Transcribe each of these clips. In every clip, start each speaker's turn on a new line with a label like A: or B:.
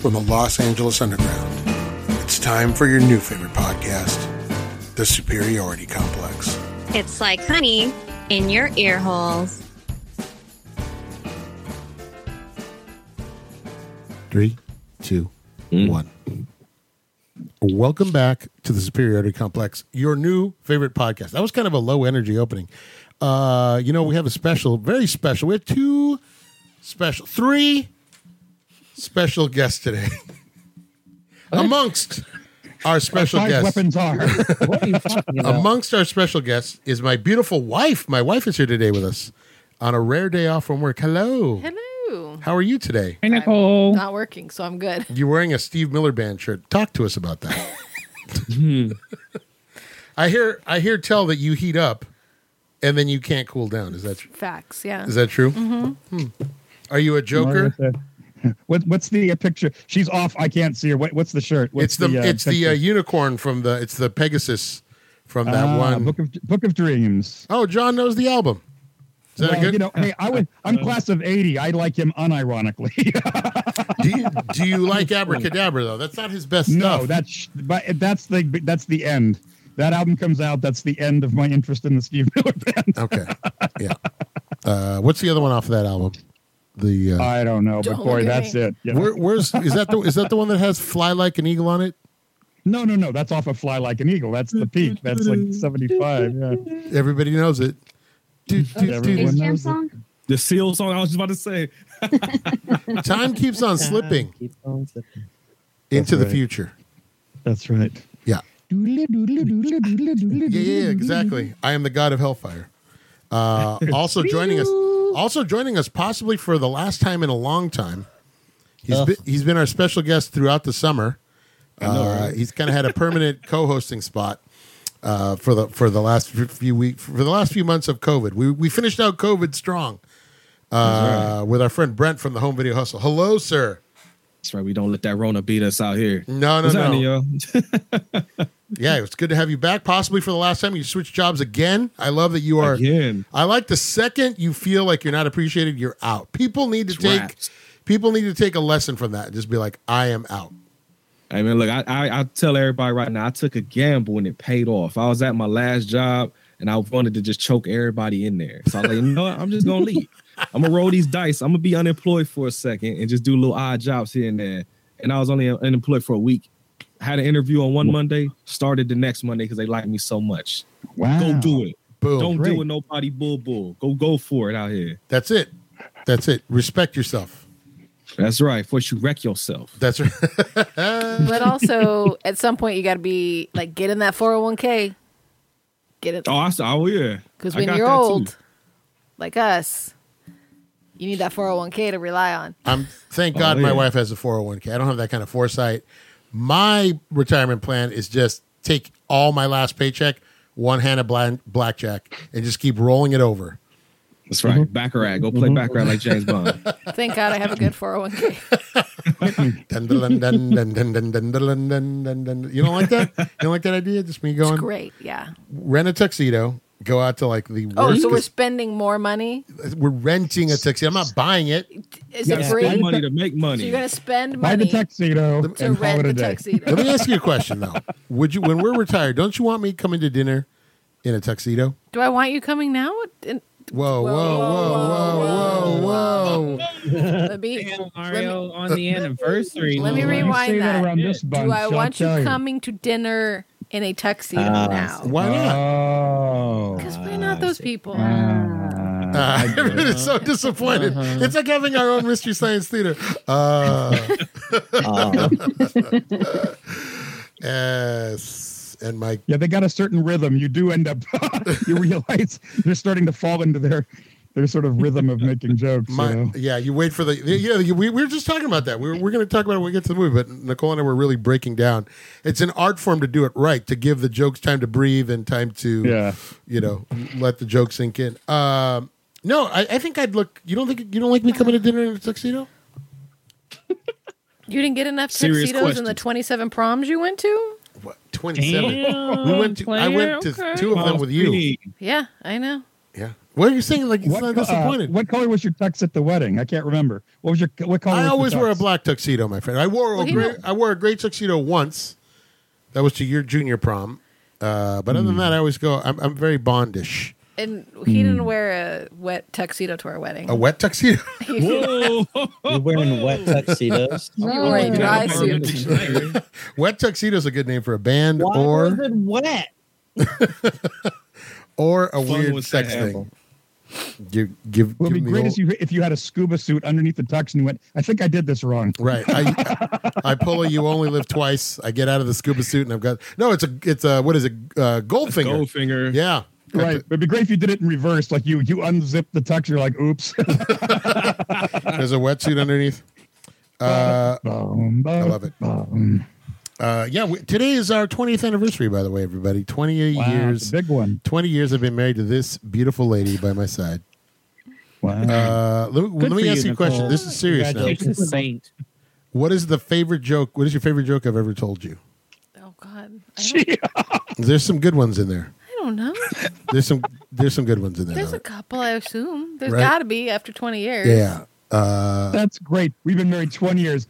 A: from the Los Angeles Underground. It's time for your new favorite podcast, The Superiority Complex.
B: It's like honey in your ear holes.
A: Three, two, one. Welcome back to The Superiority Complex, your new favorite podcast. That was kind of a low energy opening. Uh, you know, we have a special, very special. We have two special, three special guests today. Amongst our special
C: Five
A: guests.
C: weapons are.
D: What are you talking about?
A: Amongst our special guests is my beautiful wife. My wife is here today with us on a rare day off from work. Hello.
E: Hello.
A: How are you today?
C: Hey, Nicole.
E: Not working, so I'm good.
A: You're wearing a Steve Miller Band shirt. Talk to us about that. I hear I hear tell that you heat up and then you can't cool down. Is that
E: Facts, yeah.
A: is that true? Mm-hmm. Are you a joker?
C: Martha. What, what's the uh, picture? She's off. I can't see her. What, what's the shirt? What's
A: It's the, it's the uh,
C: picture?
A: unicorn from the it's the Pegasus from that
C: Ah,
A: one.
C: book of Book of Dreams.
A: oh, John knows the album. Is that a
C: Well,
A: good?
C: You know, hey, I would. I'm class of '80. I like him unironically.
A: do you do you like Abracadabra though? That's not his best stuff.
C: no, that's but that's the that's the end. That album comes out. That's the end of my interest in the Steve Miller Band.
A: Okay. Yeah. Uh, what's the other one off of that album? The uh,
C: I don't know, but
E: Don't
C: boy,
E: look at
C: that's
E: me.
C: it. you know.
A: where, where's is that the is that the one that has "Fly Like an Eagle" on it?
C: No, no, no. That's off of Fly Like an Eagle. That's the peak. That's like '75. Yeah.
A: Everybody knows it. Do, do, do.
C: Everyone
B: Space Jam
C: knows it.
B: song?
F: The seal song I was just about to say.
A: Time keeps on slipping
D: Keep on slipping.
A: into the
C: right.
A: future.
C: That's right.
A: Yeah.
C: Doodly, doodly, doodly, doodly, doodly,
A: Yeah, yeah, yeah,
C: doodly,
A: exactly. I am the god of hellfire. Uh, also joining us, also joining us, possibly for the last time in a long time. He's been, he's been our special guest throughout the summer. Uh, he's kind of had a permanent co-hosting spot uh, for the for the last few week for the last few months of COVID. We we finished out COVID strong uh, with our friend Brent from the Home Video Hustle. Hello, sir.
F: That's right. We don't let that Rona beat us out here.
A: No, no,
F: What's
A: no.
F: happening, y'all?
A: Yeah, it's good to have you back. Possibly for the last time, you switched jobs again. I love that you are.
F: Again.
A: I like the second you feel like you're not appreciated, you're out. People need to take.
F: wraps.
A: People need to take a lesson from that and just be like, I am out.
F: I mean, look, I, I I tell everybody right now, I took a gamble and it paid off. I was at my last job and I wanted to just choke everybody in there. So I was like, you know what? I'm just gonna leave. I'm gonna roll these dice. I'm gonna be unemployed for a second and just do little odd jobs here and there. And I was only unemployed for a week. had an interview on one Monday, started the next Monday because they liked me so much.
C: Wow.
F: Go do it.
A: Boom.
F: Don't
C: Great.
F: do it, nobody bull bull. Go go for it out here.
A: That's it. That's it. Respect yourself.
F: That's right. First you wreck yourself.
A: That's right.
E: But also, at some point, you got to be like, get in that 401k. Get it.
F: Oh, I saw. Oh, yeah.
E: Because
F: I
E: when
F: got
E: you're
F: that too.
E: old, like us, you need that 401k to rely on.
A: I'm. Thank God, my
F: Oh, yeah.
A: wife has a 401k. I don't have that kind of foresight. My retirement plan is just take all my last paycheck, one hand of blan- blackjack, and just keep rolling it over.
F: That's right. Baccarat. Mm-hmm. Go
A: Mm-hmm.
F: play Baccarat like James Bond.
E: Thank God I have a good 401k.
A: Dun, dun, dun, dun, dun, dun, dun, dun, dun, dun, dun. You don't like that? You don't like that idea? Just me going.
E: It's great, yeah.
A: rent a tuxedo, go out to like the worst.
E: Oh, so we're
A: cas-
E: spending more money?
A: we're, renting a tuxedo. I'm not buying it.
E: Is
F: You
E: it
F: gotta
E: free?
F: spend
E: So
F: money to make money.
E: you're going to spend
C: Buy the
E: money to
C: tuxedo and call
E: rent
C: it a
E: the
C: day.
A: Let
E: tuxedo.
A: me ask you a question though. Would you, when we're retired, don't you want me coming to dinner in a tuxedo?
E: Do I want you coming now? And-
A: Whoa, whoa, whoa, whoa, whoa, whoa,
E: Let me, let me,
G: Mario on the anniversary.
E: Let me
G: no,
E: rewind
C: Say
E: that.
C: around this bunch,
E: Do I
C: I'll
E: want you
C: tell
E: coming to dinner in a tuxedo now?
A: Why not?
C: Oh.
E: Because we're not those people.
C: Ah.
A: Uh, everyone is so disappointed. It's like having our own mystery science theater. Uh,
D: Uh,
A: yes, and my
C: Yeah, they got a certain rhythm. You do end up, you realize they're starting to fall into their their sort of rhythm of making jokes. you
A: My,
C: know?
A: yeah, you wait for the yeah. You, we, we were just talking about that. We are we're going to talk about it when we get to the movie. But Nicole and I were really breaking down. It's an art form to do it right, to give the jokes time to breathe and time to
C: Yeah.
A: you know, let the joke sink in. Um, no, I, I think I'd look. You don't think you don't like me coming to dinner in a tuxedo?
E: You didn't get enough
F: Serious
E: tuxedos in the
F: question.
E: 27 proms you went to?
A: What twenty seven?
G: Damn,
A: We went to I went to
C: Oh,
G: player, okay.
A: two of them with you.
E: Yeah, I know.
A: Yeah, What are you saying? Like, it's not
C: co- uh,
A: disappointed.
C: what color was your tux at the wedding? I can't remember. What was your what color? was
A: I
C: your
A: always wear a
C: tux?
A: black tuxedo, my friend. I wore
E: Well,
A: a
E: he
A: great,
E: knows.
A: I wore a gray tuxedo once. That was to your junior prom. Uh, but
C: Hmm.
A: other than that, I always go. I'm, I'm very Bondish.
E: And he didn't wear a wet tuxedo to our wedding.
A: A wet tuxedo.
F: Whoa.
D: You're wearing wet tuxedos.
E: No. Or a dry suit.
A: wet tuxedo is a good name for a band
D: Why was
A: or
D: it wet?
A: or a
F: Fun
A: weird
F: was
A: sex
F: that
A: thing. Give give,
C: What would be
A: give me
C: great
A: the
C: is you, if you had a scuba suit underneath the tux and you went, I think I did this wrong.
A: old- right. I I pull a you only live twice. I get out of the scuba suit and I've got no. It's a it's a what is it? Uh, Goldfinger.
F: Goldfinger.
A: Yeah.
C: Right. It'd be great if you did it in reverse. Like you you unzip the tux, you're like, oops.
A: There's a wetsuit underneath. Uh,
C: I
A: love it.
C: Wow,
A: uh, yeah. We, today is our 20th anniversary, by the way, everybody. 20
C: it's
A: years.
C: a big one.
A: 20 years I've been married to this beautiful lady by my side.
C: Wow.
A: Uh, let me, let
G: for
A: me
G: you,
A: ask you a question.
G: Nicole.
A: This is serious now.
D: Congratulations.
G: It's a saint.
A: What is the favorite joke? What is your favorite joke I've ever told you?
E: Oh God, I don't,
C: Gee,
A: There's some good ones in there.
E: I don't know.
A: There's some there's some good ones in there.
E: There's a
A: Robert.
E: couple, I assume. There's
A: Right.
E: got to be after 20 years.
A: yeah. Uh,
C: that's great. We've been married 20 years.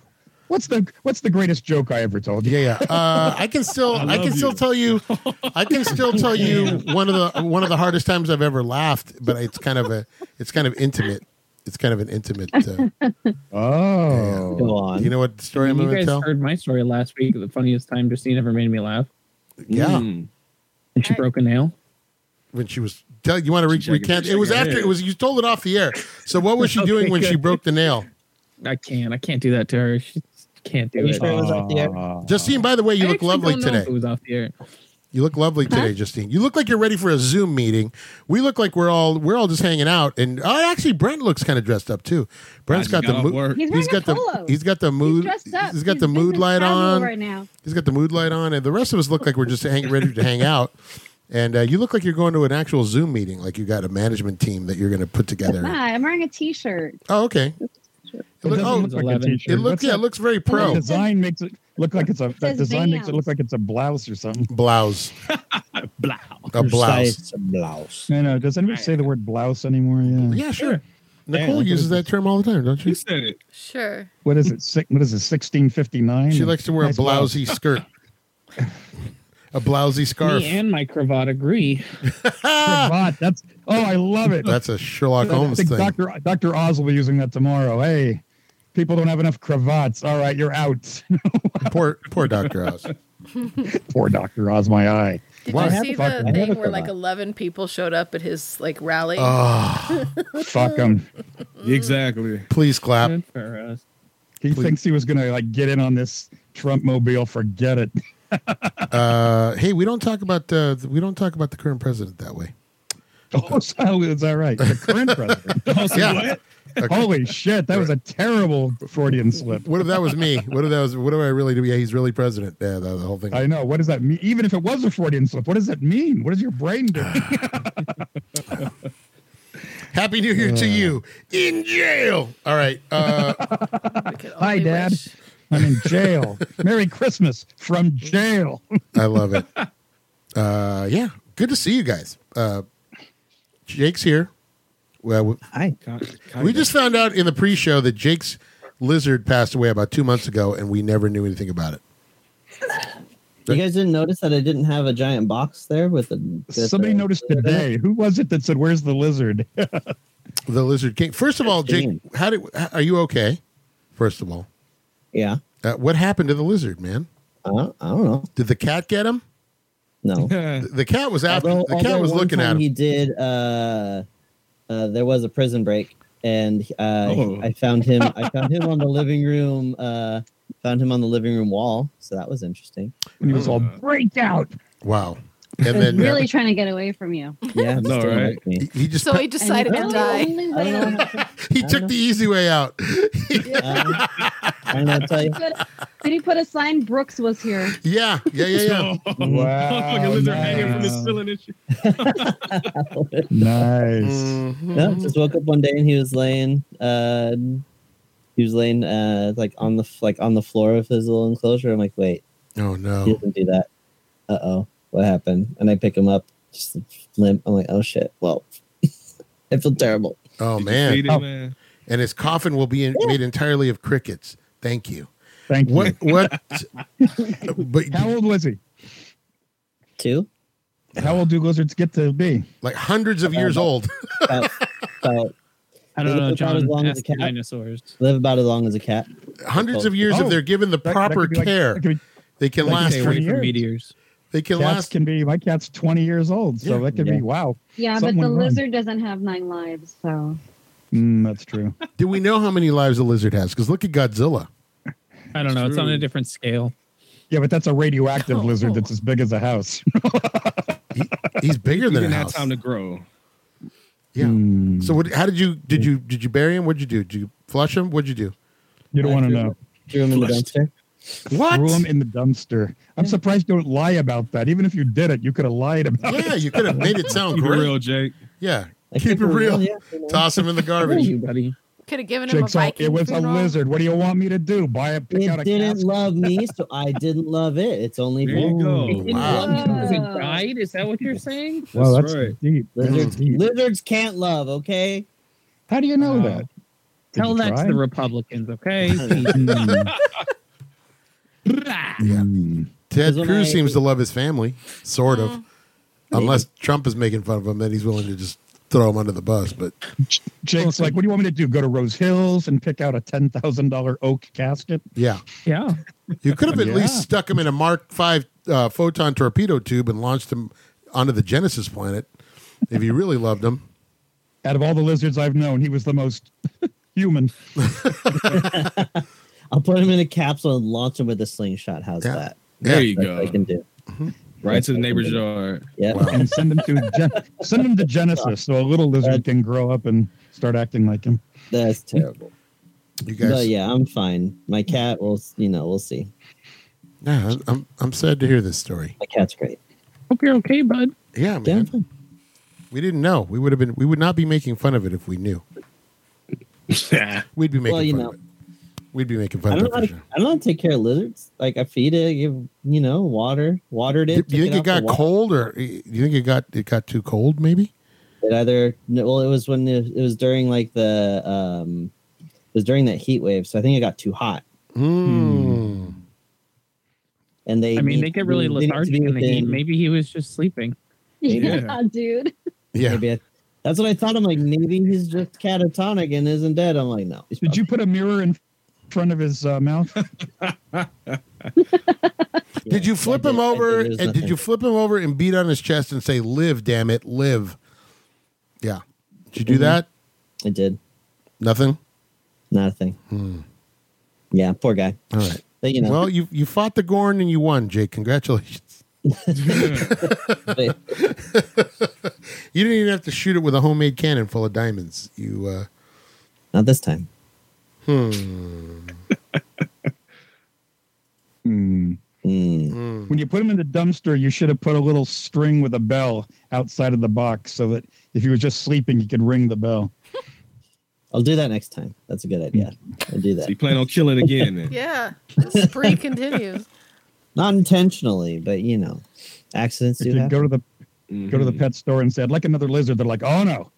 C: What's the what's the greatest joke I ever told you?
A: yeah, yeah. Uh, I can still, I, can
F: love
A: still
F: you.
A: tell you, I can still tell you one of the one of the hardest times I've ever laughed. But it's kind of a, it's kind of intimate. It's kind of an intimate. Uh,
C: Oh.
D: Go on.
A: you know what story I'm
G: you
A: going to
G: guys
A: tell?
G: heard my story last week. The funniest time Justine ever made me laugh,
A: yeah,
F: Mm.
G: and she
E: Alright.
G: broke a nail.
A: when she was tell you want to re-
F: She's like,
A: recant.
F: she's
A: It was
F: like,
A: after
F: "Hey."
A: it was you told it off the air. So what was she doing
G: Okay,
A: when she
G: good.
A: broke the nail?
G: I can't. I can't do that to her. She can't do
D: Are you
G: it.
D: sure
A: Uh-huh.
D: it was off the air?
A: Justine, by the way, you
G: I
A: look
G: actually
A: lovely
G: don't know if
A: today.
G: It was off the air.
A: You look lovely today, Justine. You look like you're ready for a Zoom meeting. We look like we're all we're all just hanging out. And oh, actually, Brent looks kind of dressed up too. Brent's
F: I just
A: got, the
F: off
A: mood.
F: work.
H: He's wearing
A: He's got
H: a
A: the
H: polo.
A: he's got the mood.
H: He's dressed up.
A: he's got
H: He's
A: the mood
H: business
A: light
H: casual
A: on.
H: right now.
A: He's got the mood light on, and the rest of us look like we're just hang, ready to hang out. And uh, you look like you're going to an actual Zoom meeting, like you got a management team that you're going to put together.
H: Nah, I'm wearing a T-shirt.
A: Oh, okay. It look- oh,
C: doesn't look like a
G: 11.
C: t-shirt.
A: It
C: What's
A: looks yeah,
C: that-
A: it looks very
C: that
A: pro
C: design makes it look like it's a that
H: says
C: design makes it
H: Vans.
C: look like it's a blouse or something.
A: blouse.
F: Blah.
A: A blouse.
D: Precise blouse.
C: I know. Does anybody say the word blouse anymore? Yeah.
A: Yeah, sure. Nicole
D: Yeah.
A: uses that term all the time, don't
F: You
A: you?
F: said it.
E: Sure.
C: What is it? Six, what is it? Sixteen fifty nine.
A: She likes to wear a
C: Nice blouse.
A: blousy skirt, a blousy scarf.
G: Me and my cravat agree.
C: cravat. That's oh, I love it.
A: That's a Sherlock
C: I
A: Holmes
C: think
A: thing.
C: Doctor Doctor Oz will be using that tomorrow. Hey, people don't have enough cravats. All right, you're out.
A: Poor, poor Doctor Oz.
C: Poor Doctor Oz, my eye.
E: Did
A: Why?
E: you
A: I
E: see
C: have a- I
E: the
C: have
E: thing
C: a
E: where like
D: cravat.
E: 11 people showed up at his like rally?
A: Oh,
C: Fuck him.
E: Mm.
F: Exactly.
A: please clap.
G: Good for us.
C: He
A: Please.
C: thinks he was gonna like get in on this Trump mobile. Forget it.
A: Uh, hey, we don't talk about uh, we don't talk about the current president that way.
C: Oh, so is that right? The current president.
A: Yeah. Okay.
C: Holy shit, that was a terrible Freudian slip.
A: What if that was me? What if that was? What do I really do? Yeah, he's really president. Yeah, the, the whole thing.
C: I know. What does that mean? Even if it was a Freudian slip, what does that mean? What does your brain do?
A: Happy New Year to you. In jail. All right. Uh,
E: We could
C: Hi,
E: only
C: Dad.
E: wish-
C: I'm in jail. Merry Christmas from jail.
A: I love it. Uh, yeah, good to see you guys. Uh, Jake's here. Well,
D: Hi.
F: Ki-
A: we
F: kinda.
A: just found out in the pre-show that Jake's lizard passed away about two months ago, and we never knew anything about it.
D: You guys didn't notice that I didn't have a giant box there with the. with
C: Somebody
D: the-
C: noticed today. Who was it that said, "Where's the lizard"?
A: The lizard king. First of all, Jake,
D: Same.
A: how did? h- Are you okay? First of all,
D: Yeah.
A: uh, what happened to the lizard, man?
D: I don't, I don't know.
A: Did the cat get him?
D: No.
A: The, the cat was after.
D: Although-
A: the cat
D: although
A: was
D: one
A: looking at
D: time
A: him.
D: He did. Uh, uh, there was a prison break, and uh,
F: Oh.
D: I found him. I found him on the living room. Uh, found him on the living room wall. So that was interesting.
C: And he was all
F: Uh.
C: break out.
A: Wow. And
H: They're
A: then uh,
H: really trying to get away from you.
D: Yeah,
F: No,
D: still
F: right?
D: like me.
A: he, he just
E: So
A: pa-
E: he decided
H: And
E: to die.
H: only
D: I don't know.
H: way-
D: what happened.
A: he took
D: know.
A: the easy way out.
D: Uh, I don't know what to tell you.
H: Did- Did he put a sign? Brooks was here.
A: yeah, yeah, yeah, yeah.
C: Wow,
F: Motherfucking lizard hanging from the
C: nice.
F: ceiling and shit.
C: Nice.
A: Mm.
F: Mm.
E: Mm-hmm.
D: No, just woke up one day and he was laying. Uh, he was laying uh, like on the f- like on the floor of his little enclosure. I'm like, wait,
A: Oh
D: he
A: no.
D: doesn't do that. Uh oh, what happened? And I pick him up, just limp. I'm like, oh shit. Well, I feel terrible.
A: Oh
F: Feed
A: man!
F: it,
C: Oh.
F: man.
A: And his coffin will be in, made entirely of crickets. Thank you.
C: Thank you.
A: What? What? but
C: How old was he?
D: Two?
C: How old do lizards get to be?
A: like hundreds of years old.
D: About, about,
G: I don't
D: They look
G: know,
D: about
G: John.
D: as long as
G: ask
D: a
G: the
D: cat.
G: dinosaurs.
D: live about as long as a cat.
A: Hundreds of years if
C: Oh.
A: they're given the
C: That- that
A: proper
C: could be like-
A: care.
C: that could be-
A: they can
C: that could
A: last.
C: be
G: Stay away
A: For,
C: like-
G: from
C: years.
G: meteors.
A: they can
C: cats
A: last.
C: can be. My cat's twenty years old, so
A: Yeah.
C: that could
D: Yeah.
C: be wow.
H: Yeah, but
C: Someone
H: the
C: run.
H: lizard doesn't have nine lives, so
C: Mm, that's true.
A: Do we know how many lives a lizard has? Because look at Godzilla.
G: I don't know. It's on
F: True.
G: a different scale.
C: Yeah, but that's a radioactive
E: Oh.
C: lizard that's as big as a house.
A: He's bigger
F: You
A: than a
F: didn't have
A: house.
F: time to grow.
A: yeah.
C: Mm.
A: So what, how did you did you did you bury him? What'd you do? Did you flush him? What'd you do?
C: you don't
D: I
C: want to
D: threw
C: know.
D: Threw him in the
F: Flushed.
D: dumpster.
A: What?
C: Threw him in the dumpster. I'm surprised you don't lie about that. Even if you did it, you could have lied about it.
A: Yeah, you could have made it sound
F: Keep
A: Oh,
F: it
A: great.
F: real, Jake.
A: Yeah,
D: I
A: keep it real.
D: yeah, you know.
A: Toss him in the garbage.
G: you, buddy.
E: Could have given him a
C: Jigsaw,
E: Viking
C: it was a
E: funeral.
C: lizard. What do you want me to do? Buy a pick out
D: It
C: a
D: didn't
C: casket?
D: love me, so I didn't love it. It's only
F: There you
D: one.
F: go.
G: Didn't
A: Oh, wow.
G: love you because it
H: Whoa.
G: died? Is that what you're saying?
C: Wow,
F: That's
C: that's
F: right.
C: deep. That's
A: Lizards-
C: deep.
D: Lizards can't love, okay?
C: How do you know
G: Wow.
C: that? Did
G: Tell
C: you
G: that
C: try?
G: to the Republicans, okay?
A: Yeah.
C: Mm.
A: Ted
D: Because when
A: Cruz
D: I-
A: seems to love his family, sort of,
E: Mm.
A: unless Trump is making fun of him. Then he's willing to just throw him under the bus. But
C: Jake's like, what do you want me to do? Go to Rose Hills and pick out a ten thousand dollar oak casket?
A: yeah,
G: yeah.
A: you could have at
C: Yeah.
A: least stuck him in a Mark Five uh, photon torpedo tube and launched him onto the Genesis planet if you really loved him.
C: Out of all the lizards I've known, he was the most human.
D: I'll put him in a capsule and launch him with a slingshot. How's
A: Yeah.
D: that?
F: There you
D: That's what I
F: go.
D: can do.
A: Mm-hmm.
F: Right to the neighbor's yard.
D: Yeah.
A: Wow.
C: and send him to Gen- send him to Genesis so a little lizard can grow up and start acting like him.
D: That's terrible.
A: You guys,
D: But yeah, I'm fine. My cat will, you know, we'll see.
A: Yeah, I'm I'm sad to hear this story.
D: My cat's great.
G: Hope you're okay, bud.
A: Yeah,
D: Yeah, I'm
A: man.
D: fine.
A: We didn't know. We would have been. We would not be making fun of it if we knew. We'd be making
D: Well, you
A: fun
D: know.
A: of it. We'd be making
D: I
A: fun
D: don't
A: of it.
D: know how
A: For
D: to,
A: sure.
D: I don't know how to take care of lizards. Like I feed it, I give you know, water, watered
A: Do
D: it. took
A: you think
D: out
A: it got
D: for walks.
A: cold, or do you think it got it got too cold? Maybe.
D: It either no, well, it was when it, it was during like the um, it was during that heat wave. So I think it got too hot,
A: Mm.
D: and they.
G: I mean,
D: need
G: they
D: to
G: get really
D: be- they need to
G: lethargic
D: be
G: in the heat.
D: within-
G: Maybe he was just sleeping.
H: yeah,
F: Yeah.
H: dude.
A: Yeah.
D: Maybe I, that's what I thought. I'm like, maybe he's just catatonic and isn't dead. I'm like, no. he's
C: Did you put a mirror in front of his uh, mouth?
D: probably-
A: Did you
D: yeah,
A: flip
D: I
A: him
D: did- I did.
A: over?
D: There's
A: and did
D: nothing.
A: you flip him over and beat on his chest and say, "Live, damn it, live"? Yeah. Did you do
D: Mhm.
A: that?
D: I did
A: Nothing.
D: nothing.
A: Hmm.
D: Yeah, poor guy.
A: All right.
D: But you know,
A: Well, you you fought the Gorn and you won, Jake. Congratulations.
D: but-
A: You didn't even have to shoot it with a homemade cannon full of diamonds. You. uh
D: not this time.
A: Hmm.
C: Hmm.
D: Mm.
A: Hmm.
C: When you put him in the dumpster, you should have put a little string with a bell outside of the box so that if he was just sleeping, he could ring the bell.
D: I'll do that next time. That's a good idea.
A: Hmm.
D: I'll do that.
F: You plan on killing again then?
E: Yeah. The spree continues.
D: Not intentionally, but you know, accidents
C: If
D: do
C: you
D: happen.
C: go to the go to the
F: Mhm.
C: pet store and said, like another lizard, they're like, oh no.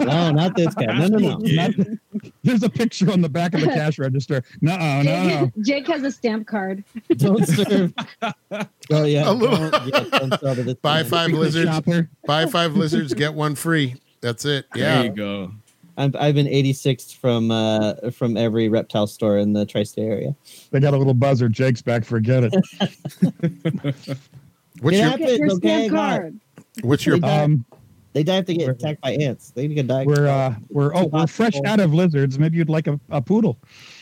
D: No, not this guy. No, no, no.
F: Yeah.
D: Not-
C: There's a picture on the back of the cash register. No, no,
H: Jake,
C: no.
H: Jake has a stamp card.
D: don't serve. Oh yeah,
A: A little-
D: don't- yeah, don't sell to this
A: Buy
D: man.
A: five lizards.
C: Shopper.
A: Buy five lizards, get one free. That's it.
F: There
A: Yeah.
F: you go.
D: I'm, I've been 86 from uh, from every reptile store in the tri-state area.
C: They got a little buzzer. Jake's back. Forget it.
A: What's
D: It
A: your
D: happened.
H: Get your
D: Okay,
H: stamp
D: got it.
H: card.
A: What's your
C: Um,
D: They die if they get attacked by ants. They get die.
C: We're uh, we're oh, we're fresh out of lizards. Maybe you'd like a, a poodle.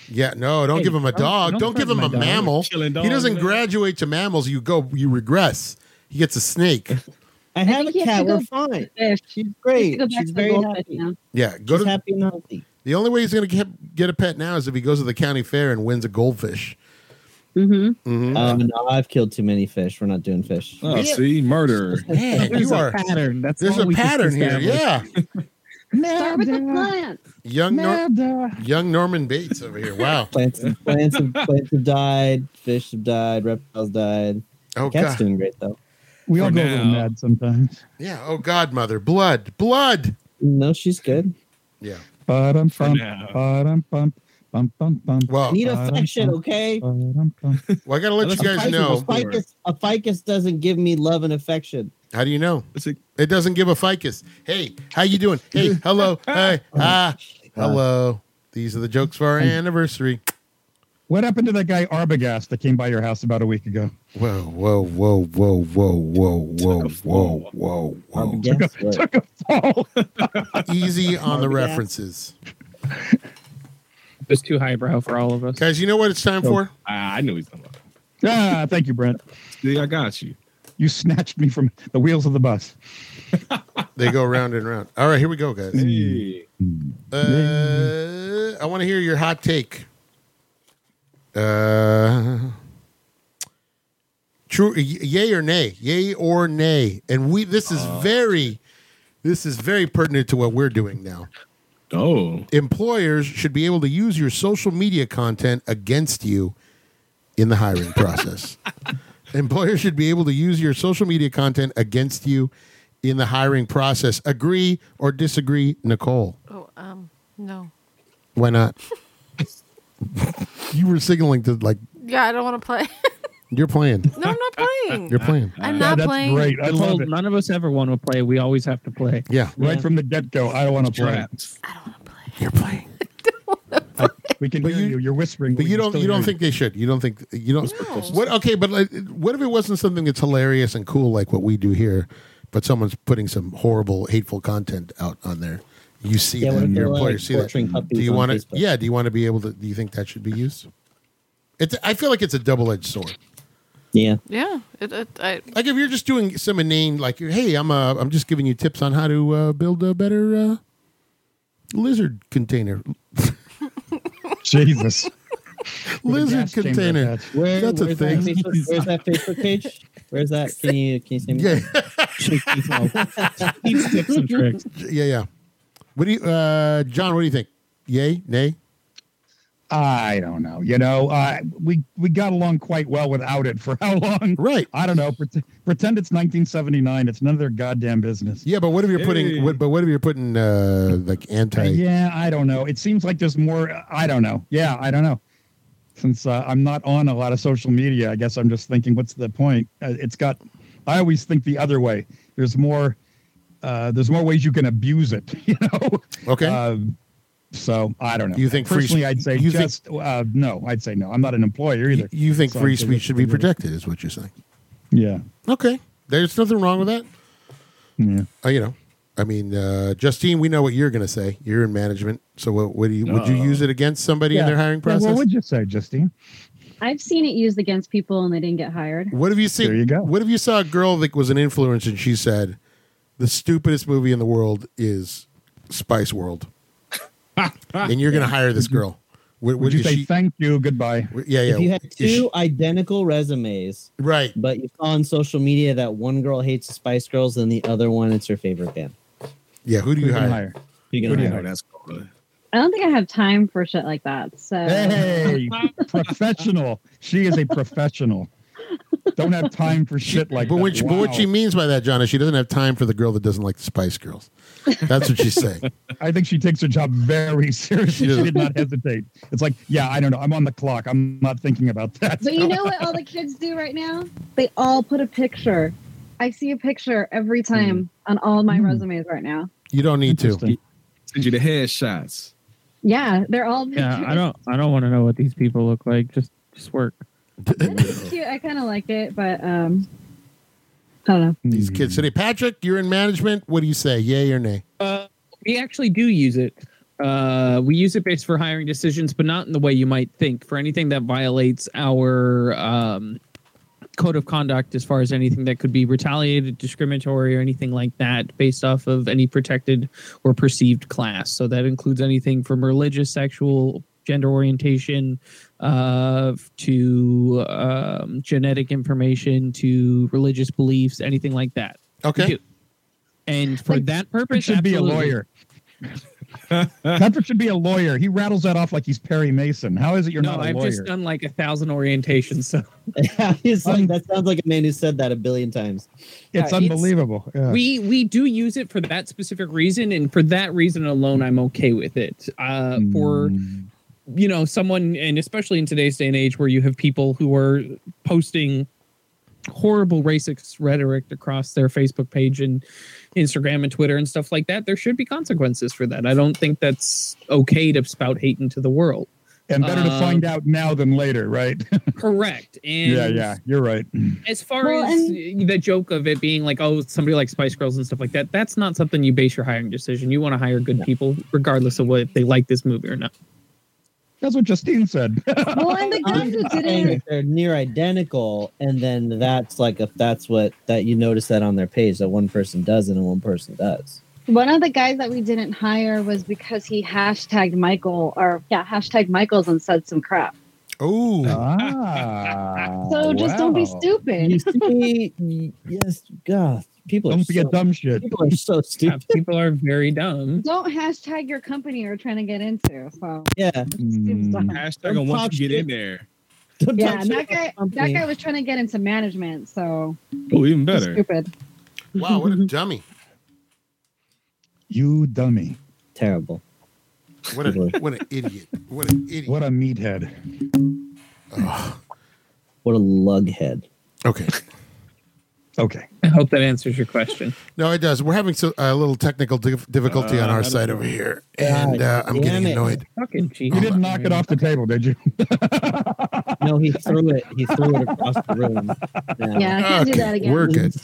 A: Yeah, no, don't
G: Hey,
A: give him a
G: don't-
A: dog. Don't,
G: don't
A: give
G: threaten
A: him a
G: my dog.
A: mammal.
F: Killing
A: he
F: dogs,
A: doesn't
F: man.
A: graduate to mammals. You go, you regress. He gets a snake.
D: I have
H: think
D: a
H: you have to
D: cat.
H: go
D: We're fine.
H: Fish.
D: She's
H: You have
D: great.
H: to go back
D: She's
H: to the
D: very
H: goldfish
D: happy.
H: now.
A: Yeah, go
D: She's
A: to
D: happy and healthy.
A: the only way he's going to get, get a pet now is if he goes to the county fair and wins a goldfish.
H: Mm-hmm.
A: Mhm.
D: Um, no, I've killed too many fish. We're not doing fish.
F: Oh,
A: Yeah.
F: see, murder.
A: Man, you are.
G: pattern. That's
A: There's
G: all
A: a
G: we just
A: pattern here.
G: established.
A: Yeah,
H: Start with the plant.
A: young Nor-
C: Merda.
A: young Norman Bates over here. Wow.
D: Plants, plants, have, plants have died. Fish have died. Reptiles died.
A: Oh
D: Cat's
A: God.
D: doing great though.
C: We all
F: For
C: go a little
F: now.
C: mad sometimes.
A: Yeah. Oh God, mother. Blood. Blood.
D: No, she's good.
A: Yeah.
C: Ba-dum, bump,
F: now.
C: ba-dum, bump, bump, bump, bump.
A: Well,
D: Need
C: Uh,
D: affection, okay?
C: ba-dum, bump.
A: well, I got to let you
F: Unless
A: guys
F: I'm
D: a,
A: know.
F: fighting
D: ficus, a ficus doesn't give me love and affection.
A: How do you know?
F: It's a-
A: It doesn't give a ficus. Hey, how you doing? Hey, hello. Hey, ah, hello. These are the jokes for our anniversary.
C: What happened to that guy Arbogast that came by your house about a week ago?
A: Whoa, whoa, whoa, whoa, whoa, whow, whoa, whoa, whoa,
D: Um,
A: whoa.
D: guess what?
C: Took a fall.
A: Easy on the
D: Barbie gas.
A: references.
G: It was too highbrow for all of us.
A: Guys, you know what it's time for?
F: I, I knew he's talking about.
C: ah, thank you, Brent.
F: See, I got you.
C: You snatched me from the wheels of the bus.
A: They go round and round. All right, here we go, guys.
F: Hey.
A: Uh, I want to hear your hot take. Uh, true, y- yay or nay, yay or nay, and we. This is very, this is very pertinent to what we're doing now.
F: Oh,
A: Employers should be able to use your social media content against you in the hiring process. Employers should be able to use your social media content against you in the hiring process. Agree or disagree, Nicole?
E: Oh, um, no.
A: Why not? you were signaling to like
E: Yeah, I don't want to play.
A: you're playing.
E: no, I'm not playing.
A: You're playing.
E: I'm
C: Yeah,
E: not
C: that's
E: playing.
C: great. I love
G: Told
C: it.
G: none of us ever want to play. We always have to play.
A: Yeah,
C: Right
G: Yeah.
C: from the get go, I don't want to play.
F: trapped.
A: you're playing.
C: We can
A: But
C: hear
A: you-
C: you, you. are whispering,
A: But
C: we
A: you
C: can
A: don't.
C: still
A: You don't
C: hear
A: think they should. You don't think. You don't.
E: No.
A: What? Okay, but like, what if it wasn't something that's hilarious and cool like what we do here, but someone's putting some horrible, hateful content out on there? You see
D: Yeah, what
A: that.
D: if
A: Your
D: they're, like,
A: employer see that.
D: torturing puppies
A: Do you
D: on
A: want to?
D: Facebook?
A: Yeah. Do you want to be able to? Do you think that should be used? It's. I feel like it's a double edged sword.
D: Yeah.
E: Yeah. It, it, I,
A: Like if you're just doing some inane, like hey, I'm uh, I'm just giving you tips on how to uh, build a better uh, lizard container.
C: Jesus. With a
A: lizard
C: gas chamber
A: container.
C: attached.
D: Where,
A: That's a
D: where's, that
A: thing.
D: Facebook, where's that Facebook page? Where's that? Can you can you send me?
A: Yeah,
G: These tips and tricks.
A: yeah, yeah. What do you, uh, John? What do you think? Yay, nay?
C: I don't know. You know, uh, we we got along quite well without it for how long?
A: Right.
C: I don't know. Pretend, pretend it's 1979. It's none of their goddamn business.
A: Yeah, but what if you're
F: Hey.
A: putting? What, but what if you're putting uh, like anti?
C: Yeah, I don't know. It seems like there's more. I don't know. Yeah, I don't know. Since uh, I'm not on a lot of social media, I guess I'm just thinking, what's the point? Uh, it's got. I always think the other way. There's more. Uh, there's more ways you can abuse it. You know.
A: Okay.
C: Um, so I don't know.
A: You think free
C: personally?
A: sp-
C: I'd say
A: you think-
C: just uh, no. I'd say no. I'm not an employer either.
A: you, you think
C: So
A: free
C: I'd say
A: speech
C: let's
A: should be
C: get rid of it.
A: protected? Is what you're saying?
C: Yeah.
A: Okay, there's nothing wrong with that.
C: Yeah.
A: Uh, you know, I mean, uh, Justine, we know what you're going to say. You're in management, so what? What do you? Would you
F: No.
A: use it against somebody in
C: Yeah.
A: their hiring
C: Yeah,
A: process?
C: what would you say, Justine?
H: I've seen it used against people and they didn't get hired.
A: What have you seen?
C: There you go.
A: What if you saw a girl that was an influencer and she said, "The stupidest movie in the world is Spice World," and you're going to hire this girl? Would,
C: Would you
A: is
C: say
A: she-
C: thank you, goodbye?
A: would- yeah, yeah.
D: If you had
A: Is she-
D: two identical resumes,
A: right.
D: but you saw on social media that one girl hates the Spice Girls and the other one it's her favorite band.
A: Yeah. Who do
C: Who
A: you
C: you gonna
A: hire?
C: hire?
D: Who you
F: I
D: gonna
C: do you
D: hire?
F: know that's cool.
H: I don't think I have time for shit like that. So
C: Eh. Hey, professional. She is a professional. Don't have time for shit like
A: But,
C: that.
A: when she, but what
C: Wow.
A: she means by that, John, is she doesn't have time for the girl that doesn't like the Spice Girls. That's what she's saying.
C: I think she takes her job very seriously.
A: Yeah.
C: She did not hesitate. It's like, yeah, I don't know. I'm on the clock. I'm not thinking about that.
H: But you know what all the kids do right now? They all put a picture. I see a picture every time on all my
C: Hmm.
H: resumes right now.
A: You don't need to.
C: Interesting.
F: Send you the headshots.
H: Yeah, they're all
G: Yeah, I
H: pictures.
G: don't. I don't want to know what these people look like. Just, just work.
H: It's cute. I kind of like it, but um, I don't know.
A: These
C: Hmm.
A: kids today. Patrick, you're in management. What do you say? Yay or nay?
G: Uh, we actually do use it. Uh, we use it based for hiring decisions, but not in the way you might think. For anything that violates our um, code of conduct, as far as anything that could be retaliated, discriminatory, or anything like that, based off of any protected or perceived class. So that includes anything from religious, sexual, gender orientation, uh, to um, genetic information, to religious beliefs, anything like that.
A: Okay.
G: We do. And for
C: Like,
G: that
C: You
G: purpose,
C: should be a
G: absolutely.
C: lawyer. Patrick should be a lawyer. He rattles that off like he's Perry Mason. How is it you're
G: no,
C: not a
G: I've
C: lawyer?
G: just done like a thousand orientations. So
D: He's
C: Um,
D: like, that sounds like a man who said that a billion times.
C: it's
G: Yeah, it's-
C: unbelievable. Yeah.
G: we we do use it for that specific reason, and for that reason alone, I'm okay with it. Uh, For
C: Mm.
G: you know someone and especially in today's day and age where you have people who are posting horrible racist rhetoric across their facebook page and instagram and twitter and stuff like that there should be consequences for that i don't think that's okay to spout hate into the world
C: and better to
G: um,
C: find out now than later, right?
G: correct and
C: yeah, yeah, you're right.
G: as far
H: Well,
G: as the joke of it being like oh somebody like spice girls and stuff like that that's not something you base your hiring decision you want to hire good people regardless of what they like this movie or not
C: That's what Justine said.
H: Well, and the guys who
D: Saying
H: didn't.
D: that Um, they're near identical, and then that's like if that's what that you notice that on their page that one person doesn't and one person does.
H: One of the guys that we didn't hire was because he hashtagged Michael or yeah, hashtag Michaels and said some crap.
A: Oh,
C: Uh, ah,
H: So just don't be
C: wow.
D: You
H: stupid.
D: see, y- yes, God, people are
C: Don't
D: so,
C: forget dumb shit.
D: people are so
G: Yeah,
D: stupid.
G: people are very dumb
H: Don't hashtag your company you're trying to get into. So
D: Yeah,
H: seems
C: Mm.
H: dumb.
F: Hashtag on
D: talk
F: once you get
D: shit.
F: in there.
D: Don't
H: yeah,
D: talk
H: and
D: shit
H: that guy
D: about company.
H: that guy was trying to get into management, so
F: Oh, even
H: he's
F: better.
H: stupid.
A: wow, what a dummy!
C: You dummy.
D: terrible.
A: What a what an idiot! What an idiot!
C: What a meathead.
A: Ugh.
D: What a lughead.
A: Okay,
C: Okay.
G: i hope that answers your question
A: no, it does. We're having so, a little technical dif- difficulty on
F: Uh,
A: our
F: I don't
A: side
F: know.
A: over here,
D: God
A: and uh, I'm
D: damn
A: getting
D: it.
A: annoyed.
G: Fucking
C: You
G: Jesus.
C: didn't knock it off the table, did you?
D: No, he threw it. He threw it across the room. No.
H: Yeah, I can't do that again.
A: We're good.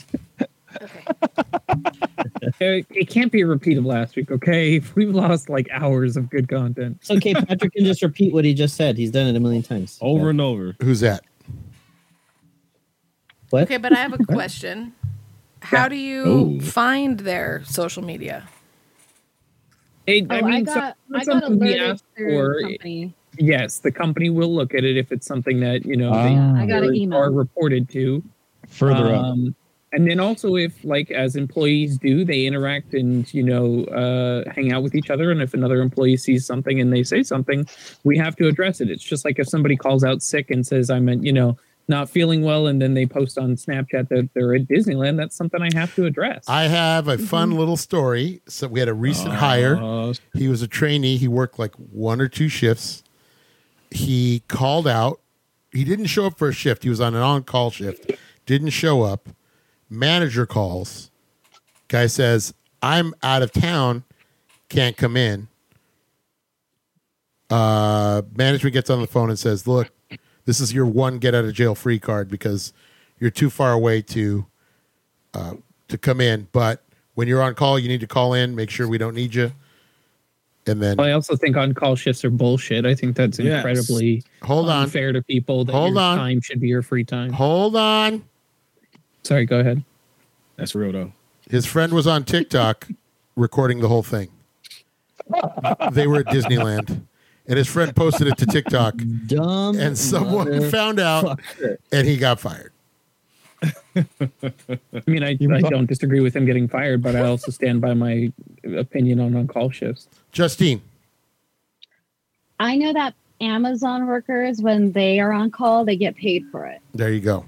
G: It, it can't be a repeat of last week, okay? We've lost like hours of good content.
D: It's okay. Patrick can just repeat what he just said. He's done it a million times.
F: Over and over.
A: Who's that?
D: What?
E: Okay, but I have a question. How do you
F: Ooh.
E: find their social media?
G: It,
H: Oh, I,
G: I mean,
H: got
G: some-
H: I got
G: something we
H: alerted
G: ask
H: through
G: for-
H: company.
G: yes, the company will look at it if it's something that you know they
C: Ah.
H: I got an
G: really
H: email.
G: are reported to.
C: Further up.
G: Um, and then also, if like as employees do, they interact and you know uh, hang out with each other. And if another employee sees something and they say something, we have to address it. It's just like if somebody calls out sick and says, "I'm uh, you know not feeling well," and then they post on Snapchat that they're at Disneyland. That's something I have to address.
A: I have a fun
H: Mm-hmm.
A: little story. So we had a recent
C: Oh.
A: hire.
F: Uh,
A: He was a trainee. He worked like one or two shifts. He called out. He didn't show up for a shift. He was on an on-call shift. Didn't show up. Manager calls. Guy says, "I'm out of town. Can't come in." Uh, management gets on the phone and says, "Look, this is your one get out of jail free card because you're too far away to uh, to come in. But when you're on call, you need to call in. Make sure we don't need you." And then
G: Well, I also think on-call shifts are bullshit. I think that's
F: Yes.
G: incredibly
A: Hold on.
G: unfair to people. That
A: Hold
G: your
A: on.
G: time should be your free time.
A: Hold on.
G: Sorry, go ahead.
F: that's real though.
A: His friend was on TikTok recording the whole thing. They were at Disneyland. And his friend posted it to TikTok.
D: Dumb.
A: And someone found out
D: motherfucker.
A: and he got fired.
G: I mean, I,
C: You
G: I
C: fuck-
G: don't disagree with him getting fired, but I also stand by my opinion on on-call shifts.
A: Justine,
H: I know that Amazon workers, when they are on call, they get paid for it.
A: there you go.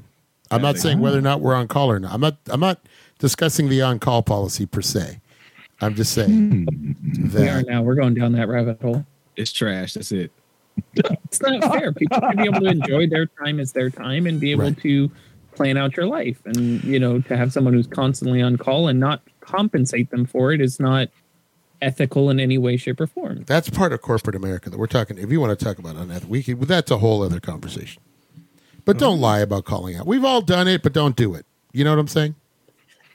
A: I'm
F: Yeah,
A: not
F: they-
A: saying whether or not we're on call or not. I'm not I'm not discussing the on call policy per se. I'm just saying
G: We are
A: that
G: now. We're going down that rabbit hole.
F: It's trash. That's it.
G: It's not fair. People should be able to enjoy their time as their time and be able
A: Right.
G: to plan out your life. And you know, to have someone who's constantly on call and not compensate them for it is not ethical in any way, shape, or form.
A: that's part of corporate America that we're talking. If you want to talk about unethical, we can, that's a whole other conversation. But don't lie about calling out. We've all done it, but don't do it. You know what I'm saying?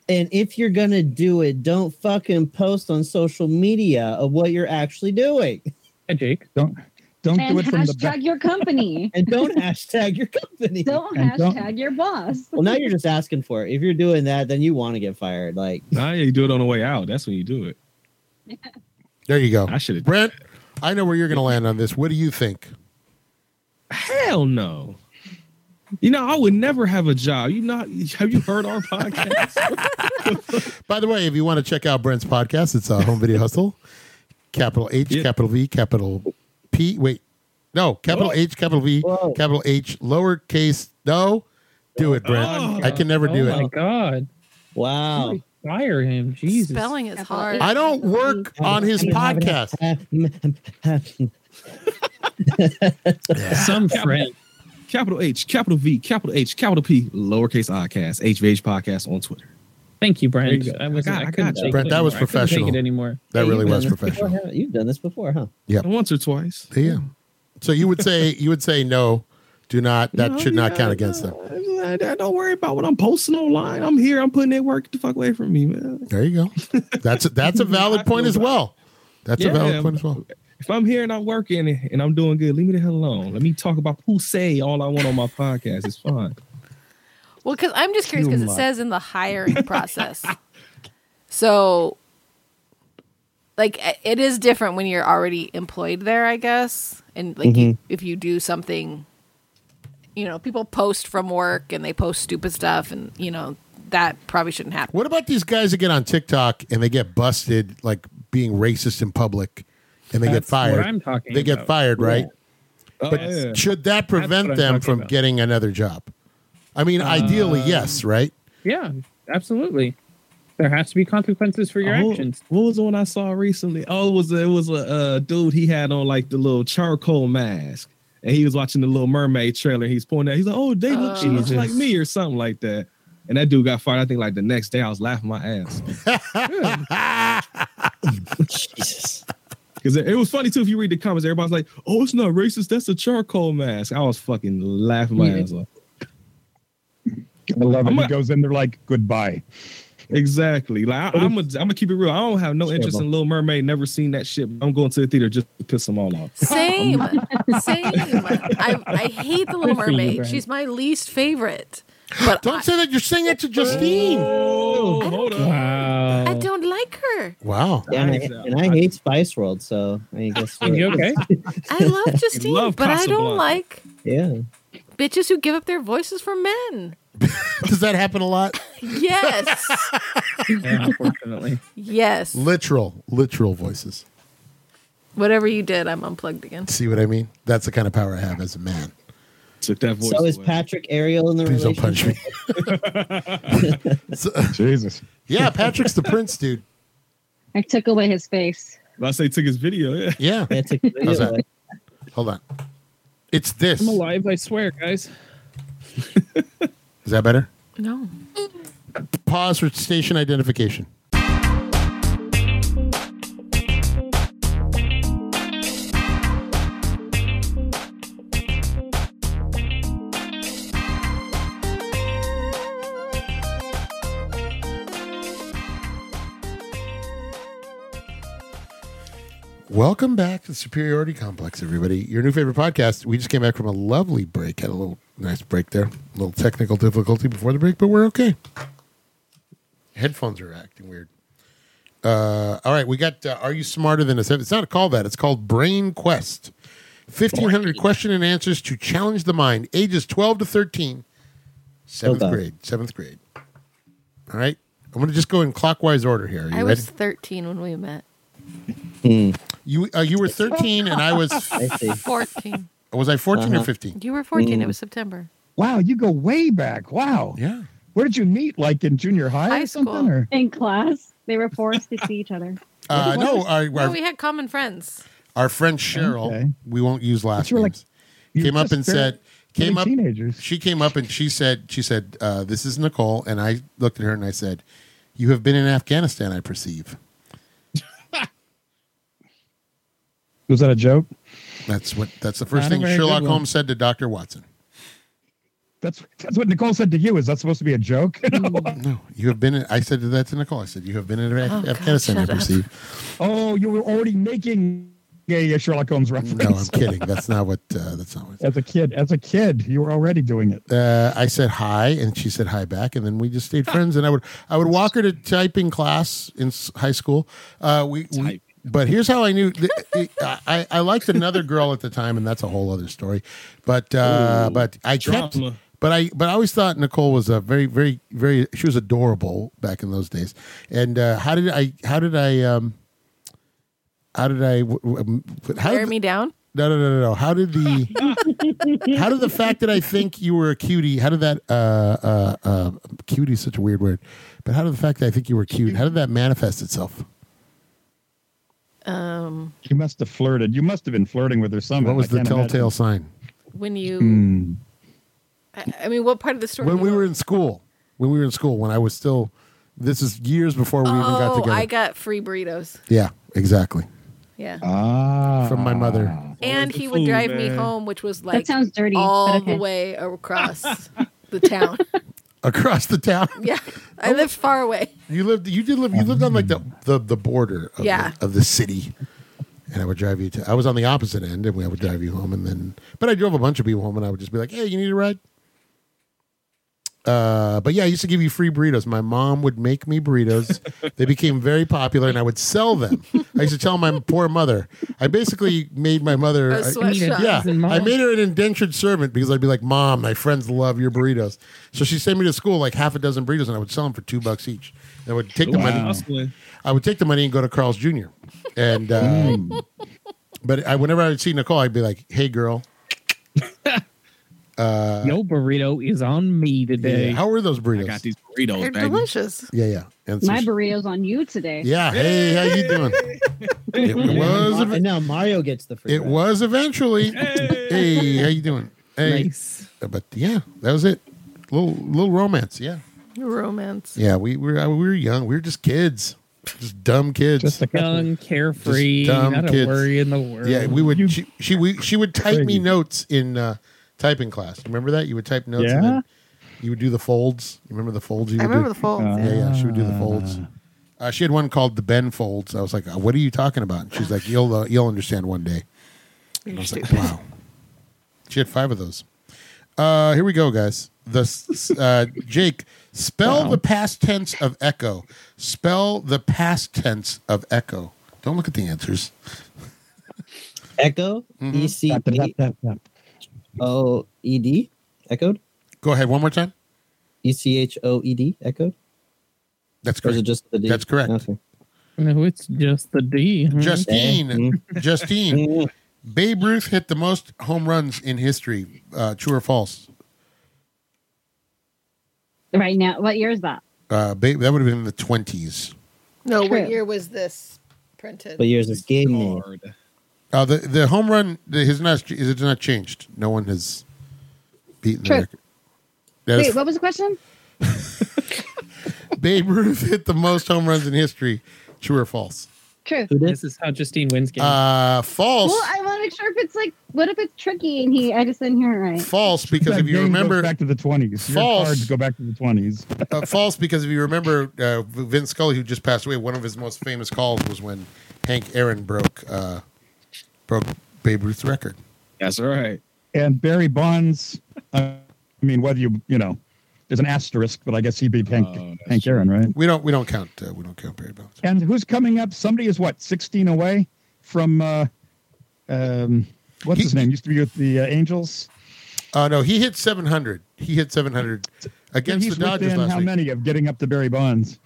D: And if you're gonna do it, don't fucking post on social media of what you're actually doing,
G: Hey, Jake.
C: Don't don't
H: And
C: do it from the
H: hashtag
C: back.
H: your company.
D: and don't hashtag your company.
H: Don't
C: And
H: hashtag
C: don't-
H: your boss.
D: Well, now you're just asking for it. If you're doing that, then you want to get fired. Like,
F: Nah, you do it on the way out. That's when you do it.
A: There you go.
F: I should have.
A: Brent, I know where you're going to land on this. What do you think?
F: Hell no. You know, I would never have a job. You not have you heard our podcast?
A: By the way, if you want to check out Brent's podcast, it's uh, Home Video Hustle. capital H,
F: Yeah.
A: capital V, capital P. Wait, no, capital
F: Whoa.
A: H, capital V,
D: Whoa.
A: capital H, lowercase. No, do it, Brent.
G: Oh.
A: I can never
G: oh
A: do
G: my
A: it.
G: god!
D: Wow.
G: Fire him, Jesus!
E: Spelling is
H: Capital
E: hard.
H: H.
A: I don't work on his podcast.
G: Some friend.
F: Capital H, capital V, capital H, capital P, lowercase i cast, HVH podcast on Twitter.
G: Thank you, Brent.
F: There you go.
G: I was
F: I
G: I,
F: got- I
G: couldn't
F: got you.
G: take
A: Brent,
G: it
A: that was
G: anymore. I couldn't
A: professional.
G: Take it anymore.
A: That
D: Hey,
A: really
D: you've
A: was
D: done this
A: professional.
D: before, huh? You've done this before, huh?
F: Once or twice.
A: Yeah. So you would say you would say no, do not. That
F: No,
A: should not
F: yeah,
A: count against them.
F: no, I- I Don't worry about what I'm posting online. I'm here. I'm putting that work Get the fuck away from me, man.
A: There you go. That's a, that's a valid point as well. That's a
F: Yeah.
A: valid point as well.
F: If I'm here and I'm working and I'm doing good, leave me the hell alone. Let me talk about who say all I want on my podcast. It's fine.
E: Well, because I'm just curious because it
F: Humor.
E: says in the hiring process. so, like, i- it is different when you're already employed there, I guess. And, like, you, if you do something, you know, people post from work and they post stupid stuff, and, you know, that probably shouldn't happen.
A: What about these guys that get on TikTok and they get busted like being racist in public and they
G: That's
A: get fired?
G: what I'm talking
A: they get
G: about.
A: fired, right? But
F: Oh, yeah.
A: should that prevent
G: I'm
A: them
G: talking
A: from
G: about. Uh,
A: getting another job? I mean, ideally, yes, right?
G: Yeah, absolutely. There has to be consequences for your
F: Oh,
G: actions.
F: What was the one I saw recently? Oh, it was a, it was a uh, dude he had on like the little charcoal mask, and he was watching the Little Mermaid trailer. He's pointing out, he's like, "Oh, they look, she looks
G: Jesus.
F: like me" or something like that. And that dude got fired. I think like the next day, I was laughing my ass
D: Jesus.
F: because it, it was funny too. If you read the comments, everybody's like, "Oh, it's not racist. That's a charcoal mask." I was fucking laughing my
G: Yeah.
F: ass off.
C: I love it.
F: I'm
C: He
F: a-
C: goes in there like goodbye.
F: Exactly. Like I, I'm gonna I'm gonna keep it real. I don't have no interest in Little Mermaid. Never seen that shit. I'm going to the theater just to piss them all off.
E: Same. Same. I, I hate The Little
G: Good for you,
E: Mermaid.
G: Brent.
E: She's my least favorite. But
A: Don't
E: I,
A: say that you're saying it to Justine.
F: Oh, hold on.
G: Wow.
E: I don't like her.
A: Wow.
D: Yeah, and, I, and I hate Spice World, so I guess.
G: Are you okay?
E: I love Justine,
F: love
E: but I don't
F: Casablanca.
E: like
D: Yeah.
E: bitches who give up their voices for men.
A: Does that happen a lot?
E: Yes.
G: Yeah, unfortunately.
E: yes.
A: Literal, literal voices.
E: Whatever you did, I'm unplugged again.
A: See what I mean? That's the kind of power I have as a man.
F: Took that voice.
D: So is
F: away.
D: Patrick Ariel in the
A: Please don't punch
D: relationship?
A: me. So-
C: Jesus.
A: yeah, Patrick's the prince, dude.
H: I took away his face.
F: I say took his video. Yeah.
A: Yeah.
D: That's a good
A: How's that?
D: one.
A: Hold on. It's this.
G: I'm alive, I swear, guys.
A: Is that better?
E: No.
A: Pause for station identification. Welcome back to Superiority Complex, everybody. Your new favorite podcast. We just came back from a lovely break. Had a little nice break there. A little technical difficulty before the break, but we're okay. Headphones are acting weird. Uh, all right, we got uh, Are You Smarter Than Us? It's not a call that. It's called Brain Quest. 1,500 question and answers to challenge the mind, ages 12 to 13, seventh
D: Okay.
A: grade. Seventh grade. All right. I'm going to just go in clockwise order here. Are you
E: I
A: ready?
E: was 13 when we met.
A: You uh, you were 13 and I was
D: I see.
E: 14.
A: was I 14 or
D: Uh-huh.
A: 15?
E: You were 14. It
D: Mm.
E: was September.
C: Wow, you go way back. Wow.
A: Yeah.
C: Where did you meet? Like in junior high,
E: High
C: or
E: school.
C: something? Or
H: In class, they were forced to see each other.
A: Uh, no, our
E: No,
A: our,
E: we had common friends.
A: our friend Cheryl,
C: Okay.
A: we won't use last
C: But you were like-
A: names.
C: you
A: came
C: were
A: up
C: just
A: and said
C: barely
A: came up
C: teenagers.
A: she came up and she said she said uh, this is Nicole and I looked at her and I said you have been in Afghanistan I perceive.
C: Was that a joke?
A: That's what that's the first
G: Not a
A: thing
G: very good
A: Sherlock
G: one.
A: Holmes said to Dr. Watson.
C: That's that's what Nicole said to you. Is that supposed to be a joke?
H: Mm.
A: No, you have been in, I said that to Nicole. I said you have been
G: Oh,
A: in Af-
E: God,
A: Afghanistan
E: shut
A: I
E: up.
A: perceive.
C: oh, you were already making a a Sherlock Holmes reference.
A: No, I'm kidding. That's not what uh, that's not what
C: as a kid, as a kid, you were already doing it.
A: uh, I said hi, and she said hi back, and then we just stayed friends. And I would I would walk her to typing class in s- high school. Uh, we, we
F: Type.
A: but here's how I knew. th- I I liked another girl at the time, and that's a whole other story. But uh,
F: Ooh,
A: but I kept.
F: drama.
A: But I but I always thought Nicole was a very very very she was adorable back in those days. And uh, how did I how did I um How did I? w- w- w- How
E: Wear
A: did,
E: me down.
A: no, no, no, no, no. How did the? how did the fact that I think you were a cutie? How did that? Uh, uh, uh, cutie is such a weird word, but how did the fact that I think you were cute? How did that manifest itself?
E: Um,
C: You must have flirted. You must have been flirting with her somehow.
A: What was
C: I
A: the
C: can't imagine.
A: telltale sign?
E: when you,
C: Hmm.
E: I, I mean, what part of the story?
A: When
E: do
A: we
E: you
A: were
E: want?
A: in school, when we were in school, when I was still, this is years before we even got
E: oh,
A: together.
E: I got free burritos.
A: yeah, exactly.
E: Yeah,
C: Ah,
A: From my mother.
E: and
F: the
E: he would
F: food,
E: drive me
F: man.
E: home, which was
H: that
E: like
H: sounds dirty.
E: all
H: but okay.
E: the way across the town.
A: Across the town.
E: Yeah, I lived far away.
A: You lived. You did live. You lived on like the the, the border of,
E: Yeah.
A: the, of the city, and I would drive you to. I was on the opposite end, and I would drive you home, and then. But I drove a bunch of people home, and I would just be like, "Hey, you need a ride." Uh, but yeah, I used to give you free burritos. My mom would make me burritos. they became very popular, and I would sell them. I used to tell my poor mother. I basically made my mother.
E: A
A: I-
E: sweatshop.
A: yeah,
G: and mom.
A: I made her an indentured servant because I'd be like, "Mom, my friends love your burritos." So she sent me to school like half a dozen burritos, and I would sell them for two bucks each. And I would take the
F: Ooh,
A: money.
F: hustling.
A: I would take the money and go to Carl's Jr. And uh,
F: Mm.
A: but I, whenever I would see Nicole, I'd be like, "Hey, girl,
G: Yo, burrito is on me
A: Uh,
G: today.
A: yeah, how were those
F: I
A: burritos?
F: got these burritos,
E: They're
F: baby.
E: delicious.
A: yeah, yeah." And so
H: My
A: she-
H: burrito's on you today.
A: yeah. Hey, how you doing? It
D: And now
A: was.
D: Ma-
A: ev-
D: and now Mario gets the free.
A: It
D: ride.
A: was eventually.
F: Hey.
A: Hey, how you doing? Hey,
G: Nice.
A: but yeah, that was it. Little little romance, yeah.
E: Romance.
A: Yeah, we were I- we were young. We were just kids, just dumb kids.
C: Just a couple.
G: Young, carefree,
A: Just dumb
G: not a
A: kids.
G: worry in the world.
A: yeah, we would.
C: You-
A: she she, we, she would type me
C: Crazy.
A: notes in uh, typing class. Remember that you would type notes. and
C: Yeah?
A: then you would do the folds. You remember the folds? You
E: I
A: would
E: remember
A: do?
E: the folds.
C: Uh,
E: yeah.
A: yeah, yeah. She would do the folds. Uh, she had one called the Ben folds. I was like, uh, "What are you talking about?" And she's like, "You'll uh, you'll understand one day." And I
E: You're
A: was like,
E: stupid.
A: "Wow." She had five of those. Uh, here we go, guys. The s- uh, Jake spell the past tense of echo. Spell the past tense of echo. Don't look at the answers.
D: Echo
A: Mm-hmm.
D: E C
C: Tap, tap,
D: H
C: tap, tap.
D: O E D echoed
A: Go ahead one more time.
D: E C H O E D echoed.
A: That's
D: Or is it
A: correct.
D: just the D?
A: That's correct.
D: Okay.
G: No, it's just the D. huh?
A: Justine. Justine.
D: Mm,
A: Babe Ruth hit the most home runs in history. Uh, true or false?
H: Right now, what year is that?
A: Uh, babe, that would have been in the twenties.
E: No,
H: True.
E: what year was this printed?
D: But yours is game name.
F: Hard.
A: Uh, the the home run the, has not is it not changed. No one has beaten
H: True.
A: the record. That is-
H: Wait, what was the question?
A: Babe Ruth hit the most home runs in history. True or false?
H: True.
D: Who did?
G: This is how Justine wins games.
A: Uh, false.
H: Well, I want to make sure if it's like, what if it's tricky and he, I just didn't hear it right.
A: false because
C: That
A: if you
C: game
A: remember
C: goes back to the twenties.
A: False.
C: Cards go back to the twenties.
A: uh, false because if you remember uh, Vince Scully who just passed away, one of his most famous calls was when Hank Aaron broke uh, broke Babe Ruth's record.
F: That's all right.
C: And Barry Bonds. Uh, I mean, whether you you know, there's an asterisk, but I guess he beat Hank
F: Oh, that's
C: Hank
F: true.
C: Aaron, right?
A: We don't we don't count uh, we don't count Barry Bonds.
C: And who's coming up? Somebody is what sixteen away from. Uh, um, what's
A: He-
C: his name? Used to be with the uh, Angels.
A: Uh, no, he hit seven hundred. He hit seven hundred against
C: He's
A: the Dodgers
C: within
A: last
C: how
A: week.
C: many of getting up to Barry Bonds?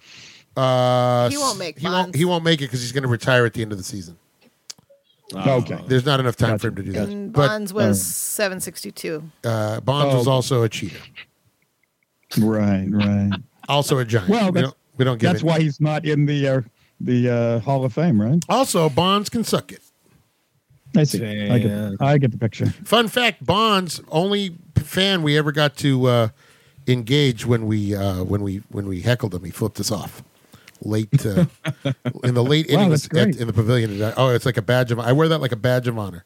A: Uh,
E: He won't make
A: He won't,
E: Bonds.
A: he won't make it because he's going to retire at the end of the season. Oh.
F: Oh,
C: Okay.
A: There's not enough time
C: Gotcha.
A: for him to do that.
E: And
A: But um,
E: Bonds was
C: Alright.
E: 762.
A: uh, Bonds
C: Oh.
A: was also a cheater,
C: Right, right.
A: also a giant.
C: Well,
A: we
C: that's-
A: don't, we don't give
C: That's
A: it.
C: why he's not in the uh, the uh, Hall of Fame, right?
A: Also, Bonds can suck it.
C: I see. I
F: Damn.
C: get, I get the picture.
A: Fun fact: Bonds only fan we ever got to uh, engage when we uh, when we when we heckled him. He flipped us off late uh, in the late
C: Wow,
A: innings
C: that's great.
A: at- in the pavilion. Oh, it's like a badge of I wear that like a badge of honor.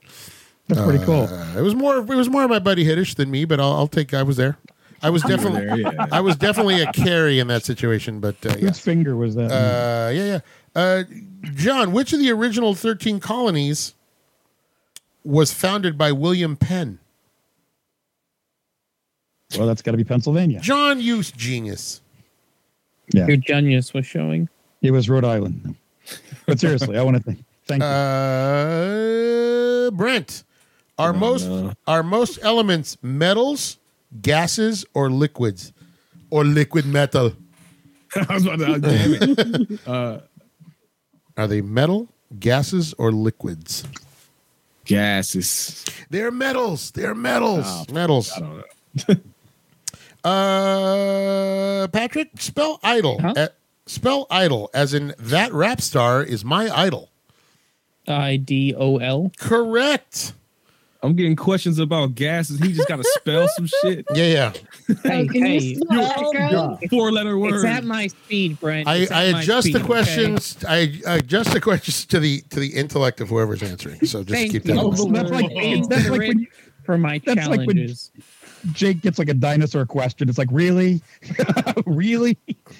C: That's pretty cool.
A: Uh, it was more it was more my buddy Hiddish than me, but I'll, I'll take. I was there. I was definitely
F: there, yeah.
A: I was definitely a carry in that situation. But uh, yeah,
C: Whose finger was that?
A: uh, yeah, yeah. Uh, John, which of the original thirteen colonies was founded by William Penn?
C: well, that's got to be Pennsylvania.
A: John, you genius.
C: Yeah,
G: Your genius was showing.
C: it was Rhode Island. But seriously, I want to thank thank you.
A: Uh, Brent, are
F: Oh,
A: most
F: no.
A: are most elements metals, gases, or liquids, or liquid metal?
F: I was about to, damn it. Uh,
A: Are they metal, Gases or liquids?
F: Gases.
A: They're metals. They're metals.
F: Oh,
A: metals.
F: I don't know.
A: Uh, Patrick, spell idol.
G: Huh?
A: Uh, spell idol, as in that rap star is my idol.
G: I D O L.
A: Correct.
F: I'm getting questions about gases. He just got to spell some shit.
A: Yeah, yeah.
G: Hey,
H: can you
G: hey.
H: smell that, girl?
F: Four letter word.
G: It's at my speed, Brent.
A: I,
G: It's at
A: I
G: my
A: adjust the
G: speed,
A: questions. I, I adjust the questions to the to the intellect of whoever's answering. So just
G: Thank
A: keep
G: you.
A: that. in mind.
C: Oh, that's like-
G: Thank
C: that's
G: you,
C: like when-
G: Rick, for my
C: that's like when-
G: challenges.
C: Jake gets like a dinosaur question. It's like, really? really?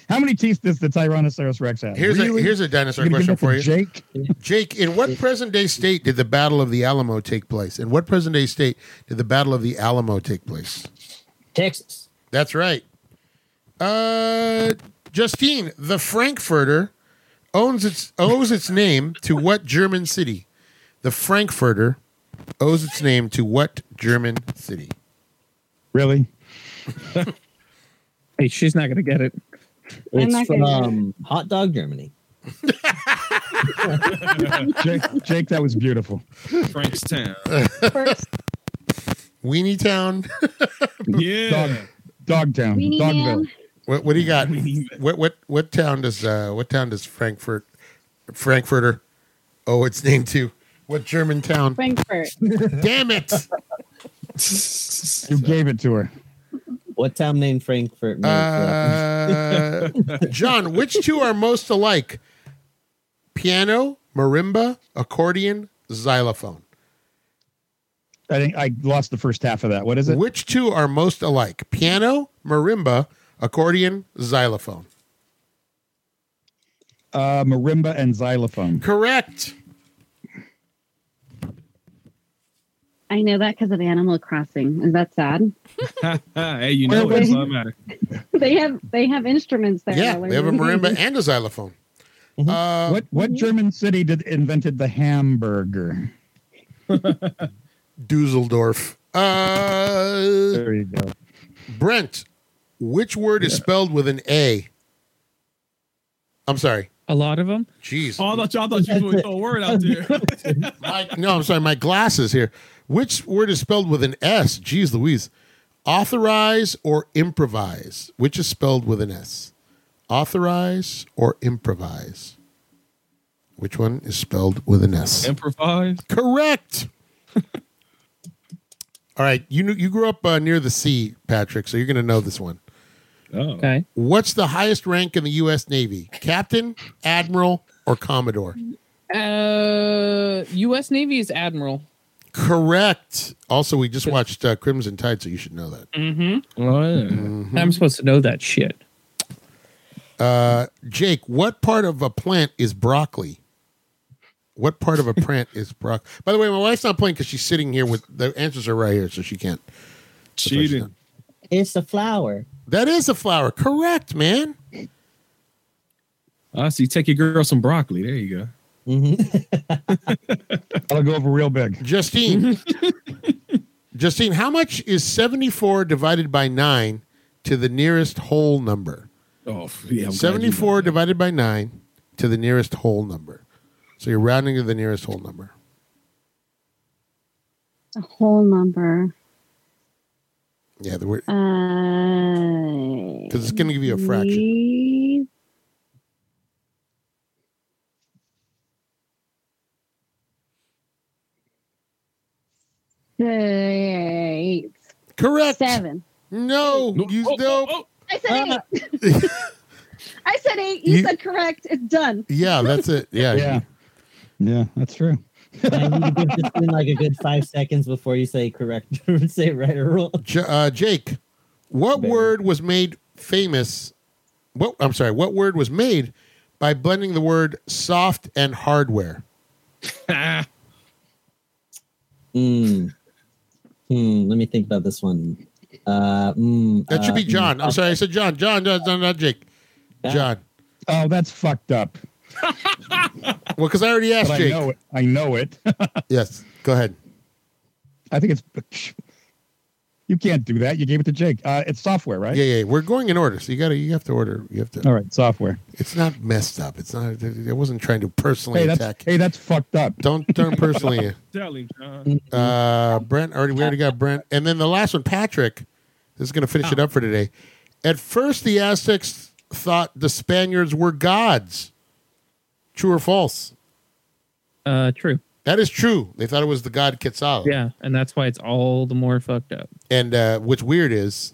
C: How many teeth does the Tyrannosaurus Rex have?
A: Here's
C: really?
A: a here's a
C: You're
A: dinosaur
C: gonna give
A: question
C: that to
A: for you, Jake.
C: Jake.
A: In what present day state did the Battle of the Alamo take place? In what present day state did the Battle of the Alamo take place?
I: Texas.
A: That's right. Uh, Justine, the Frankfurter owns its owes its name to what German city? The Frankfurter owes its name to what German city?
C: Really?
G: Hey, she's not gonna get it.
H: I'm not
I: It's
H: gonna-
I: from Hot Dog Germany.
C: Jake, Jake, that was beautiful.
F: Frankstown.
H: First,
A: Weenie Town.
F: Yeah.
C: Dogtown.
H: Weenie
C: Dogville.
H: Man.
A: What what do you got? What what what town does uh what town does Frankfurt Frankfurter owe its name to? What German town?
H: Frankfurt.
A: Damn it!
C: You gave it to her.
I: What town named Frankfurt? Manitoba?
A: Uh, John, which two are most alike? Piano, marimba, accordion, xylophone.
C: I think I lost the first half of that. What is it?
A: Which two are most alike? Piano, marimba, accordion, xylophone.
C: Uh, marimba and xylophone.
A: Correct.
H: I know that because of Animal Crossing. Is that sad?
F: hey, you know
H: Where
F: it.
H: was-
F: so I'm outta-
H: They have they have instruments there.
A: Yeah, they have a marimba and a xylophone. Uh,
C: Mm-hmm. What what German city did invented the hamburger?
A: Dusseldorf. Uh,
C: There you go.
A: Brent, which word is spelled with an A? I'm sorry.
G: A lot of them.
A: Jeez.
F: Oh, I thought you, I thought you were going to throw a word out there.
A: My, no, I'm sorry. My glasses here. Which word is spelled with an S? Jeez Louise. Authorize or improvise? Which is spelled with an S? Authorize or improvise? Which one is spelled with an S?
F: Improvise.
A: Correct. All right. You, knew, you grew up uh, near the sea, Patrick, so you're going to know this one.
F: Oh.
G: Okay.
A: What's the highest rank in the U.S. Navy? Captain, Admiral, or Commodore?
G: Uh, U.S. Navy is admiral.
A: Correct. Also, we just watched uh, Crimson Tide, so you should know that.
G: Mm-hmm.
F: Oh, yeah.
A: Mm-hmm.
G: I'm supposed to know that shit.
A: Uh, Jake, what part of a plant is broccoli? What part of a plant is broccoli? By the way, my wife's not playing because she's sitting here with the answers are right here, so she can't. That's why she's
F: Cheating.
A: not-
I: It's a flower.
A: That is a flower. Correct, man.
F: I see. Take your girl some broccoli. There you go.
C: I'll go over real big.
A: Justine. Justine, how much is 74 divided by 9 to the nearest whole number?
F: Oh, f- yeah. I'm glad you know.
A: 74 divided by 9 to the nearest whole number. So you're rounding to the nearest whole number.
H: A whole number.
A: Yeah, the word
H: Uh,
A: because it's going to give you a fraction.
H: three- Eight.
A: Correct.
H: Seven.
A: No,
F: No,
A: you
F: oh,
A: no.
F: oh,
H: I said
I: Ah.
H: eight. I said eight. You,
A: You-
H: said correct. It's done.
A: Yeah, that's it. Yeah,
C: Yeah. Yeah, that's true.
I: I need to give this in like a good five seconds before you say correct, say right or wrong.
A: J- uh, Jake, what
I: Very.
A: word was made famous? What I'm sorry, what word was made by blending the word soft and hardware?
F: oh.
I: Mm. Hmm. Let me think about this one. Uh, mm,
A: That should
I: uh,
A: be
I: mm.
A: John. I'm sorry, I said John. John, John, John, not Jake. John.
C: Oh, that's fucked up.
A: Well, because I already
C: But
A: asked
C: I
A: Jake.
C: know it. I know it.
A: Yes, go ahead.
C: I think it's You can't do that. You gave it to Jake. Uh, it's software, right?
A: Yeah, yeah. We're going in order, so you gotta you have to order. You have to.
C: All right, software.
A: It's not messed up. It's not. I wasn't trying to personally
C: Hey, that's
A: attack.
C: hey, that's fucked up.
A: Don't don't personally.
F: Tell him, John.
A: Uh, Brent already. We already got Brent, and then the last one, Patrick. This is going to finish
C: Oh.
A: it up for today. At first, the Aztecs thought the Spaniards were gods. True or false?
G: Uh, true.
A: That is true. They thought it was the god Quetzal.
G: Yeah, and that's why it's all the more fucked up.
A: And uh, what's weird is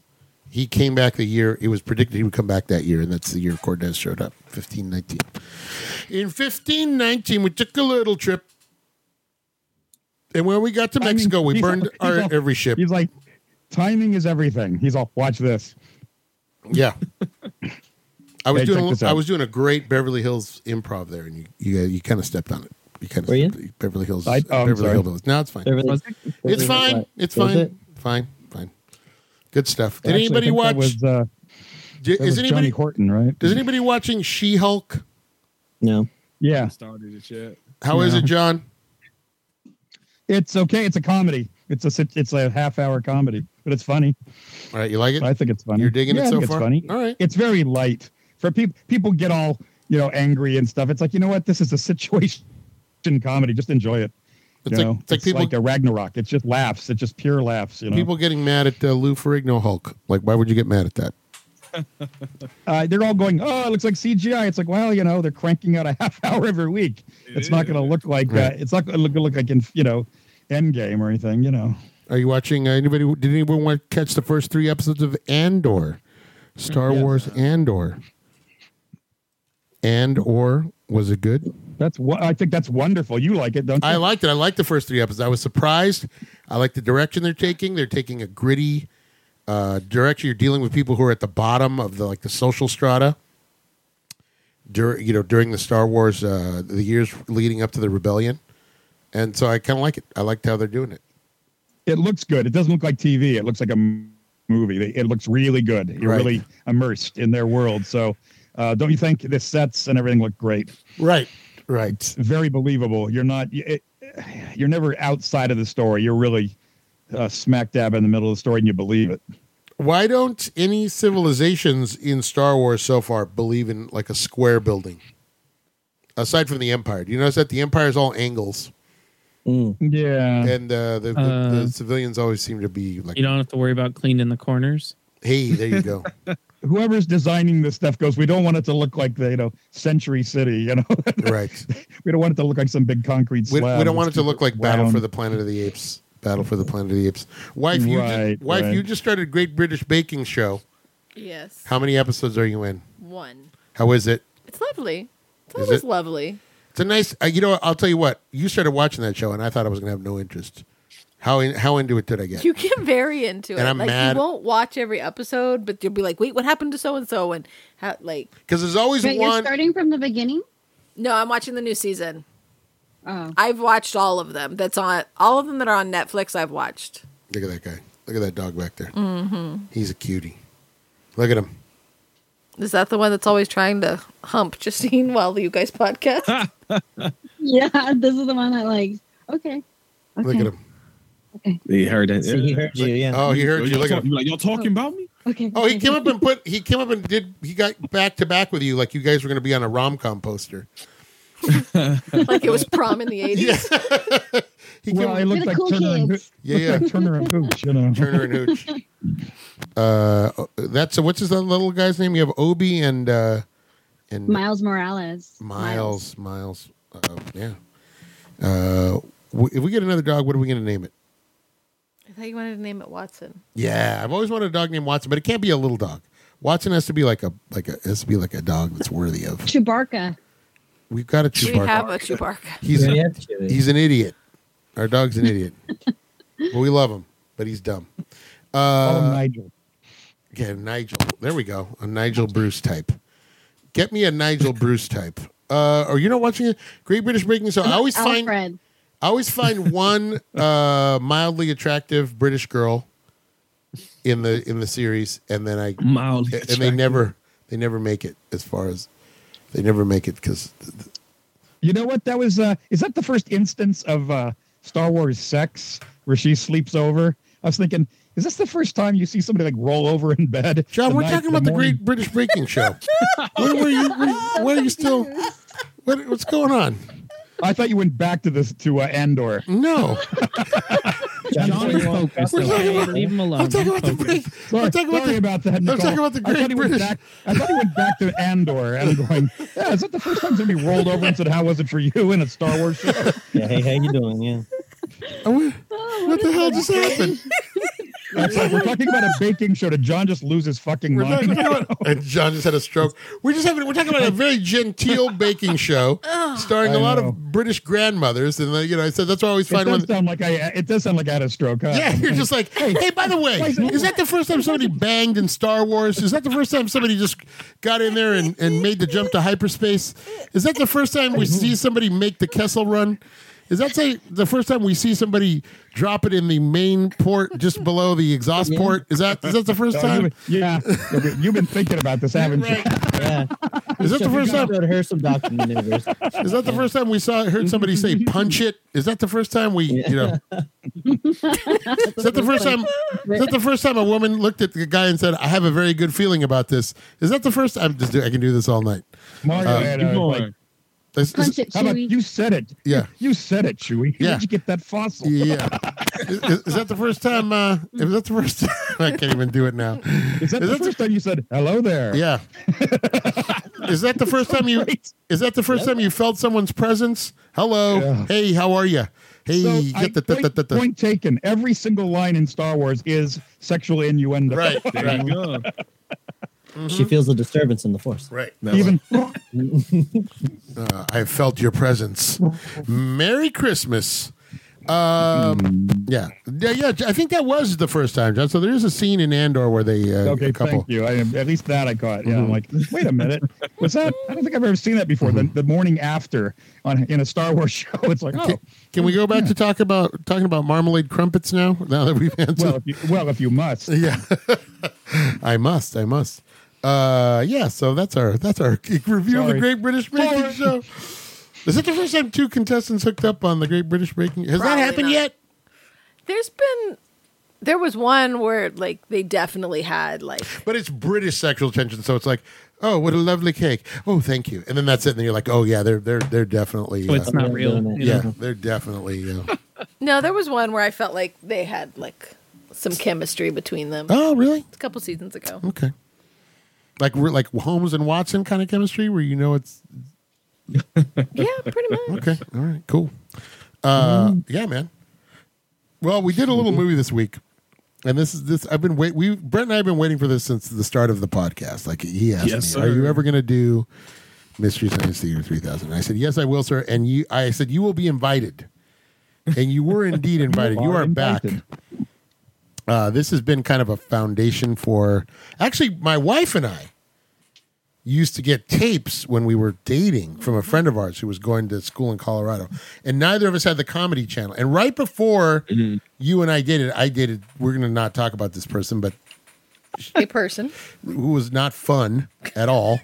A: he came back the year it was predicted he would come back that year, and that's the year Cordes showed up, fifteen nineteen. In fifteen nineteen, we took a little trip, and when we got to
C: I mean,
A: Mexico, we
C: he's
A: burned
C: all-
A: our
C: he's all-
A: every ship.
C: He's like, timing is everything. He's all, watch this.
A: Yeah. I was
C: Hey, check
A: doing
C: this
A: a,
C: out.
A: I was doing a great Beverly Hills improv there, and you you, uh, you kind of stepped on it. You kind
I: Were you?
A: of Beverly Hills.
C: I- oh, I'm
A: Beverly
C: sorry.
A: Hills. No, it's fine.
I: They're really-
G: Was it?
I: they're
A: it's
I: really
A: fine.
I: like-
A: It's
I: Was
A: fine.
I: it?
A: Fine. Fine. Good stuff. Did
C: Actually, I
A: anybody
C: think
A: watch?
C: That was, uh,
A: di-
C: that
A: is
C: was Johnny
A: anybody?
C: Horton, right?
A: Is anybody watching She Hulk?
I: No.
C: Yeah.
F: Started it yet?
A: How is
C: No.
A: it, John?
C: It's okay. It's a comedy. It's a sit- it's a half hour comedy, but it's funny.
A: All right, you like it?
C: I think it's funny.
A: You're digging
C: Yeah,
A: it
C: I
A: so
C: think
A: far.
C: It's funny.
A: All right.
C: It's very light for people. People get all you know angry and stuff. It's like you know what? This is a situation comedy. Just enjoy it.
A: It's
C: you
A: like,
C: know?
A: it's like people
C: a Ragnarok. It's just laughs. It's just pure laughs. You know,
A: people getting mad at uh, Lou Ferrigno Hulk. Like, why would you get mad at that?
C: uh, they're all going, "Oh, it looks like CGI." It's like, well, you know, they're cranking out a half hour every week. It's not going to look like
A: Right.
C: uh, it's not going to look like in you know, Endgame or anything. You know,
A: Are you watching? Uh, anybody? Did anyone want to catch the first three episodes of Andor, Star Wars Andor? And or was it good?
C: that's what I think. That's wonderful. You like it, don't you?
A: I liked it. I liked the first three episodes. I was surprised. I like the direction they're taking. They're taking a gritty uh, direction. You're dealing with people who are at the bottom of the like the social strata. Dur- you know, during the Star Wars, uh, the years leading up to the rebellion, and so I kind of like it. I liked how they're doing it.
C: it looks good. It doesn't look like TV. It looks like a m- movie. They- It looks really good. You're
A: Right.
C: really immersed in their world. So, uh, don't you think the sets and everything look great?
A: Right. Right.
C: Very believable. You're not. It, you're never outside of the story. You're really uh, smack dab in the middle of the story, and you believe it.
A: Why don't any civilizations in Star Wars so far believe in like a square building? Aside from the Empire, do you notice that the Empire is all angles,
I: Mm.
C: Yeah.
A: and uh, the, the, the
G: Uh,
A: civilians always seem to be like,
G: You don't have to worry about cleaning the corners.
A: "Hey, there you go."
C: whoever's designing this stuff goes, we don't want it to look like the you know Century City. You know,
A: right.
C: we don't want it to look like some big concrete
A: We,
C: slab.
A: we don't want it
C: Let's
A: to
C: keep
A: look like Battle for
C: round.
A: the Planet of the Apes. Battle for the Planet of the Apes. Wife, you
C: Right,
A: just, wife,
C: right.
A: you just started Great British Baking Show.
E: Yes.
A: How many episodes are you in?
E: One.
A: How is it?
E: It's lovely. It's
A: Is
E: always
A: it?
E: lovely.
A: It's a nice. Uh, you know, I'll tell you what. You started watching that show, and I thought I was going to have no interest. How in, how into it did I get?
E: You get very into it.
A: And I'm
E: like
A: mad-
E: you won't watch every episode, but you'll be like, "Wait, what happened to so and so?" And how, like,
A: Because there's always
H: But you're
A: one.
H: starting from the beginning.
E: no, I'm watching the new season.
H: Oh,
E: I've watched all of them. That's on all of them that are on Netflix. I've watched.
A: Look at that guy. Look at that dog back there.
H: Mm-hmm.
A: He's a cutie. Look at him.
E: Is that the one that's always trying to hump Justine while you guys podcast?
H: yeah. This is the one that like. Okay. Okay.
A: Look at him.
F: He heard that.
I: See, he heard you. Yeah.
A: Oh, he heard you.
F: Y'all
A: Look at
F: talk-
A: him.
F: you like, y'all talking about me?
H: Okay.
A: Oh, he
H: okay.
A: came up and put. He came up and did. He got back to back with you, like you guys were going to be on a rom com poster.
E: like it was prom in the '80s.
A: Yeah. he came
C: Well, it
A: up,
H: We're
C: looked
H: the
C: like
H: cool
C: Turner and
H: kids.
A: Yeah,
C: looked like Turner and Hooch. You know,
A: Turner and Hooch. Uh, that's what's his other little guy's name? You have Obi and uh, and
H: Miles Morales.
A: Miles. Miles. Uh, yeah. Uh, w- if we get another dog, what are we going to name it?
E: I thought you wanted to name it Watson.
A: Yeah, I've always wanted a dog named Watson, but it can't be a little dog. Watson has to be like a like a has to be like a dog that's worthy of.
H: Chewbacca.
A: We've got a
E: We have
A: Chewbacca.
E: a Chewbacca.
A: He's
I: Yeah, Chewie.
A: he's an idiot. Our dog's an idiot, but we love him. But he's dumb.
I: oh,
C: Call him
D: Um,
A: Uh,
C: Nigel.
A: yeah, Nigel. There we go. A Nigel Bruce type. Get me a Nigel Bruce type. Uh, are you not watching it? Great British Baking Show? I always find
H: Alfred.
A: I always find one uh, mildly attractive British girl in the in the series, and then I
F: Mildly.
A: and they never they never make it as far as they never make it because
C: You know what? That was uh is that the first instance of uh Star Wars sex where she sleeps over? I was thinking, Is this the first time you see somebody like roll over in bed?
A: John, we're
C: night-
A: talking about the
C: morning?
A: Great British Baking Show. what, were you, what, what are you still? What, what's going on?
C: I thought you went back to this to uh, Andor.
A: No,
G: John,
I: John
G: is
I: John-
G: focused.
A: We're talking
G: Okay?
A: about-
G: Leave him alone.
A: I'm talking
G: He's
A: about the
G: focused.
A: Great.
C: Sorry,
A: I'm talking about
C: sorry
A: the.
C: about that. Nicole.
A: talking about the
C: I
A: Great
C: thought he went
A: British-
C: Back, I thought he went back to Andor, and I'm going, yeah, is that the first time somebody rolled over and said, "How was it for you?" in a Star Wars show?
I: Yeah, hey, how you doing? Yeah.
A: Are we- what the hell just happened?
C: It's like, we're talking about a baking show. Did John just lose his fucking
A: We're talking
C: mind?
A: about, and John just had a stroke. We're just having. We're talking about a very genteel baking show starring
C: I
A: a lot
C: know.
A: of British grandmothers, and like, you know, I said that's why I always
C: It
A: find
C: does
A: one.
C: sound like I. It does sound like I had a stroke. Huh?
A: Yeah, you're just like, hey, by the way,
C: Wait,
A: is that the first time somebody banged in Star Wars? Is that the first time somebody just got in there and, and made the jump to hyperspace? Is that the first time we see somebody make the Kessel run? Is that say the first time we see somebody drop it in the main port just below the exhaust port? Is that is that the first
C: So
A: time?
C: you- yeah, you've been thinking about this, haven't you?
A: Right.
I: Yeah.
A: Is that the first time? Mm-hmm.
I: Go to her some doctor maneuvers.
A: Is that the first time we saw heard somebody say punch it? Is that the first time we you know? is that the first time? Is that the first time a woman looked at the guy and said, "I have a very good feeling about this"? Is that the first? I'm just do, I can do this all night.
C: Mario
A: Uh,
C: had
F: Keep
C: a,
F: going.
C: like,
A: This is-
H: Punch it,
C: how about
H: Chewy.
C: you said it?
A: Yeah.
C: you said it, Chewy. Where'd
A: Yeah.
C: you get that fossil?
A: Yeah. Is, is- is that the first time? Uh, is that the first time? I can't even do it now.
C: Is that
A: Is
C: the
A: that the-
C: first time you said hello there?
A: Yeah. Is that the first time you?
C: Right.
A: Is that the first time you felt someone's presence? Hello.
C: Yeah.
A: Hey, how are you? Hey,
C: So
A: get
C: I-
A: the, the, the,
C: point,
A: the, the.
C: point taken. Every single line in Star Wars is sexual innuendo.
A: Right.
F: There
A: Right.
F: you go.
I: She feels a disturbance in the force.
A: Right.
C: Even
A: Uh, I felt your presence. Merry Christmas. Um, yeah, yeah, yeah. I think that was the first time, John. So there is a scene in Andor where they uh,
C: okay,
A: a couple. Mm-hmm.
C: thank you. I, at least that I caught. Yeah, I'm like, wait a minute, was that? I don't think I've ever seen that before. The, the morning after on in a Star Wars show, it's like, oh,
A: Can, can we go back to talk about talking about marmalade crumpets now? Now that we've answered,
C: well, if you, well, if you must.
A: yeah. I must. I must. Uh, yeah. So that's our that's our review of the
C: Sorry.
A: Great British Baking
C: Sorry.
A: Show. Is it the first time two contestants hooked up on the Great British Baking? Has
E: Probably
A: that happened
E: not.
A: yet?
E: There's been there was one where like they definitely had like
A: But it's British sexual tension, so it's like, oh, what a lovely cake. Oh, thank you. And then that's it. And then you're like, oh yeah, they're they're they're definitely.
G: But
A: uh,
G: it's not
I: Yeah,
G: real.
I: doing it.
G: you know?
A: yeah, they're definitely. Uh,
E: no, there was one where I felt like they had like some chemistry between them.
A: oh, really?
E: It's a couple seasons ago.
A: Okay. Like we're like Holmes and Watson kind of chemistry, where you know it's
E: Yeah, pretty much.
A: okay. All right, cool. Uh, yeah, man. Well, we did a little movie this week, and this is this. I've been wait. We Brent and I have been waiting for this since the start of the podcast. Like he asked
F: Yes,
A: me, "Are you
F: sir.
A: ever going to do Mystery Science Theater 3000?" And I said, "Yes, I will, sir." And you, I said, "You will be invited," and you were indeed invited. you
C: are
A: are
C: invited.
A: back. Uh, this has been kind of a foundation for. Actually, my wife and I used to get tapes when we were dating from a friend of ours who was going to school in Colorado, and neither of us had the comedy channel. And right before you and I dated, I dated. We're going to not talk about this person, but
E: A person.
A: who was not fun at all,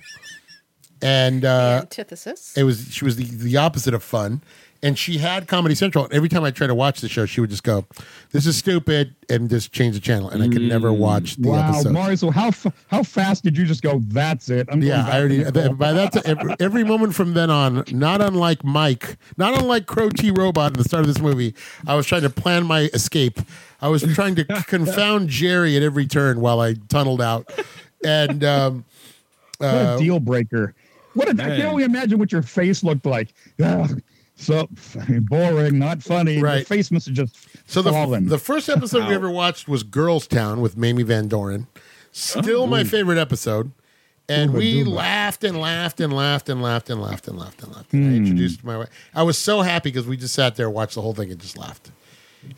A: and uh,
E: antithesis.
A: it was she was the, the opposite of fun. And she had Comedy Central. And every time I tried to watch the show, she would just go, "This is stupid," and just change the channel. And I could never watch the
C: wow,
A: episode.
C: Mario, so how f- how fast did you just go? That's it. I'm going
A: Yeah,
C: back
A: I already.
C: to Nicole."
A: By that, ti- every, every moment from then on, not unlike Mike, not unlike Crow T Robot in the start of this movie, I was trying to plan my escape. I was trying to confound Jerry at every turn while I tunneled out, and um,
C: What a
A: uh,
C: deal breaker. What a, I
F: Man.
C: can only imagine what your face looked like. Ugh, so boring, not funny. Your
A: Right.
C: face must have just
A: so the
C: fallen.
A: the first episode we ever watched was Girls Town with Mamie Van Doren. Still my favorite episode. And we laughed and laughed and laughed and laughed and laughed and laughed and laughed. And
C: Hmm.
A: I introduced my wife. I was so happy because we just sat there, watched the whole thing, and just laughed.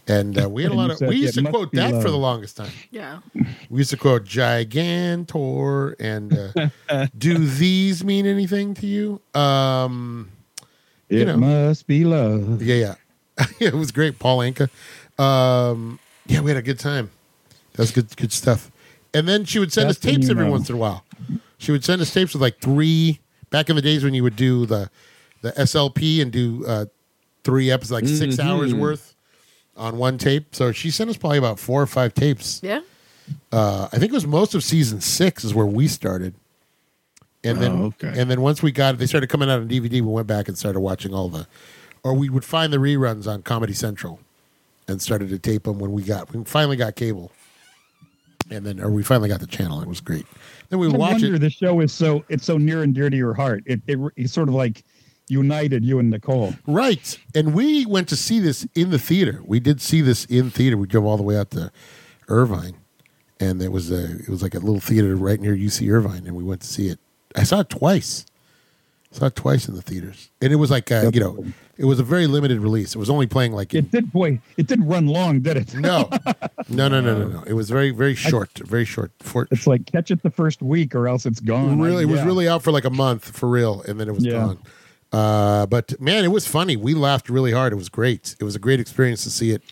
A: And uh, we had a
C: And
A: lot
C: you
A: of.
C: said
A: We used
C: it
A: to
C: must
A: quote
C: be
A: that for
C: love.
A: the longest time.
E: yeah.
A: We used to quote Gigantor and uh, Do these mean anything to you? Um,
C: it
A: you know.
C: must be love.
A: yeah, yeah. it was great, Paul Anka. Um, yeah, we had a good time. That was good, good stuff. And then she would send
C: That's
A: us
C: when
A: tapes
C: you
A: every
C: know.
A: once in a while. She would send us tapes with like three. Back in the days when you would do
C: Mm-hmm.
A: the the SLP and do uh, three episodes, like six hours worth on one tape. So she sent us probably about four or five tapes.
E: Yeah.
A: Uh, I think it was most of season six is where we started. And then,
F: Oh, okay.
A: and then once we got it, they started coming out on DVD. We went back and started watching all the, or we would find the reruns on Comedy Central, and started to tape them when we got we finally got cable, and then or we finally got the channel. It was great. Then we
C: No
A: would watch
C: wonder
A: it.
C: the show is so it's so near and dear to your heart. It, it it's sort of like united you and Nicole.
A: Right. And we went to see this in the theater. We did see this in theater. We drove all the way out to Irvine and it was a it was like a little theater right near UC Irvine and we went to see it. I saw it twice. saw it twice in the theaters. And it was like uh, you know, it was a very limited release. It was only playing like in,
C: It did boy, it didn't run long, did it?
A: no. No, no, no, no, no. It was very very short, very short. For,
C: It's like catch it the first week or else it's gone.
A: really, it was
C: Yeah.
A: really out for like a month for real, and then it was
C: Yeah.
A: gone. Uh, but man, it was funny. We laughed really hard. It was great. It was a great experience to see it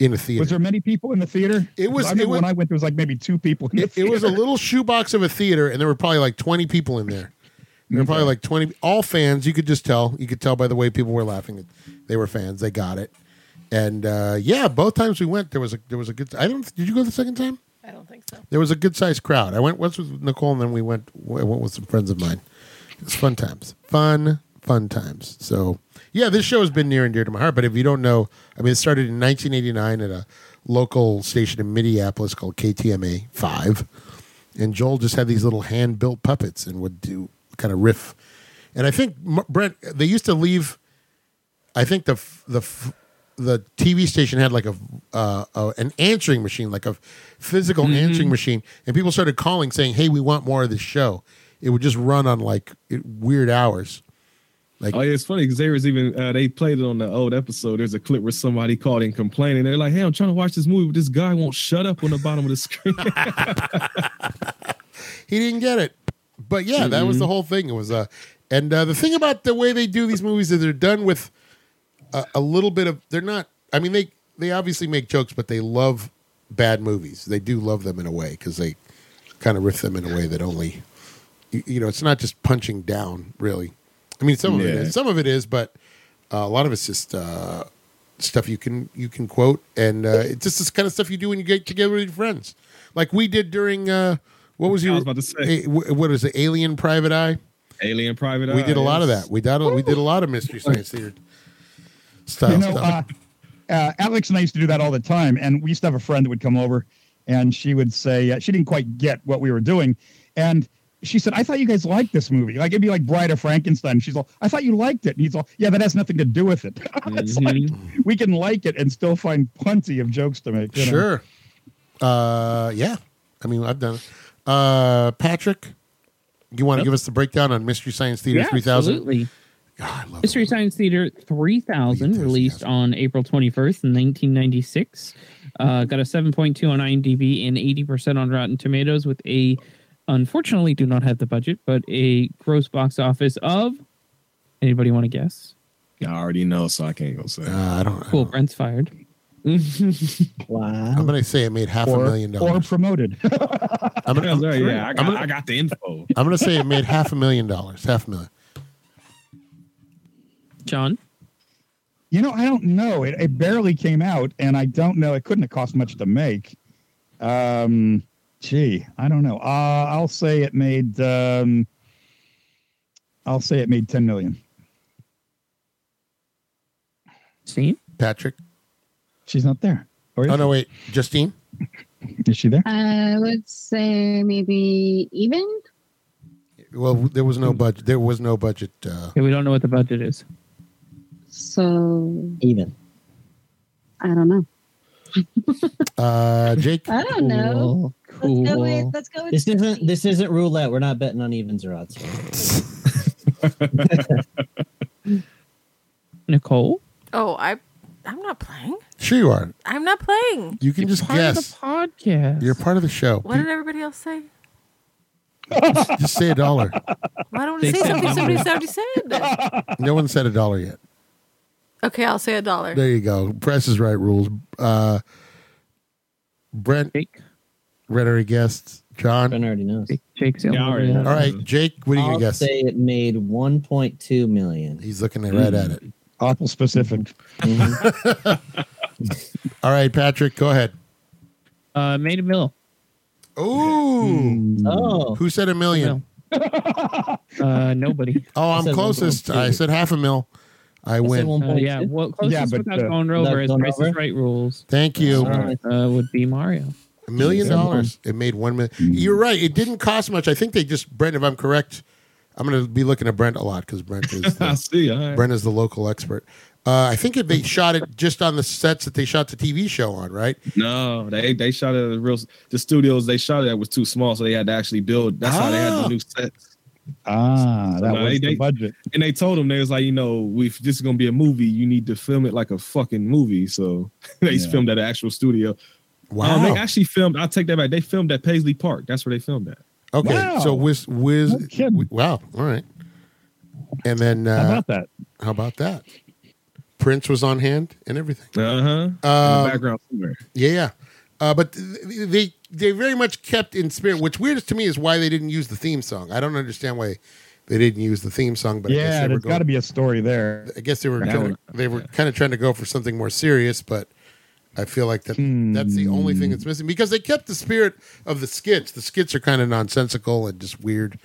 A: in a theater.
C: Was there many people in the theater?
A: It was-
C: I
A: it
C: remember
A: was-
C: when I went, there was like maybe two people. In the
A: it, it was a
C: theater.
A: little shoebox of a theater, and there were probably like twenty people in there. There were probably like twenty, all fans. You could just tell. You could tell by the way people were laughing. that They were fans. They got it. And uh, yeah, both times we went, there was a there was a good. I don't. Did you go the second time?
E: I don't think so.
A: There was a good sized crowd. I went once with Nicole, and then we went. I went with some friends of mine. It's fun times, fun, fun times. So, yeah, this show has been near and dear to my heart. But if you don't know, I mean, it started in 1989 at a local station in Minneapolis called KTMA Five, and Joel just had these little hand built puppets and would do kind of riff. And I think M- Brent, they used to leave. I think the f- the f- the TV station had like a, uh, a an answering machine, like a physical answering machine, and people started calling saying, "Hey, we want more of this show." It would just run on like it- weird hours.
F: Oh, yeah, it's funny. Xavier's even uh, they played it on the old episode. There's a clip where somebody called in complaining. They're like, "Hey, I'm trying to watch this movie, but this guy won't shut up on the bottom of the screen."
A: He didn't get it, but yeah, that was the whole thing. It was uh, and uh, the thing about the way they do these movies is they're done with a, a little bit of. They're not. I mean, they they obviously make jokes, but they love bad movies. They do love them in a way because they kind of riff them in a way that only you, you know it's not just punching down really i mean some of it
F: Yeah.
A: is some of it is but uh, a lot of it's just uh, stuff you can you can quote and uh, it's just this kind of stuff you do when you get together with your friends like we did during uh, what was
F: I
A: your
F: was about to say.
A: a- wh- what is it alien private eye
F: Alien Private Eye.
A: we did a lot of
F: Uh, yes.
A: that we did a, we did a lot of mystery science theater style
C: You know,
A: stuff
C: uh, uh, Alex and I used to do that all the time, and we used to have a friend that would come over, and she would say uh, she didn't quite get what we were doing, and she said, "I thought you guys liked this movie. Like it'd be like Bride of Frankenstein." She's all, "I thought you liked it," and he's all, "Yeah, that has nothing to do with it." it's like we can like it and still find plenty of jokes to make. you know?
A: sure uh, yeah i mean i've done it uh, patrick you want to give us the breakdown on mystery science theater
G: Yeah,
A: 3000
G: absolutely.
A: God, I love
G: Mystery
A: it.
G: Science Theater 3000,
A: Enthusiasm.
G: released on April 21st in 1996. Uh, got a 7.2 on IMDb and 80% on Rotten Tomatoes with a, unfortunately, do not have the budget, but a gross box office of, anybody want to guess?
F: I already know, so I can't go say. it.
A: Uh, I don't. I
G: Cool,
A: don't-
G: Brent's fired.
A: I'm
I: Wow.
A: gonna say it made half a
C: Or,
A: million
C: or
A: dollars.
C: promoted.
A: I'm gonna,
F: Yeah,
A: I'm,
F: sorry, yeah, I got, I got the info.
A: I'm gonna say it made half a million dollars. Half a million.
G: John?
C: You know, I don't know. It, it barely came out, and I don't know. It couldn't have cost much to make. Um, gee, I don't know. Uh, I'll say it made. Um, I'll say it made ten million.
G: Steve?
A: Patrick.
C: She's not there. Or is,
A: Oh no, wait. Justine.
C: is she there?
H: I would Uh, say maybe even.
A: Well, there was no budget. There was no budget. Uh,
G: Okay, we don't know what the budget is.
H: So
I: Even.
H: I don't know.
A: uh, Jake.
H: I don't know.
G: Cool.
H: Let's go with.
G: cool.
H: Let's go with.
I: This isn't
H: 60.
I: this isn't roulette. We're not betting on evens or odds.
G: Nicole?
E: Oh, I I'm not playing.
A: Sure you are.
E: I'm not playing.
A: You can just
G: Part
A: guess.
G: of the podcast.
A: You're part of the show.
E: What did everybody else say?
A: Just say a dollar.
E: Why don't I
G: They
E: say
G: said
E: something
G: dollar.
E: somebody already said?
A: No one said a dollar yet.
E: Okay, I'll say a dollar.
A: There you go. Press is right rules. Uh, Brent.
G: Jake?
A: Red already guessed.
I: Ben
A: John.
I: already knows.
G: Jake, Jake's the
F: Yeah,
G: only
F: alright.
G: one.
A: All right, Jake. What are you
I: I'll
A: gonna guess?
I: say it made 1.2 million. Hmm.
A: He's looking right at it.
I: Mm-hmm.
C: Awful specific.
I: Mhm.
A: All right, Patrick, go ahead.
G: Uh, made a mill.
A: Ooh,
I: Oh,
A: who said a million?
G: Uh, nobody.
A: Oh,
I: I
A: I'm
I: said
A: closest.
I: 1.2.
A: I said half a mil. I win.
G: Uh, yeah, well, closest
C: Yeah, but,
G: without
C: uh,
G: going over
I: without
G: is
I: going
G: Price is
I: over?
G: Right rules
A: Thank you.
I: Alright.
G: uh, would be Mario.
A: A million
I: Yeah.
A: dollars. It made one million. You're right. It didn't cost much. I think they just Brent. If I'm correct, I'm going to be looking at Brent a lot because Brent is
F: I
A: the,
F: see. All right.
A: Brent is the local expert. Uh, I think if they shot it just on the sets that they shot the TV show on, right?
F: No, they they shot it at a real the studios they shot it at was too small, so they had to actually build. That's how they had
A: Ah.
F: the new sets.
C: Ah, that
F: No,
C: was
F: they-
C: the
F: they-
C: budget.
F: And they told them they was like, you know, we if this is gonna be a movie, you need to film it like a fucking movie. So they
C: Yeah.
F: filmed at an actual studio.
C: Oh,
A: Wow.
F: Um, they actually filmed. I take that back. They filmed at Paisley Park. That's where they filmed at.
A: okay.
C: Wow.
A: So whiz, whiz,
C: No kidding.
A: wi- wow. All right. And then uh,
C: How about that?
A: that? Prince was on hand and everything.
F: Uh huh. In
A: Um,
F: the background somewhere.
A: Yeah, yeah. Uh, but th- th- they they very much kept in spirit. What's weirdest to me is why they didn't use the theme song. I don't understand why they didn't use the theme song. But I guess
C: yeah,
A: they were
C: there's
A: going,
C: got to be a story there.
A: I guess they were
F: That
A: kind
F: one.
A: of they were kind of trying to go for something more serious. But I feel like that that's the only thing that's missing because they kept the spirit of the skits. The skits are kind of nonsensical and just weird.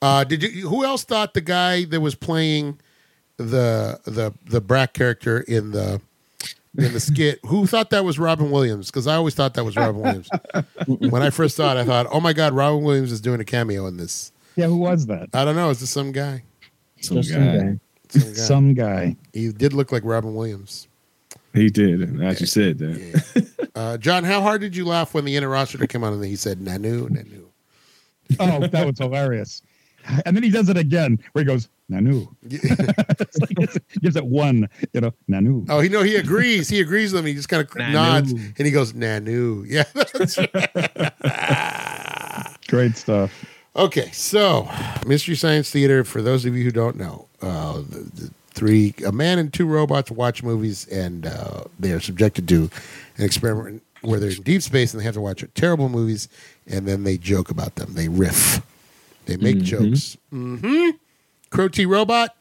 A: Uh, did you? Who else thought the guy that was playing the the the Brack character in the in the skit? Who thought that was Robin Williams? Because I always thought that was Robin Williams. when I first saw it, I thought, "Oh my God, Robin Williams is doing a cameo in this."
C: Yeah, who was that?
A: I don't know. Is this some guy? Oh,
F: Some
I: just some
F: guy.
I: guy.
A: Some guy.
C: Some guy.
A: he did look like Robin Williams.
F: He did. As you said that.
A: Yeah. Uh, John, how hard did you laugh when the inner roster came out and he said Nanu Nanu?
C: Oh, that was hilarious. And then he does it again, where he goes Nanu. It's like it's, gives it one, you know, Nanu.
A: oh, he no, he agrees. He agrees with him. He just kind of
F: Nanu.
A: nods and he goes Nanu. Yeah.
C: Great stuff.
A: Okay, so Mystery Science Theater, for those of you who don't know, uh, the, the three a man and two robots watch movies and uh, they are subjected to an experiment where they're in deep space and they have to watch terrible movies and then they joke about them. They riff, they make jokes. hmm Crow T Robot,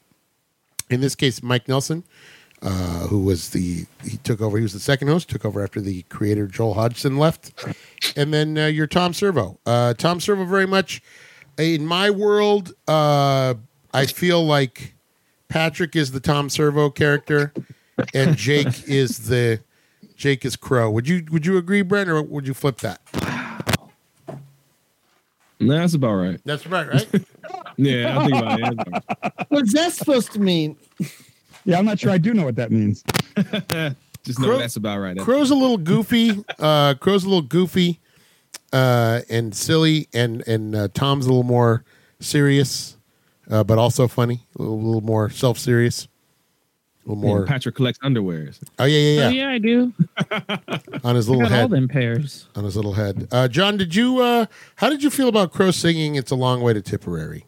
A: in this case, Mike Nelson, uh, who was the he took over. He was the second host. Took over after the creator Joel Hodgson left, and then uh, your Tom Servo. Uh, Tom Servo, very much uh, in my world. Uh, I feel like Patrick is the Tom Servo character, and Jake is the Jake is Crow. Would you Would you agree, Brent, or would you flip that?
F: No, that's about right.
A: That's right, right?
F: Yeah, I think about it. That's about right.
I: what's that supposed to mean?
C: Yeah, I'm not sure I do know what that means.
F: Just know
A: Crow-
F: that's about right. That's-
A: Crow's a little goofy. Uh, Crow's a little goofy uh, and silly, and and uh, Tom's a little more serious, uh, but also funny. A little, little more self serious. A little more.
F: Patrick collects underwears.
A: Oh yeah, yeah,
G: Oh
A: yeah.
G: yeah, I do.
A: On his
G: I
A: little
G: got all
A: head.
G: them pairs.
A: On his little head. Uh, John, did you? Uh, how did you feel about Crow singing? It's a long way to Tipperary.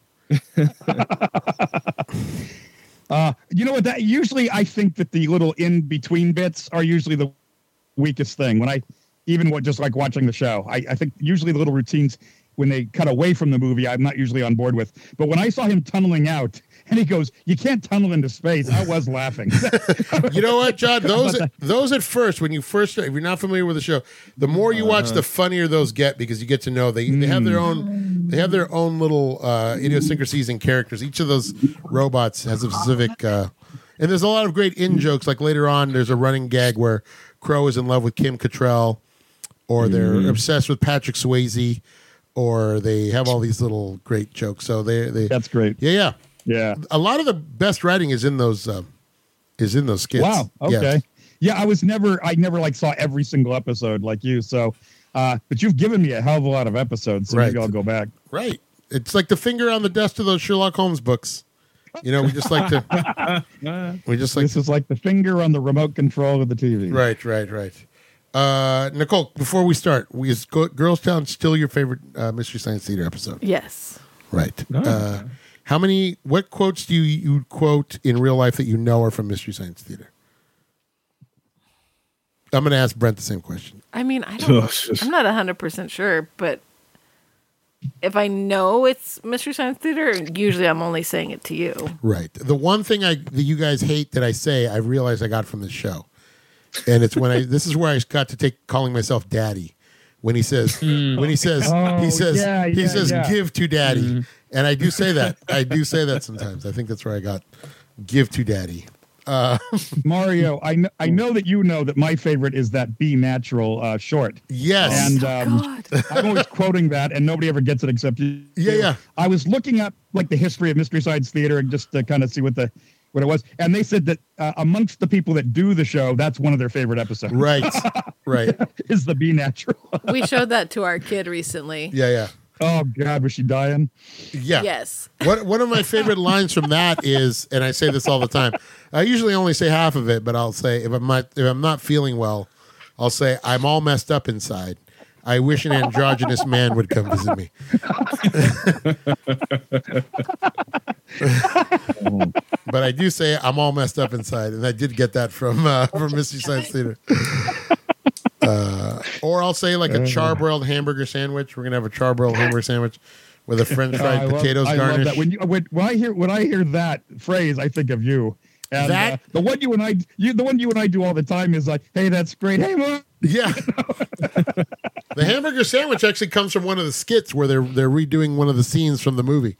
C: Uh, you know what? That usually I think that the little in between bits are usually the weakest thing. When I even what just like watching the show, I, I think usually the little routines when they cut away from the movie, I'm not usually on board with. But when I saw him tunneling out and he goes, "You can't tunnel into space," I was laughing.
A: You know what, John? Those those at first, when you first, if you're not familiar with the show, the more you watch, the funnier those get because you get to know they, they have their own they have their own little uh, idiosyncrasies and characters. Each of those robots has a specific, uh, and there's a lot of great in jokes. Like later on, there's a running gag where Crow is in love with Kim Cattrall, or they're obsessed with Patrick Swayze, or they have all these little great jokes. So they they
C: That's great.
A: yeah yeah
C: Yeah.
A: a lot of the best writing is in those uh, is in those skits.
C: Wow. Okay.
A: Yeah.
C: Yeah, I was never I never like saw every single episode like you. So uh but you've given me a hell of a lot of episodes, so maybe
A: Right.
C: I'll go back.
A: Right. It's like the finger on the desk of those Sherlock Holmes books. You know, we just like to
F: Uh,
A: we just like
C: this is like the finger on the remote control of the TV.
A: right, right, right. Uh, Nicole, before we start, we, is Go- Girls Town still your favorite uh, Mystery Science Theater episode?
E: Yes.
A: Right.
C: Oh,
F: No.
A: Uh, how many? What quotes do you, you quote in real life that you know are from Mystery Science Theater? I'm going to ask Brent the same question.
E: I mean, I don't. I'm not hundred percent sure, but if I know it's Mystery Science Theater, usually I'm only saying it to you.
A: Right. The one thing I that you guys hate that I say, I realize I got from this show. and it's when I this is where I got to take calling myself daddy. When he says when he says
C: Oh,
A: he says
C: yeah,
A: he
C: yeah,
A: says
C: yeah. Hmm.
A: give to daddy. And I do say that. I do say that sometimes. I think that's where I got give to daddy.
C: Mario, I know, I know that you know that my favorite is that Be Natural uh, short.
A: Yes.
C: And um,
E: Oh, God.
C: I'm always quoting that, and nobody ever gets it except you.
A: Yeah, yeah.
C: I was looking up like the history of Mystery Science Theater and just to kind of see what the what it was, and they said that uh, amongst the people that do the show, that's one of their favorite episodes.
A: right. Right.
C: Is the Be Natural?
E: we showed that to our kid recently.
A: Yeah, yeah.
C: oh God, was she dying?
A: Yeah.
E: Yes.
A: What, one of my favorite lines from that is, and I say this all the time. I usually only say half of it, but I'll say if I'm not if I'm not feeling well, I'll say I'm all messed up inside. I wish an androgynous man would come visit me. but I do say I'm all messed up inside, and I did get that from uh, from Misty Science Theater. Uh, or I'll say like a charbroiled hamburger sandwich. We're gonna have a charbroiled hamburger sandwich with a French fried
C: Oh, I love-
A: potatoes
C: I love
A: garnish.
C: that. When, you, when, when I hear when I hear that phrase, I think of you. And
A: That-
C: uh, the one you and I, you, the one you and I do all the time is like, "Hey, that's great. Hey, Mom.
A: Yeah. the hamburger sandwich actually comes from one of the skits where they're they're redoing one of the scenes from the movie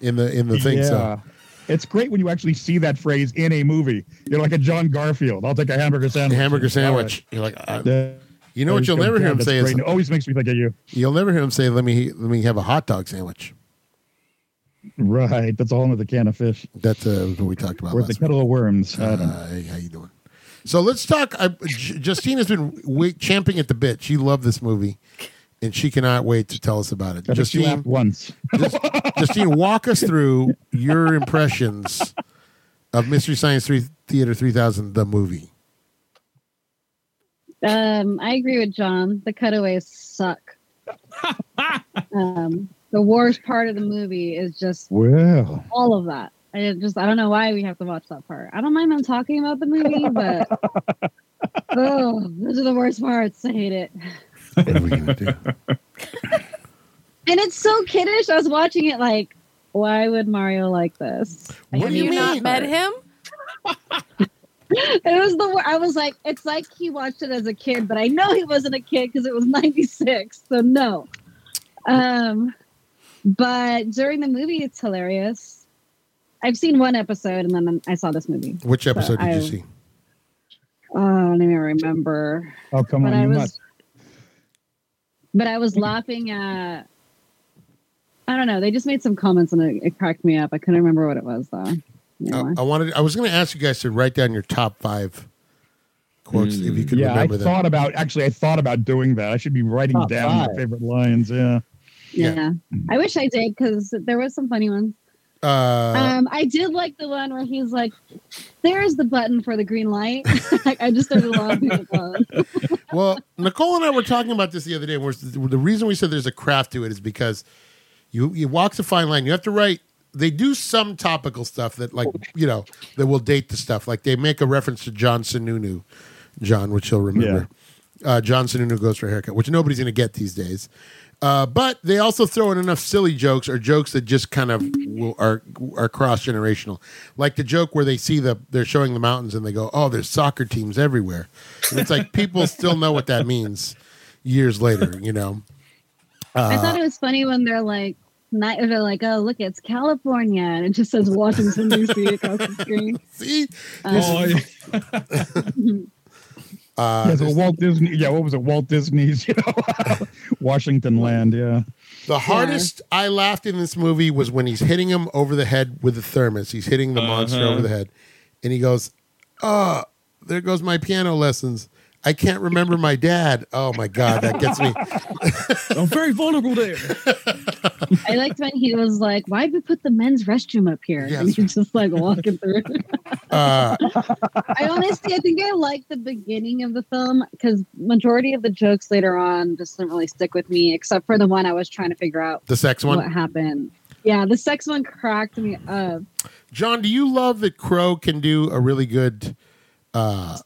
A: in the in the thing. So
C: It's great when you actually see that phrase in a movie. You're like a John Garfield. I'll take a hamburger
A: the
C: sandwich.
A: hamburger sandwich. You're like,
C: All right.
A: I, you know what you'll never hear him
C: That's
A: say is
C: great. It always makes me think of you.
A: you'll never hear him say let me let me have a hot dog sandwich.
C: Right. That's a whole another can of fish.
A: That's uh, what we talked about
C: Or the
A: last week.
C: kettle of worms. I don't know.
A: Uh, hey, how you doing? So let's talk. I, J- Justine has been wait, champing at the bit. She loved this movie, and she cannot wait to tell us about it.
C: I think she
A: Justine,
C: laughed once.
A: Just, Justine, walk us through your impressions of Mystery Science Three Theater Three Thousand, the movie.
H: Um, I agree with John. The cutaways suck. um, the worst part of the movie is just
C: Well,
H: all of that. I just I don't know why we have to watch that part. I don't mind them talking about the movie, but oh, those are the worst parts. I hate it.
A: What are we gonna do?
H: And it's so kiddish. I was watching it like, why would Mario like this? Like,
A: What
E: Have
A: do you
E: you, not
A: mean?
E: met him?
H: It was the wor- I was like, it's like he watched it as a kid, but I know he wasn't a kid because it was '96, so no. Um, but during the movie, it's hilarious. I've seen one episode, and then I saw this movie.
A: Which episode did you
H: I-
A: see?
H: Oh, I don't even remember.
C: oh come
H: but
C: on,
H: I
C: you
H: was,
C: must.
H: but I was laughing at. I don't know. They just made some comments and it, it cracked me up. I couldn't remember what it was though.
A: I,
H: Anyway.
A: I wanted. I was gonna ask you guys to write down your top five quotes if you could
C: Mm, Yeah, I
A: remember them.
C: thought about actually. I thought about doing that. I should be writing
I: Top
C: down my
I: five.
C: favorite lines. Yeah.
A: yeah.
H: yeah. I wish I did because there was some funny ones.
A: uh,
H: Um, I did like the one where he's like, "There's the button for the green light." I just started laughing. at that.
A: well, Nicole and I were talking about this the other day. Where the reason we said there's a craft to it is because you you walk the fine line. You have to write. They do some topical stuff that, like you know, that will date the stuff. Like they make a reference to John Sununu, John, which he'll remember. Uh, John Sununu goes for a haircut, which nobody's going to get these days. Uh, but they also throw in enough silly jokes or jokes that just kind of will, are are cross generational, like the joke where they see the they're showing the mountains and they go, "Oh, there's soccer teams everywhere." And it's like people still know what that means years later, you know.
H: I thought it was funny when they're like, "Night," they're like, "Oh, look, it's California," and it just says Washington D.C. across the screen.
A: See,
F: Oh,
H: Um,
A: Uh,
C: yeah, so Walt Disney. Yeah, what was it? Walt Disney's. You know, Washington Land. Yeah.
A: the hardest I laughed in this movie was when he's hitting him over the head with the thermos. He's hitting the monster
F: Uh-huh.
A: over the head, and he goes, "Ah, there goes my piano lessons. I can't remember my dad. Oh my god, that gets me."
F: I'm very vulnerable there.
H: I liked when he was like, "Why'd we put the men's restroom up here?"
A: Yeah,
H: and
A: that's
H: he's just like walking through.
A: Uh,
H: I honestly, I think I liked the beginning of the film because majority of the jokes later on just didn't really stick with me, except for the one I was trying to figure out
A: the sex one.
H: what happened. Yeah, the sex one cracked me up.
A: John, do you love that Crow can do a really good uh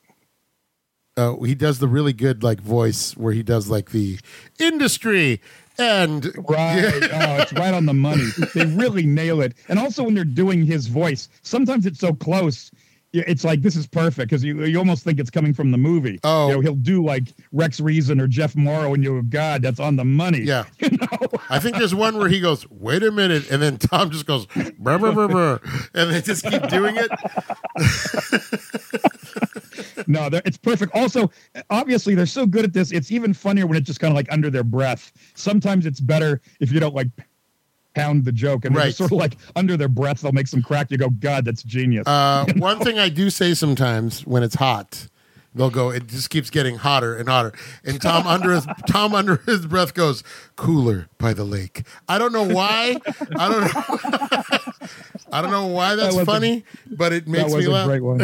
A: uh he does the really good like voice where he does like the industry and
C: Right. Oh, it's right on the money. They really nail it. And also when they're doing his voice, sometimes it's so close yeah, it's like this is perfect because you you almost think it's coming from the movie.
A: Oh.
C: you know, he'll do like Rex Reason or Jeff Morrow, and you go, God, that's on the money.
A: Yeah.
C: you know,
A: I think there's one where he goes, "Wait a minute," and then Tom just goes, brr, brr, brr, brr," and they just keep doing it.
C: no, they're- it's perfect. Also, obviously, they're so good at this. It's even funnier when it's just kind of like under their breath. Sometimes it's better if you don't like pound the joke and
A: Right.
C: right. sort of like under their breath. They'll make some crack. You go, God, that's genius.
A: Uh, one thing I do say sometimes when it's hot, they'll go, "It just keeps getting hotter and hotter," and Tom under his Tom under his breath goes, "Cooler by the lake." I don't know why. I don't know. I don't know why that's
C: was a-
A: funny, but it
C: that
A: makes
C: was
A: me
C: a
A: laugh.
C: great one.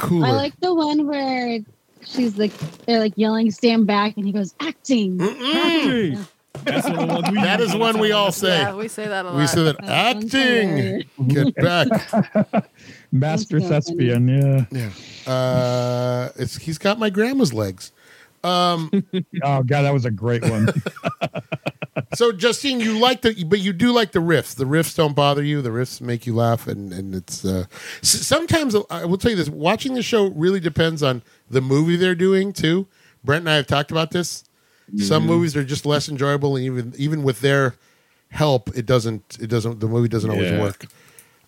A: Cooler.
H: I like the one where she's like they're like yelling, "Stand back!" and he goes, "Acting." Mm.
F: That's one of the ones we
A: that is one we all say.
E: Yeah, we say that a lot.
A: we say that
H: That sounds
A: Oh, acting.
H: hilarious.
A: Get back.
C: Master
H: That's so funny.
C: Thespian, yeah.
A: Yeah. Uh, it's he's got my grandma's legs. Um,
C: Oh god, that was a great one.
A: so Justine, you like the but you do like the riffs. The riffs don't bother you. The riffs make you laugh, and and it's uh, s- sometimes uh, I will tell you this: watching the show really depends on the movie they're doing too. Brent and I have talked about this. Some
F: Mm-hmm.
A: movies are just less enjoyable, and even even with their help, it doesn't it doesn't the movie doesn't always
F: Yeah.
A: work.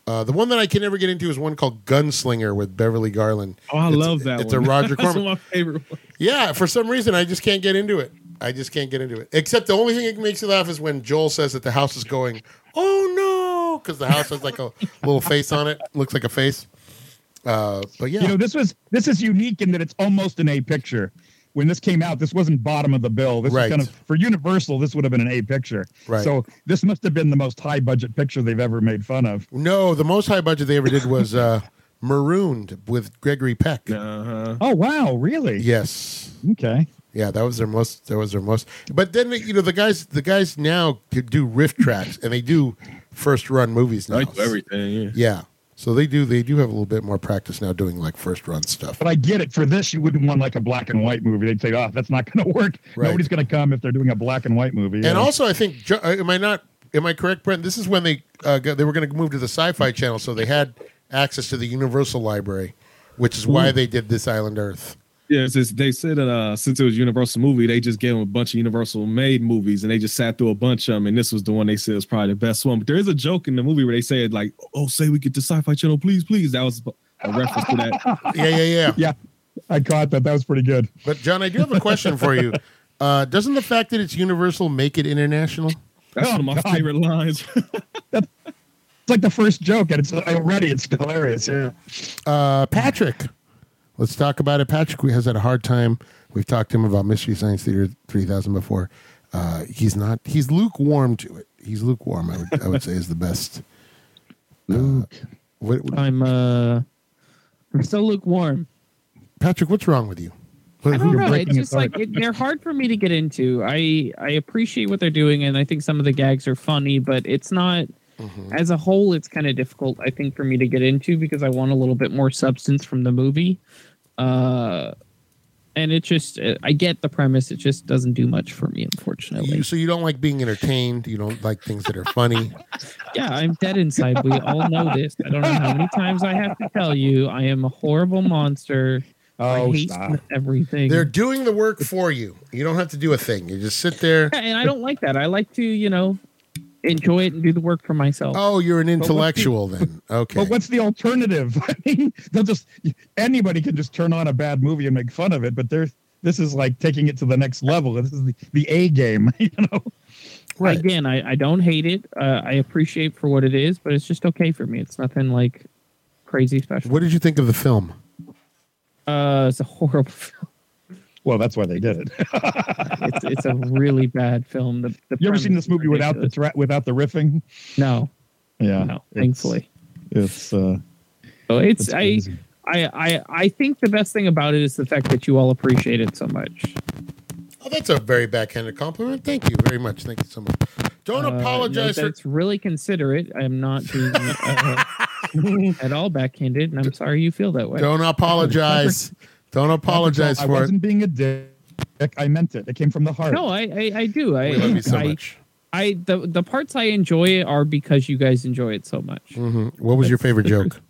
A: Uh, the one that I can never get into is one called Gunslinger with Beverly Garland.
F: Oh, I
A: It's-
F: love that
A: It's
F: one.
A: a Roger
F: That's
A: Corman.
F: one of my favorite ones.
A: Yeah, for some reason I just can't get into it. I just can't get into it. Except the only thing that makes you laugh is when Joel says that the house is going, "Oh no," because the house has like a little face on it, looks like a face. Uh, but yeah,
C: You know, this was this is unique in that it's almost an A picture. When this came out, this wasn't bottom of the bill. This
A: Right.
C: was kind of for Universal, this would have been an A picture.
A: Right.
C: So this must have been the most high budget picture they've ever made fun of.
A: no, the most high budget they ever did was uh, Marooned with Gregory Peck.
F: Uh-huh.
C: Oh wow, really?
A: Yes,
C: Okay.
A: yeah, that was their most. That was their most. But then you know the guys, the guys now could do riff tracks and they do first run movies now.
F: I do everything. Yeah.
A: Yeah, so they do. They do have a little bit more practice now doing like first run stuff.
C: But I get it. For this, you wouldn't want like a black and white movie. They'd say, "Oh, that's not going to work.
A: Right.
C: Nobody's going to come if they're doing a black and white movie."
A: And
C: Yeah.
A: also, I think ju- uh, am I not? Am I correct, Brent? This is when they uh, got, they were going to move to the Sci-Fi Channel, so they had access to the Universal Library, which is why they did this Island Earth.
F: Yeah, since they said that uh, since it was a Universal movie, they just gave them a bunch of Universal made movies, and they just sat through a bunch of them. And this was the one they said was probably the best one. But there is a joke in the movie where they said like, "Oh, say we get the Sci-Fi Channel, please, please." That was a reference to that.
A: Yeah, yeah, yeah.
C: yeah, I caught that. That was pretty good.
A: But John, I do have a question for you. Uh, doesn't the fact that it's Universal make it international?
F: That's one of
C: Oh,
F: my
C: God.
F: favorite lines.
C: It's like the first joke, and it's already it's hilarious. Yeah.
A: Uh, Patrick, let's talk about it. Patrick has had a hard time. We've talked to him about Mystery Science Theater three thousand before. Uh, he's not. He's lukewarm to it. He's lukewarm. I would, I would say is the best. Luke. what,
G: I'm uh, I'm still lukewarm.
A: Patrick, what's wrong with you?
G: I don't
C: You're
G: know.
C: breaking
G: It's
C: his
G: just like it, they're hard for me to get into. I I appreciate what they're doing, and I think some of the gags are funny, but it's not
C: Mm-hmm.
G: as a whole. It's kind of difficult, I think, for me to get into because I want a little bit more substance from the movie. Uh, and it just uh, I get the premise. It just doesn't do much for me, unfortunately.
A: You, so you don't like being entertained. You don't like things that are funny.
G: Yeah, I'm dead inside. We all know this. I don't know how many times I have to tell you. I am a horrible monster. I
C: Oh,
G: hate
C: stop.
G: everything.
A: They're doing the work for you. You don't have to do a thing. You just sit there.
G: Yeah, and I don't like that. I like to, you know, enjoy it and do the work for myself.
A: Oh, you're an intellectual then. Okay.
C: But what's the alternative? I mean, they'll just anybody can just turn on a bad movie and make fun of it. But they're this is like taking it to the next level. This is the, the A game, you know.
A: Right.
G: Again, I, I don't hate it. Uh, I appreciate for what it is, but it's just okay for me. It's nothing like crazy special.
A: What did you think of the film?
G: Uh, it's a horrible film.
C: Well, that's why they did it.
G: It's, it's a really bad film. The, the
C: You ever
G: premise
C: seen this
G: is
C: movie without the
G: ridiculous.
C: threat, without the riffing?
G: No,
C: Yeah,
G: no,
C: it's-
G: thankfully.
C: it's uh,
G: So it's,
C: it's
G: I,
C: crazy.
G: I, I, I think the best thing about it is the fact that you all appreciate it so much.
A: Oh, that's a very backhanded compliment. Thank you very much. Thank you so much. Don't
G: Uh,
A: apologize
G: no,
A: for.
G: That's really considerate. I'm not being uh, at all backhanded, and I'm sorry you feel that way.
A: Don't apologize. Don't apologize
C: I
A: for it.
C: wasn't being a dick. I meant it. It came from the heart.
G: No, I, I, I do. I,
A: We love you so
G: I,
A: much.
G: I the the parts I enjoy are because you guys enjoy it so much.
A: Mhm. What was your favorite joke?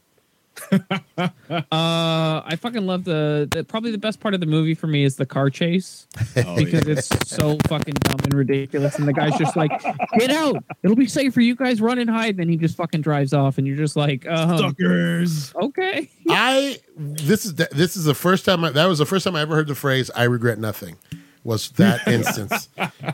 G: Uh, I fucking love the, the probably the best part of the movie for me is the car chase
F: Oh,
G: because
F: yeah.
G: it's so fucking dumb and ridiculous, and the guy's just like, "Get out! It'll be safe for you guys. Run and hide." And then he just fucking drives off, and you're just like, uh,
F: Suckers.
G: "Okay."
A: I this is this is the first time I, that was the first time I ever heard the phrase "I regret nothing." Was that instance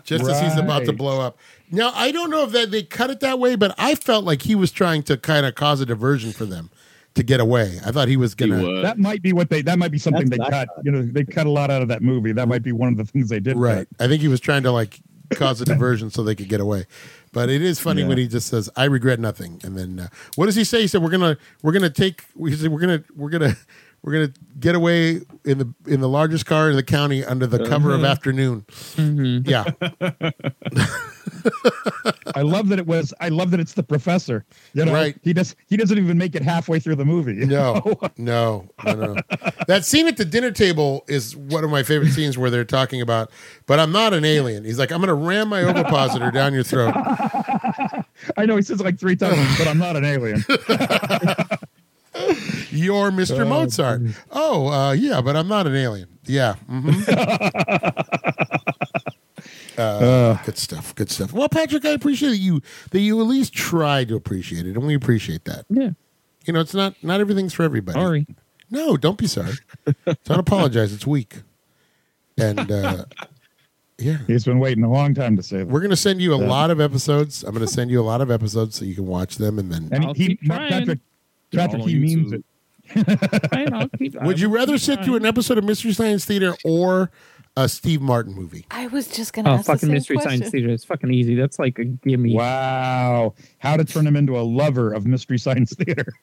A: just as he's about to
C: Right.
A: blow up? Now I don't know if that they cut it that way, but I felt like he was trying to kind of cause a diversion for them to get away. I thought he was
F: He
A: gonna
F: was.
C: that might be what they that might be something
D: That's
C: they
D: what I
C: cut. You know, they cut a lot out of that movie. That might be one of the things they did. cut.
A: right. I think he was trying to like cause a diversion so they could get away. But it is funny
F: Yeah.
A: when he just says, "I regret nothing," and then uh, what does he say? He said, "We're gonna we're gonna take he said, we're gonna we're gonna we're gonna get away in the in the largest car in the county under the cover of afternoon."
G: Mhm.
A: Yeah,
C: I love that it was. I love that it's the professor. You know,
A: Right.
C: He does. He doesn't even make it halfway through the movie. you
A: no,
C: know?
A: no, no, no. That scene at the dinner table is one of my favorite scenes where they're talking about, but I'm not an alien. He's like, I'm gonna ram my ovipositor down your throat.
C: I know he says it like three times, but I'm not an alien.
A: You're Mr. Mozart. Oh, uh, yeah, but I'm not an alien. Yeah. mhm. uh, good stuff. Good stuff. Well, Patrick, I appreciate that you that you at least try to appreciate it, and we appreciate that.
G: Yeah,
A: You know, it's not not everything's for everybody.
G: sorry.
A: No, don't be sorry. don't apologize. It's weak. And uh, yeah,
C: He's been waiting a long time to say that.
A: we're gonna send you a lot of episodes. I'm gonna send you a lot of episodes so you can watch them, and then.
C: And
G: I'll
C: he, he
G: keep trying.
C: Patrick, Patrick,
F: All on
C: he means
F: YouTube.
C: it.
G: Fine, I'll keep- I
A: Would you
G: will
A: rather
G: keep
A: sit
G: trying.
A: through an episode of Mystery Science Theater or a Steve Martin movie?
E: I was just gonna.
G: Oh,
E: ask the
G: fucking
E: same
G: mystery science
E: question.
G: theater! It's fucking easy. That's like a gimme.
C: Wow, how to turn him into a lover of mystery science theater?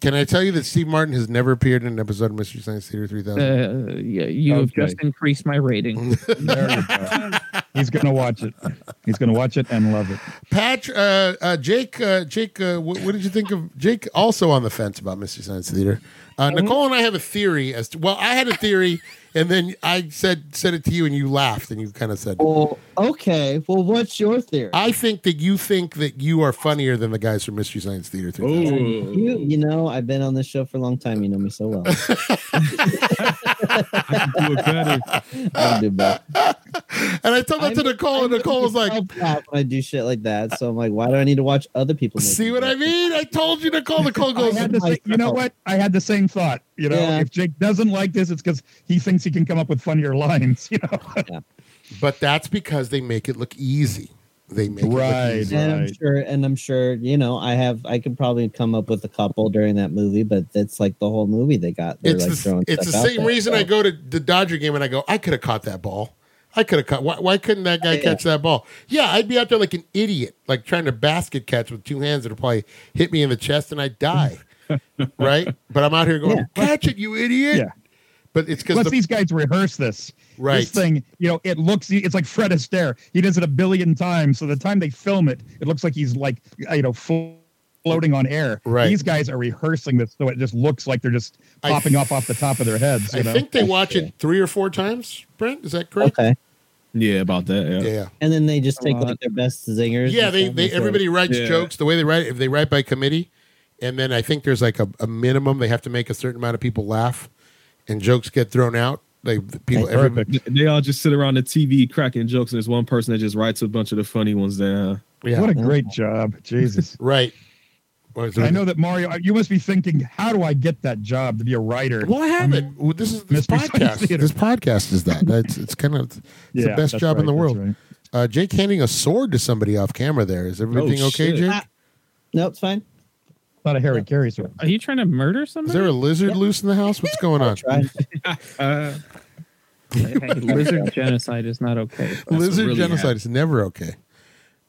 A: Can I tell you that Steve Martin has never appeared in an episode of Mystery Science Theater 3000?
G: Uh, yeah, you have
C: Okay.
G: just increased my rating.
C: There you go. He's gonna watch it. He's gonna watch it and love it.
A: Patch, uh, uh, Jake, uh, Jake, uh, what, what did you think of Jake? Also on the fence about Mystery Science Theater. Uh, Nicole and I have a theory as to, well, I had a theory, and then I said said it to you, and you laughed, and you kind of said,
I: Well, okay. Well, what's your theory?
A: "I think that you think that you are funnier than the guys from Mystery Science Theater 3000."
I: you,
F: Oh,
I: you know, I've been on this show for a long time. You know me so well.
F: I can do it better.
I: I do both.
A: And I told that to
I: I'm-
A: Nicole, and
I: I'm
A: Nicole was like,
I: myself that when I do shit like that, so I'm like, why do I need to watch other people? make
A: "See
I: it
A: what I
I: better?
A: mean? I told you, Nicole." Nicole
C: I
A: goes,
C: had the same, you know what? I had the same thought. You know,
I: Yeah.
C: if Jake doesn't like this, it's because he thinks he can come up with funnier lines. You know,
A: "But that's because they make it look easy. They make it
C: Right.
A: look easy.
I: And I'm
C: Right.
I: sure, and I'm sure, you know, I have, I could probably come up with a couple during that movie, but it's like the whole movie they got. They're
A: it's
I: like
A: the,
I: throwing
A: it's the
I: stuff out
A: same
I: there,
A: reason
I: so-
A: I go to the Dodger game and I go, I could have caught that ball. I could have caught. Why, why couldn't that guy
I: Yeah.
A: catch that ball? Yeah, I'd be out there like an idiot, like trying to basket catch with two hands. It'll probably hit me in the chest and I'd die. right? But I'm out here going,
I: Yeah.
A: catch it, you idiot.
C: Yeah.
A: But it's because
C: plus
A: the
C: these guys rehearse this.
A: right.
C: This thing, you know, it looks. It's like Fred Astaire. He does it a billion times. So the time they film it, it looks like he's like, uh, you know, flo- floating on air.
A: Right.
C: These guys are rehearsing this, so it just looks like they're just
A: I
C: popping up off the top of their heads. You
A: I
C: know?
A: think they watch it three or four times. Brent, is that correct?
I: Oh, Okay,
F: Yeah, about that. Yeah.
A: Yeah.
I: and then they just
G: A
I: take
G: lot.
I: like their best zingers.
A: Yeah,
I: and
A: they,
I: stuff,
A: they
I: so-
A: everybody writes
F: Yeah.
A: jokes the way they write it. If they write by committee, and then I think there's like a, a minimum they have to make a certain amount of people laugh, and jokes get thrown out. They the people
I: That's
A: every,
C: Perfect.
F: They all just sit around the TV cracking jokes, and there's one person that just writes a bunch of the funny ones down.
A: yeah Mm-hmm.
C: What a great job, Jesus.
A: right. What is it?
C: I know that Mario. You must be thinking, how do I get that job to be a writer?
A: Well, I haven't. Well, This is this
C: Mystery Science
A: podcast.
C: Theater.
A: This podcast is that. That's it's kind of it's the
C: that's
A: best job
C: right,
A: in the
C: that's
A: world.
C: right.
A: Uh, Jake handing a sword to somebody off camera. There is everything
F: Oh,
A: okay,
F: shit.
A: Jake?
I: Ah, No, it's fine.
C: Not a Harry Carey sort.
G: Are you trying to murder
A: Is
G: somebody?
A: there a lizard loose in the house? What's going on?
I: Try.
F: Uh,
G: Hey, lizard genocide is not okay.
A: Lizard
F: really
A: genocide
F: happened.
A: is never okay.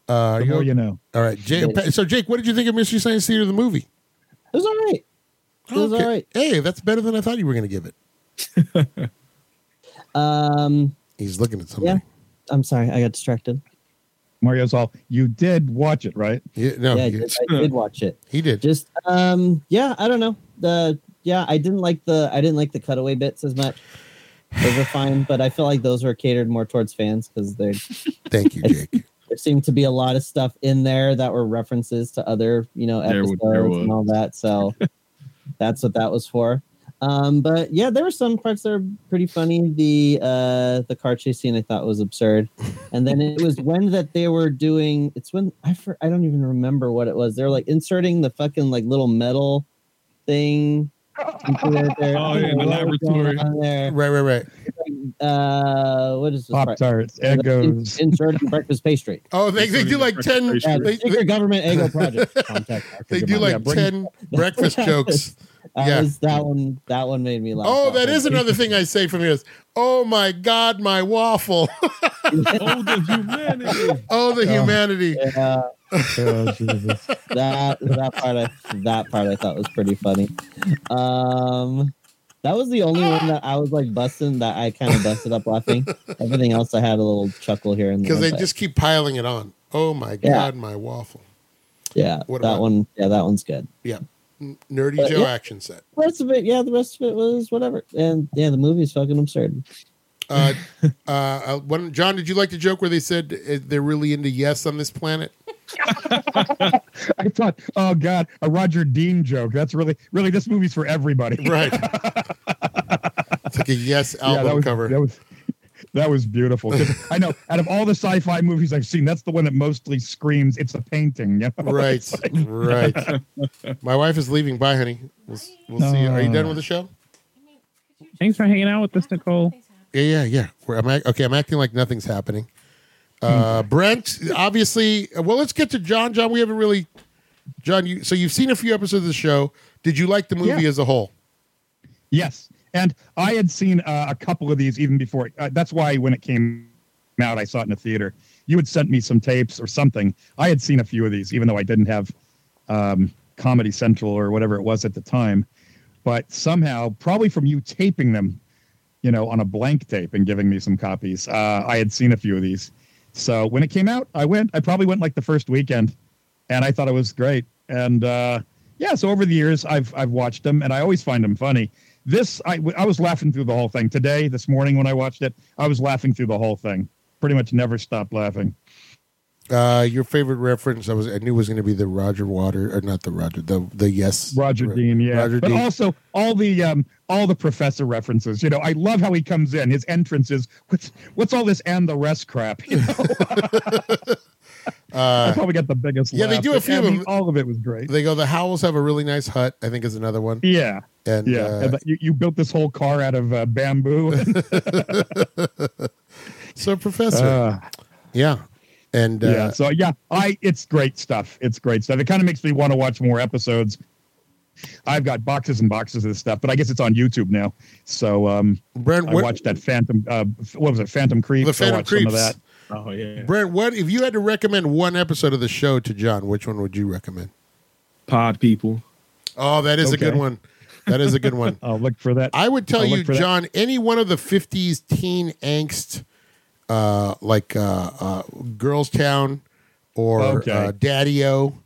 A: Uh, are
C: The
A: you
C: more you know.
A: All right, Jake. So, Jake, what did you think of Mystery Science Theater the
I: It
A: movie?
I: was all right. It was all right.
A: Hey, that's better than I thought you were going to give it.
I: Um,
A: He's looking at somebody.
I: I'm sorry, I got distracted.
C: Mario's all. You did watch it, right?
A: Yeah, no,
I: yeah, I
A: he,
I: did, I did watch it.
A: he did.
I: Just um, yeah, I don't know. The yeah, I didn't like the I didn't like the cutaway bits as much. Those are fine, but I feel like those were catered more towards fans because they're
A: Thank you, Jake.
D: There seemed to be a lot of stuff in there that were references to other, you know,
F: There
D: episodes
F: w- there
D: and all that. So that's what that was for. Um, but yeah, there were some parts that were pretty funny. The uh, the car chase scene I thought was absurd, and then it was when that they were doing. It's when I for, I don't even remember what it was. They're like inserting the fucking like little metal thing. into it there.
F: Oh,
D: I don't
F: yeah,
D: know
F: the
D: what was going
F: laboratory.
D: on there.
A: Right, right, right.
D: Uh, what is this?
C: Pop
D: part?
C: tarts, egos.
D: In- Insurgent breakfast pastry.
A: Oh, they, they do like ten.
D: Uh,
A: They,
D: secret
A: they,
D: government ego project. Contact
A: they
D: Arthur
A: do
D: Jamani.
A: like
D: Yeah, bring-
A: ten breakfast
D: Yeah.
A: jokes.
D: That
A: yeah.
D: was- that one. That one made me laugh.
A: Oh, that
D: one.
A: is another thing I say from here is, oh my god, my waffel.
F: Oh, the humanity.
A: Oh, the humanity.
D: Yeah,
C: Oh, Jesus.
D: that that part. I, that part I thought was pretty funny. Um, that was the only one that I was like busting. That I kind of busted up laughing. Everything else, I had a little chuckle here and there.
A: Because they
D: but
A: just keep piling it on. Oh my
D: Yeah.
A: god, my waffle.
D: yeah,
A: What
D: that
A: about-
D: one. Yeah, that one's good.
A: N- Nerdy
D: But,
A: Joe
D: yeah.
A: action set.
D: The rest of it, yeah, the rest of it was whatever. And yeah, the movie's fucking absurd.
A: Uh, uh, uh, when, John, did you like the joke where they said uh, they're really into yes on this planet?
C: I thought, oh God, a Roger Dean joke. That's really, really, this movie's for everybody.
A: Right. it's like a yes album
C: that was,
A: cover.
C: That was, that was beautiful. 'Cause I know out of all the sci-fi movies I've seen, that's the one that mostly screams, it's a painting. You know?
A: right, right. My wife is leaving. Bye, honey. We'll, s- we'll see. You. Are you done with the show?
G: Thanks for hanging out with us, Nicole.
A: Yeah, yeah, yeah. Where am I? Okay, I'm acting like nothing's happening. Uh, Brent, obviously. Well, let's get to John. John, we haven't really. John, you so you've seen a few episodes of the show. Did you like the movie
C: Yeah.
A: as a whole?
C: Yes, and I had seen uh, a couple of these even before. Uh, that's why when it came out, I saw it in the theater. You had sent me some tapes or something. I had seen a few of these, even though I didn't have um, Comedy Central or whatever it was at the time. But somehow, probably from you taping them, you know, on a blank tape and giving me some copies, uh, I had seen a few of these. So when it came out, I went. I probably went like the first weekend, and I thought it was great. And uh, yeah, so over the years, I've I've watched them, and I always find them funny this I, I was laughing through the whole thing today this morning when i watched it i was laughing through the whole thing pretty much never stopped laughing
A: Uh, your favorite reference? I was I knew was going to be the Roger Water or not the Roger the the yes
C: roger
A: Ro-
C: dean yeah
A: Roger
C: but
A: Dean.
C: also all the um all the professor references you know i love how he comes in his entrance is what's what's all this and the rest crap you know i
A: Uh,
C: probably got the biggest
A: yeah, they
C: laugh,
A: do a
C: but,
A: few
C: I
A: of
C: mean,
A: them.
C: all of it was great
A: they go. The Howells have a really nice hut. I think is another one.
C: yeah
A: And
C: yeah
A: uh,
C: And that- you, you built this whole car out of uh, bamboo
A: so Professor,
C: Uh,
A: yeah, and uh,
C: yeah so yeah i it's great stuff it's great stuff it kind of makes me want to watch more episodes i've got boxes and boxes of this stuff but i guess it's on youtube now so um
A: Brent,
C: i
A: what,
C: watched that phantom uh what was it phantom creep
A: the
C: I
A: Phantom
C: watched some
A: Creeps.
C: of that
F: Oh yeah.
A: Brent, what if you had to recommend one episode of the show to John? Which one would you recommend?
F: Pod people.
A: Oh, that is a good
C: Okay.
A: one. That is a good one.
C: i'll look for that
A: I would tell
C: I'll look
A: you,
C: for that.
A: John, any one of the '50s teen angst, uh, like uh, uh, Girls Town or
C: Okay.
A: uh, Daddy-O,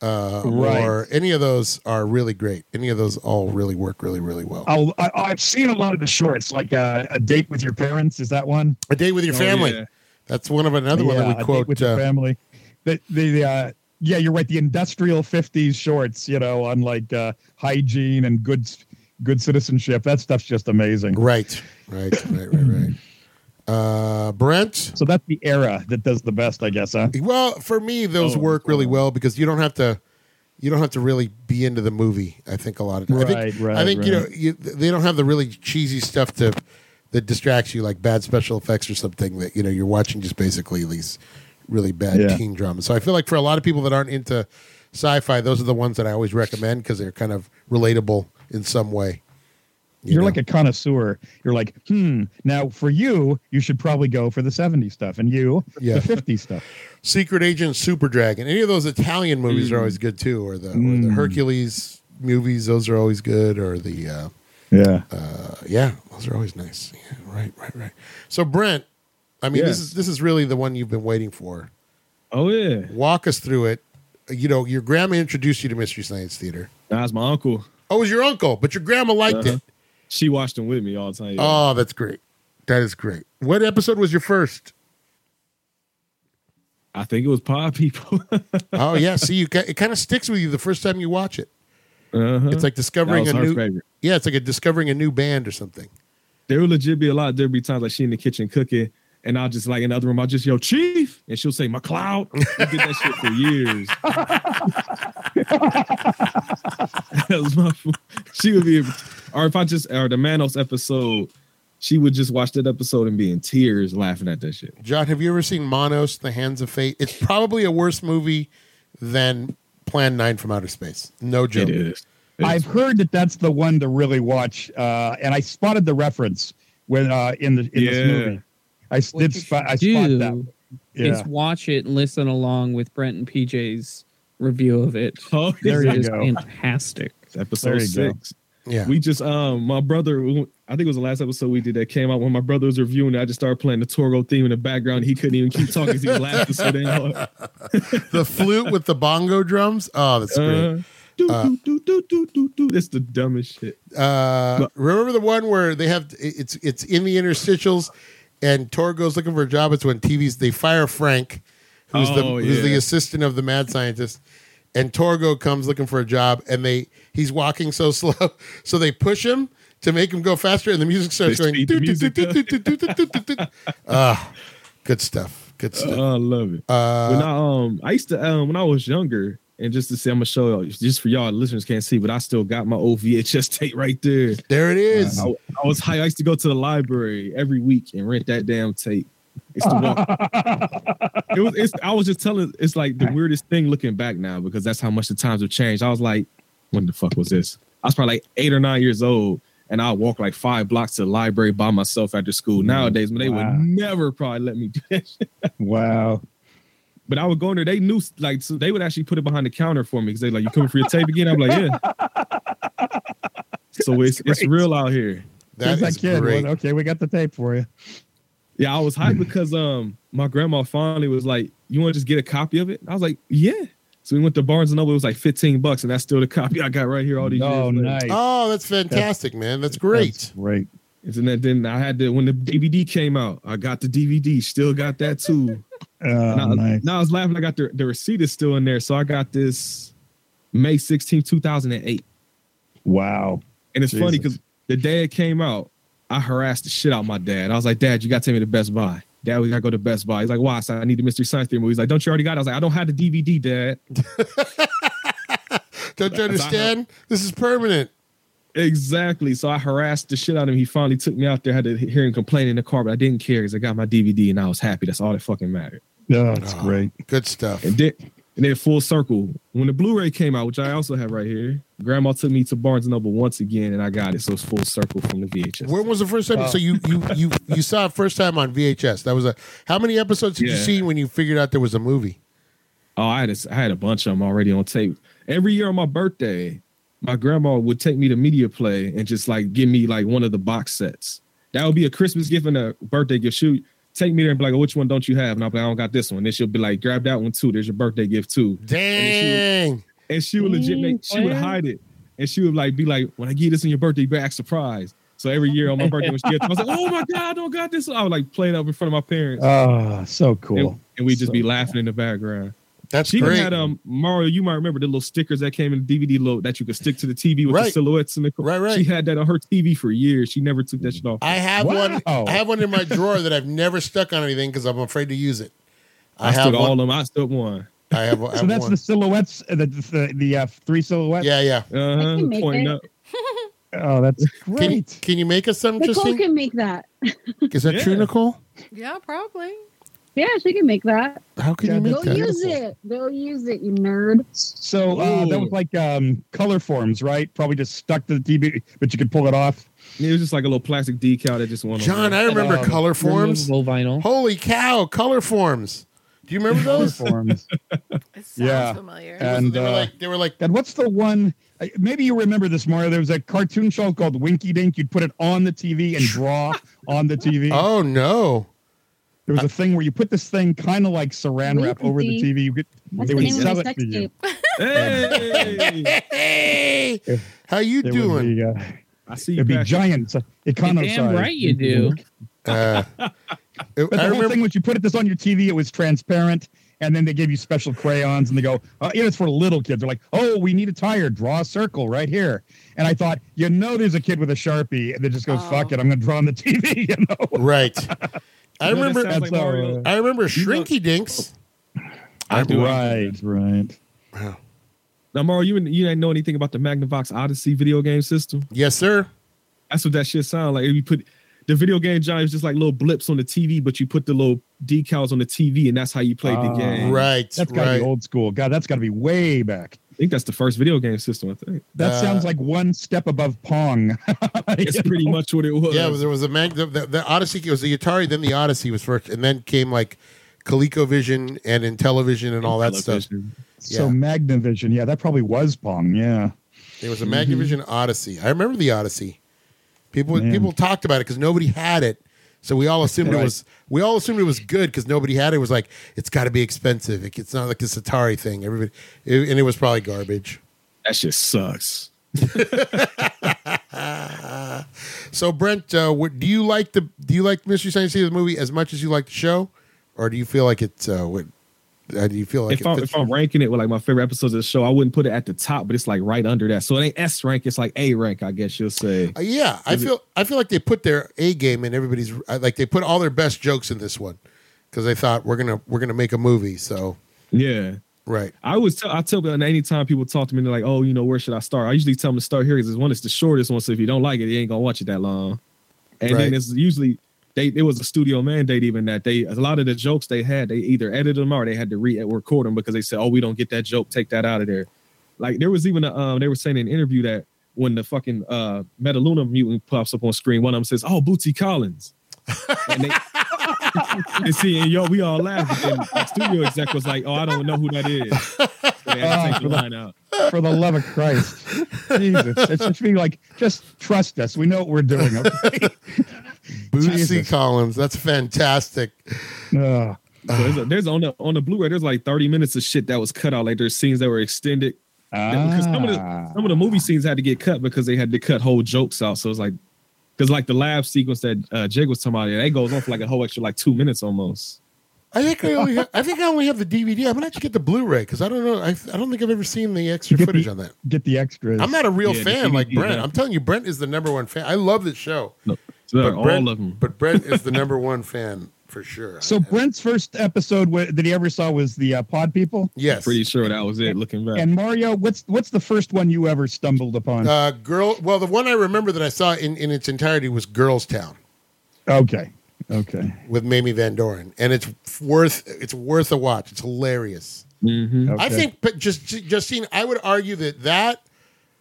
A: uh,
C: Right.
A: or any of those are really great. Any of those all really work really really well.
C: I'll, I, I've seen a lot of the shorts, like uh, a date with your parents. Is that one?
A: a date with your
F: Oh,
A: family.
F: yeah.
A: That's one of another one
C: Yeah,
A: that
C: A
A: we
C: Date
A: quote.
C: with
A: uh,
C: your family. The the uh, yeah, you're right. The industrial '50s shorts, you know, on like uh, hygiene and good good citizenship. That stuff's just amazing.
A: right, right, right, right, right. Uh, Brent.
C: So that's the era that does the best, I guess, huh?
A: Well, for me, those
F: Oh,
A: work really
F: wow.
A: well because you don't have to, you don't have to really be into the movie. I think a lot of times. I think,
C: Right, right,
A: I think you know
C: right.
A: you, they don't have the really cheesy stuff to that distracts you, like bad special effects or something that you know you're watching just basically these really bad
C: Yeah.
A: teen dramas. So I feel like for a lot of people that aren't into sci-fi, those are the ones that I always recommend because they're kind of relatable in some way. you
C: You're
A: know?
C: like a connoisseur. You're like, hmm. Now, for you, you should probably go for the 70s stuff, and you,
A: Yeah.
C: the 50s stuff.
A: Secret Agent, Super Dragon, any of those Italian movies are
F: Mm.
A: always good too, or the, or
F: Hmm.
A: the
C: Mm.
A: Hercules movies; those are always good, or the uh,
C: Yeah.
A: uh, yeah, those are always nice. Yeah, right, right, right. So Brent, I mean, this
F: Yeah.
A: is this is really the one you've been waiting for.
F: Oh yeah.
A: Walk us through it. You know, your grandma introduced you to Mystery Science Theater.
F: That was my uncle.
A: Oh, it was your uncle, but your grandma liked
F: Uh-huh.
A: it.
F: She watched them with me all the time.
A: Oh, that's great. That is great. What episode was your first?
F: I think it was Pod People.
A: Oh yeah, see you. ca- It kind of sticks with you the first time you watch it.
F: Uh-huh.
A: It's like
F: That
A: discovering
F: was
A: a
F: her
A: new.
F: favorite.
A: Yeah, it's like a discovering a new band or something.
F: There would legit be a lot. There'd be times like she in the kitchen cooking, and I'll just like in the other room, I'll just yo Chief, and she'll say McCloud. We did that shit for years. that was my. fault. She would be, or if I just or the Manos episode, she would just watch that episode and be in tears laughing at that shit.
A: John, have you ever seen Monos: The Hands of Fate? It's probably a worse movie than Plan Nine from Outer Space. No joke.
F: It is. It
C: I've
F: is.
C: heard that that's the one to really watch, uh, and I spotted the reference when uh, in the in
F: Yeah.
C: this movie. I s-
G: What
C: did
G: you
C: spot. I
G: should
C: spotted
G: do
C: that.
G: is
C: Yeah,
G: watch it and listen along with Brent and PJ's review of it.
F: Oh,
C: There
G: It
C: you
G: is
C: go.
G: fantastic.
F: it's episode
C: There you go.
F: six.
A: Yeah.
F: We just um my brother I think it was the last episode we did that came out when my brother was reviewing it, I just started playing the Toro theme in the background. He couldn't even keep talking 'cause he was laughing so damn hard.
A: the flute with the bongo drums. Oh, that's great.
F: Uh, do, do, do, do, do, do. That's the dumbest shit.
A: Uh, remember the one where they have it's it's in the interstitials, and Tor goes looking for a job. It's when TV's they fire Frank, who's the
F: Oh,
A: who's the
F: yeah.
A: assistant of the mad scientist. And Torgo comes looking for a job, and they he's walking so slow, so they push him to make him go faster, and the music starts
F: They
A: going.
F: speed the
A: "Doot, doot,
F: music
A: doot, doot, doot, doot, doot, doot, doot." Ah, good stuff. Good stuff.
F: Oh, I love it.
A: Uh,
F: when I um I used to um when I was younger, and just to say I'm gonna show y'all just for y'all listeners can't see, but I still got my old VHS tape right there.
A: There it is.
F: I, I was high. I used to go to the library every week and rent that damn tape. It's the walk. it was. It's, I was just telling. It's like the weirdest thing looking back now because that's how much the times have changed. I was like, when the fuck was this? I was probably like eight or nine years old, and I walk like five blocks to the library by myself after school. Nowadays, man, they
C: Wow.
F: would never probably let me do that. Shit.
C: wow.
F: But I would go in there. They knew like so they would actually put it behind the counter for me because they like you coming for your tape again. I'm like yeah. So it's it's
C: great.
F: real out here.
A: That
C: There's
A: is
C: kid.
A: great.
C: Well, okay, we got the tape for you.
F: Yeah, I was hyped because um my grandma finally was like, "You want to just get a copy of it?" I was like, "Yeah." So we went to Barnes and Noble. It was like fifteen bucks, and that's still the copy I got right here. All these
C: Oh,
F: years. later.
C: nice.
A: Oh, that's fantastic, man. That's great.
C: That's great.
F: Isn't that then I had to when the DVD came out, I got the DVD. Still got that too.
C: Oh,
F: now,
C: nice.
F: now I was laughing. I got the the receipt is still in there, so I got this May 16, two thousand and eight.
C: Wow.
F: And it's funny
C: Jesus.
F: because the day it came out, I harassed the shit out of my dad. I was like, Dad, you gotta take me to Best Buy. Dad, we gotta go to Best Buy. He's like, Why? I said, I need the Mystery Science Theater movie. He's like, Don't you already got it? I was like, I don't have the DVD, Dad.
A: Don't you
F: That's-
A: understand? This is permanent.
F: exactly. So I harassed the shit out of him. He finally took me out there. had to hear him complain in the car, but I didn't care because I got my DVD and I was happy. That's all that fucking mattered.
C: Oh, that's
A: Oh.
C: great.
A: Good stuff.
F: And then and then full circle. When the Blu-ray came out, which I also have right here, grandma took me to Barnes and Noble once again and I got it. So it's full circle from the VHS.
A: When was the first time? So you you you you saw it first time on VHS. That was a how many episodes did you
F: Yeah.
A: see when you figured out there was a movie?
F: Oh, I had a, I had a bunch of them already on tape. Every year on my birthday, my grandma would take me to Media Play and just like give me like one of the box sets. That would be a Christmas gift and a birthday gift. She would take me there and be like, "Oh, "Which one don't you have?" And I'm like, "I don't got this one." Then she'll be like, "Grab that one too. There's your birthday gift too."
A: Dang.
F: And she would legit make she would hide it, and she would like be like, "When I give this in your birthday, you better act surprised." So every year on my birthday, when she gets, I was like, "Oh my god, I don't got this!" one." I would like play it up in front of my parents,
C: Oh, so
F: and,
C: cool.
F: and we'd just
C: So
F: be laughing in the background.
A: That's
F: She even
A: great.
F: had um Mario. You might remember the little stickers that came in the DVD load that you could stick to the TV with the
A: Right.
F: silhouettes in the
A: Right, right.
F: She had that on her TV for years. She never
C: Mm.
F: took that shit off.
A: I have one
C: Wow.
A: I have one in my drawer that I've never stuck on anything because I'm afraid to use it. I,
F: I,
A: have
F: still got all
A: one.
F: of them. I still one.
A: I have, I
C: So
A: have
C: that's
A: one.
C: the silhouettes, uh, the the, the uh, three silhouettes.
A: yeah, yeah.
H: I
F: Uh-huh.
H: can make
F: Pointing
H: it.
F: up.
C: Oh, that's
A: Can you,
C: great.
A: can you make us some,
H: Nicole
A: Justine?
H: can make that.
A: Is that
F: Yeah.
A: true, Nicole?
E: Yeah, probably.
H: Yeah, she can make that.
A: How can you
C: Yeah,
A: make
H: Go
A: that?
H: use it. Go use it, you nerd.
C: So uh, that was like um, color forms, right? Probably just stuck to the TV, but you could pull it off.
F: It was just like a little plastic decal that just went
A: John, I
F: on.
A: remember
G: Um,
A: color forms.
G: Removable vinyl.
A: Holy cow, color forms. Do you remember
C: Color
A: those?
C: forms.
E: It sounds
C: Yeah.
E: familiar.
C: Uh, And,
A: they were like they were like
C: God, what's the one? I- Maybe you remember this, Mario. There was a cartoon show called Winky Dink. You'd put it on the TV and draw on the TV.
A: Oh no.
C: There was a thing where you put this thing kind of like saran wrap over the
H: Winky.
C: TV. You could,
H: That's
C: they
H: the
C: would
H: name of
C: sell
H: my
C: it
H: sex
C: to you.
H: tape.
F: hey,
A: Hey, how you
C: It would
A: doing?
C: be, uh,
F: I see you.
C: it'd be
F: back.
C: giant. It kind
G: You're
C: of
G: damn right you do.
A: Uh, it-
C: But the
A: I
C: whole
A: remember.
C: thing was you put it this on your TV, it was transparent, and then they give you special crayons, and they go, uh, "Yeah, it's for little kids." They're like, "Oh, we need a tire. Draw a circle right here." And I thought, you know, there's a kid with a sharpie that just goes,
E: Oh.
C: "Fuck it, I'm going to draw on the TV." You know,
A: Right. I
F: You know, that
A: remember.
F: sounds like
C: That's, uh,
F: Mario.
A: I remember
F: You know-
A: Shrinky Dinks.
F: I do.
C: right, right.
F: Now, Mario, you you didn't know anything about the Magnavox Odyssey video game system?
A: Yes, sir.
F: That's what that shit sound like. You put the video game giant is just like little blips on the TV, but you put the little decals on the TV, and that's how you played the
C: Ah.
F: game.
A: Right.
C: That's got to
A: right.
C: be old school. God, that's got to be way back.
F: I think that's the first video game system. I think
C: That
A: Uh,
C: sounds like one step above Pong.
F: that's pretty much what it was.
A: Yeah, there was a mag. The, the, the Odyssey it was the Atari, then the Odyssey was first, and then came like ColecoVision and Intellivision and all that stuff.
F: Television.
C: So
A: Yeah.
C: Magnavision, yeah, that probably was Pong. Yeah,
A: It was a Magnavision
F: Mm-hmm.
A: Odyssey. I remember the Odyssey. People
C: Man.
A: people talked about it because nobody had it, so we all assumed it
C: Right.
A: was we all assumed it was good because nobody had it. It was like it's got to be expensive. It, it's not like this Atari thing. Everybody, it, and it was probably garbage.
F: That shit sucks.
A: So Brent, uh, what, do you like the do you like Mystery Science Theater the movie as much as you like the show, or do you feel like it? Uh, what, uh, do you feel like
F: if I'm,
A: it fits-
F: if I'm ranking it with like my favorite episodes of the show, I wouldn't put it at the top, but it's like right under that. So it ain't S rank, it's like A rank, I guess you'll say.
A: Uh, yeah, I
F: Is it-
A: feel I feel like they put their A game in everybody's I- like they put all their best jokes in this one because they thought we're gonna we're gonna make a movie. So
F: Yeah.
A: right,
F: I always tell I tell them anytime people talk to me, they're like, "Oh, you know, where should I start?" I usually tell them to start here because one is the shortest one, so if you don't like it, you ain't gonna watch it that long. And
A: Right.
F: then it's usually they it was a studio mandate even that they a lot of the jokes they had they either edited them or they had to re-record them because they said, "Oh, we don't get that joke, take that out of there." Like there was even a um they were saying in an interview that when the fucking uh Metaluna mutant pops up on screen, one of them says, "Oh, Bootsy Collins," and they. and see, and yo, we all laughed. And the studio exec was like, "Oh, I don't know who that is." So they had to take the line out.
C: for the love of Christ, Jesus! It should be like just trust us. We know what we're doing. Okay?
A: Bootsy
C: Jesus.
A: Collins, that's fantastic.
C: Ugh.
F: So there's, a, there's on the on the Blu-ray. There's like 30 minutes of shit that was cut out. Like there's scenes that were extended. Because some of the
C: Ah.
F: some of the movie scenes had to get cut because they had to cut whole jokes out. So it's like, because like the lab sequence that uh, Jig was talking about, that goes on for like a whole extra like two minutes almost.
A: I think I only have, I think I only have the DVD. I'm gonna have to get the Blu-ray because I don't know. I, I don't think I've ever seen the extra
C: Get
A: footage
C: the-
A: on that.
C: get the extras.
A: I'm not a real
F: Yeah, the
A: fan like
F: DVD,
A: Brent.
F: yeah.
A: I'm telling you, Brent is the number one fan. I love this show,
F: So
A: but
F: all
A: Brent,
F: of them.
A: but Brent is the number one fan for sure.
C: So Brent's first episode wa- that he ever saw was the uh, Pod People.
A: yes,
F: Pretty sure that was it. Looking back,
C: And Mario, what's what's the first one you ever stumbled upon?
A: uh, girl. Well, the one I remember that I saw in in its entirety was Girls Town.
C: okay, okay,
A: with Mamie Van Doren, and it's f- worth it's worth a watch. It's hilarious.
F: Mhm.
C: okay.
A: I think, but just Justine, I would argue that that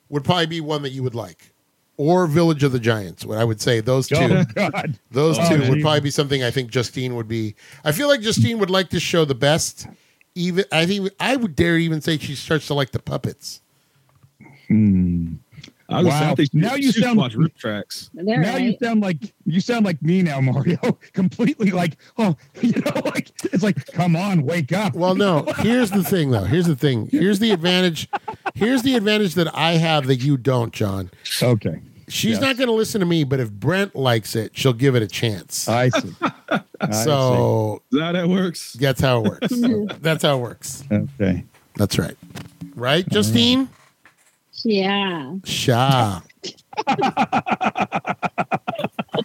A: would probably be one that you would like, or Village of the Giants. What I would say those two,
C: Oh God!
A: those
C: Oh,
A: two would
C: geez.
A: probably be something I think Justine would be. I feel like Justine would like this show the best. Even I think I would dare even say she starts to like the puppets.
C: Hmm.
F: I was
C: Wow.
F: I think
C: Now you
F: should
C: sound-
F: watch Rip Tracks.
H: They're
C: Now you
H: right.
C: sound like you sound like me now, Mario. Completely like oh, you know, like it's like come on, wake up.
A: Well, no. Here's the thing, though. Here's the thing. Here's the advantage. Here's the advantage that I have that you don't, John.
C: Okay,
A: She's
C: Yes.
A: not going to listen to me, but if Brent likes it, she'll give it a chance.
C: I see. Uh, I
A: so
F: Is that how that works?
A: that's how it works. that's how it works.
C: see. okay,
A: That's right. Right, Justine?
H: Yeah.
A: Sha.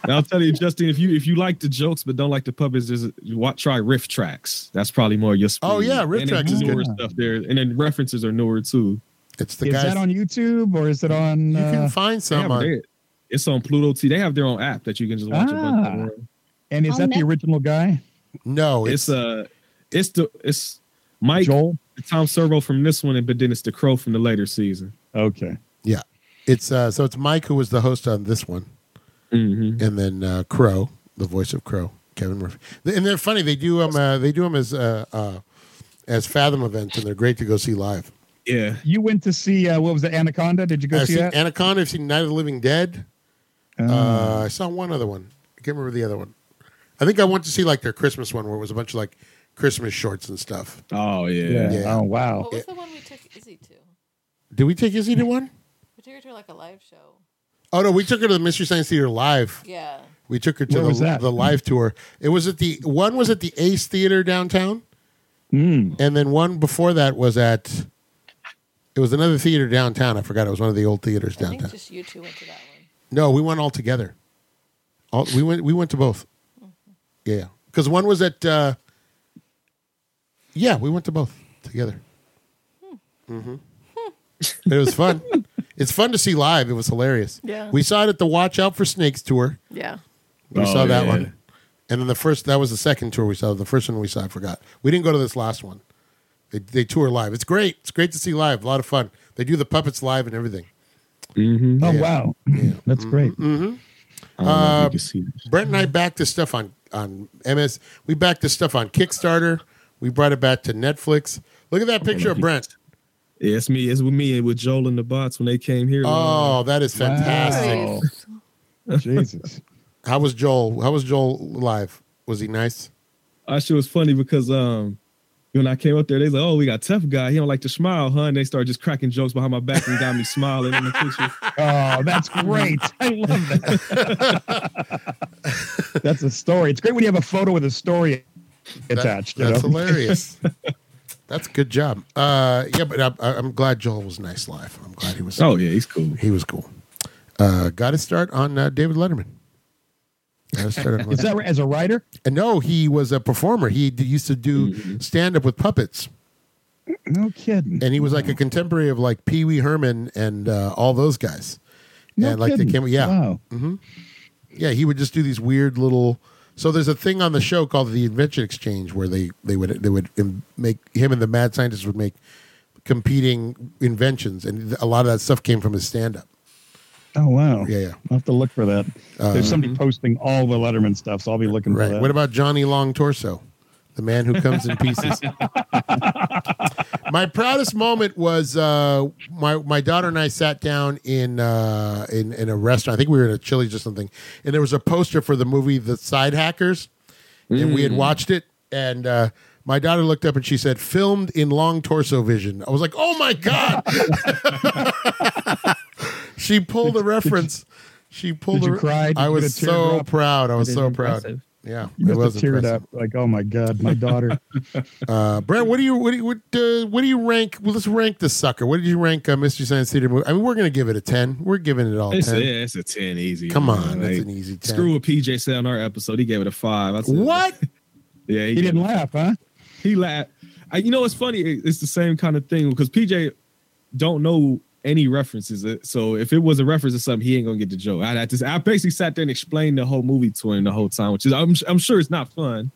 F: And I'll tell you, Justin, if you if you like the jokes but don't like the puppets, just wa- try riff tracks. That's probably more your speed.
A: Oh, yeah, riff
F: And
A: tracks
F: it's
A: is
F: newer
C: good.
F: stuff there, and then references are newer too.
A: It's the
C: is
A: guy.
C: that on YouTube or is it on?
A: You
C: uh,
A: can find
F: They
A: some
F: have
A: on.
F: their- It's on Pluto T. They have their own app that you can just watch. a bunch of
C: Ah.
F: them.
C: and is
H: On
C: that the
H: Netflix.
C: original guy,
A: No,
F: It's
A: Oh, it's,
F: uh, it's the it's Mike
C: Joel?
F: Tom Servo from this one, and but then it's the Crow from the later season.
C: Okay,
A: it's uh, so it's Mike who was the host on this one,
F: Mm-hmm.
A: and then uh, Crow, the voice of Crow, Kevin Murphy. And they're funny. They do um uh, they do them as uh, uh as Fathom events, and they're great to go see live.
F: Yeah,
C: you went to see uh, what was it, Anaconda? Did you go
A: I've
C: see
A: seen
C: that?
A: Anaconda. I've seen Night of the Living Dead.
C: Oh.
A: Uh, I saw one other one. I can't remember the other one. I think I went to see like their Christmas one where it was a bunch of like Christmas shorts and stuff.
F: oh
C: yeah.
F: yeah.
A: yeah.
C: Oh wow.
J: What was the one we took Izzy to?
A: Did we take Izzy to one?
J: We took her to like a live show.
A: Oh no, we took her to the Mystery Science Theater live.
J: Yeah.
A: We took her to
C: Where
A: the,
C: was that?
A: the live tour. It was at the one was at the Ace Theater downtown,
C: Mm.
A: and then one before that was at. It was another theater downtown. I forgot it was one of the old theaters
J: I think
A: downtown.
J: just you two went to that one.
A: No, we went all together. All, we went. We went to both. Yeah, because one was at. Uh, yeah, we went to both together. Mm-hmm. it was fun. It's fun to see live. It was hilarious.
J: Yeah.
A: we saw it at the Watch Out for Snakes tour.
J: Yeah.
A: We
F: Oh,
A: saw that
F: yeah.
A: one, and then the first that was the second tour we saw. The first one we saw, I forgot. We didn't go to this last one. They they tour live. It's great. It's great to see live. A lot of fun. They do the puppets live and everything.
F: Mm-hmm.
C: Oh
A: Yeah.
C: wow,
A: Yeah.
C: that's great.
F: I don't know if
A: Uh,
F: you can see this.
A: Brett and I
C: Mm-hmm.
A: backed this stuff on on MS. We backed this stuff on Kickstarter. We brought it back to Netflix. Look at that picture of Brent.
F: Yeah, it's me. It's with me and with Joel and the bots when they came here.
A: Oh, that is fantastic.
C: Wow. Jesus.
A: How was Joel? How was Joel live? Was he nice?
F: I sure was funny because um when I came up there, they was like, "Oh, we got tough guy. He don't like to smile, huh?" And they started just cracking jokes behind my back and got me smiling in the picture.
C: Oh, that's great. I love that. that's a story. It's great when you have a photo with a story attached.
A: That-
C: you
A: that's
C: know?
A: hilarious. that's good job. Uh, yeah, but I, I- I'm glad Joel was nice live. I'm glad he was.
F: Oh yeah, he's cool.
A: he was cool. Uh, got his start on uh, David Letterman. Got his start on
C: Is
A: Letterman.
C: that right? as a writer?
A: and no, he was a performer. He d- used to do
C: Mm-hmm.
A: stand up with puppets.
C: No kidding.
A: and he was like a contemporary of like Pee Wee Herman and uh, all those guys.
C: No
A: and like
C: kidding.
A: they came, yeah,
C: Wow.
A: yeah, he would just do these weird little. So there's a thing on the show called the Invention Exchange where they they would they would im- make him and the mad scientist would make competing inventions, and a lot of that stuff came from his stand up.
C: Oh wow.
A: Yeah, yeah.
C: I'll have to look for that.
A: Uh,
C: There's somebody posting all the Letterman stuff, so I'll be looking
A: Right.
C: for that.
A: What about Johnny Long Torso, the man who comes in pieces? my proudest moment was uh, my my daughter and I sat down in uh, in in a restaurant. I think we were at a Chili's or something, and there was a poster for the movie The Side Hackers, and
C: Mm.
A: we had watched it. And uh, my daughter looked up and she said, "Filmed in long torso vision." I was like, "Oh my god!" she pulled a reference. She pulled.
C: Did
A: a
C: you
A: re-
C: cry? Did
A: I
C: you get
A: was
C: a tear
A: so
C: drop?
A: proud. I was
G: is
A: so proud.
G: impressive.
A: Yeah,
C: You
A: it
C: must
A: was
C: have teared
A: impressive.
C: up, like, oh my god, my daughter.
A: Uh, Brent, what do you what do you, what, uh, what do you rank? Well, let's rank this sucker. What did you rank uh, Mystery Science Theater movie? I mean, we're gonna give it a ten. We're giving it all
F: It's a,
A: ten.
F: yeah, it's a ten easy.
A: Come
F: man.
A: on, that's
F: Like,
A: an easy ten.
F: Screw a PJ said on our episode. He gave it a five. I said,
A: What?
F: Yeah,
C: he didn't
F: laugh.
C: laugh, huh?
F: He laughed. I, you know, it's funny. it- It's the same kind of thing because PJ don't know any references. uh, So if it was a reference to something, he ain't gonna get the joke. I, I just, I basically sat there and explained the whole movie to him the whole time, which is, I'm, I'm sure it's not fun.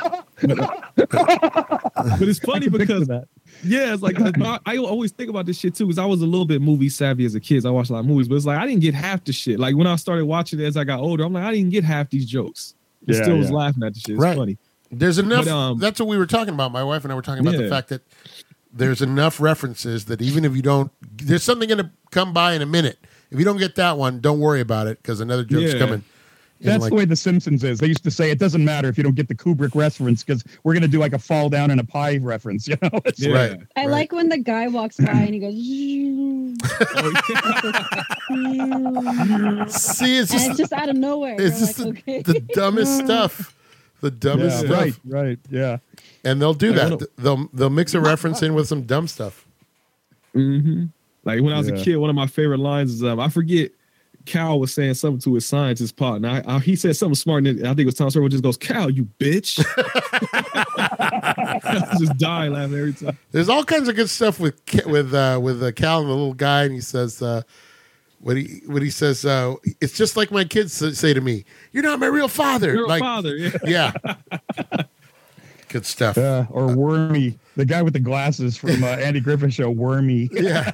F: But, uh, but it's funny
C: Picture
F: because
C: that.
F: yeah, it's like I, I always think about this shit too, because I was a little bit movie savvy as a kid. I watched a lot of movies, but it's like I didn't get half the shit. Like when I started watching it as I got older, I'm like, I didn't get half these jokes. I
C: Yeah,
F: still was
C: yeah.
F: laughing at the shit. It's
A: Right.
F: funny.
A: There's enough.
F: But, um,
A: that's what we were talking about. My wife and I were talking about the
F: Yeah.
A: fact that there's enough references that even if you don't, there's something gonna come by in a minute. If you don't get that one, don't worry about it because another joke's
F: Yeah.
A: coming. And
C: That's
A: like-
C: the way The Simpsons is. They used to say it doesn't matter if you don't get the Kubrick reference because we're going to do like a fall down and a pie reference. You know, It's-
F: Yeah.
A: Right.
H: I
A: Right.
H: like when the guy walks by and he goes, "Zhoo, zhoo,"
A: See, it's
H: and
A: just
H: it's just out of nowhere.
A: it's
H: It's
A: just
H: like,
A: the,
H: okay.
A: the dumbest stuff. The dumbest
C: Yeah,
A: stuff.
C: right, right, yeah.
A: And they'll do
F: Like,
A: that.
F: what a-
A: they'll they'll mix a reference in with some dumb stuff.
F: hmm Like when I was
C: Yeah.
F: a kid, one of my favorite lines is um, I forget Cal was saying something to his scientist partner. I, I, he said something smart, and then I think it was Tom Sawyer just goes, "Cal, you bitch!" I just die laughing every time.
A: There's all kinds of good stuff with Ca- with uh, with uh, Cal and the little guy, and he says uh, what he what he says. Uh, it's just like my kids s- say to me, "You're not my real father."
F: You're
A: like,
F: a father. Yeah.
A: yeah, good stuff.
C: Yeah, or Wormy, the guy with the glasses from uh, Andy Griffith Show, Wormy.
A: Yeah,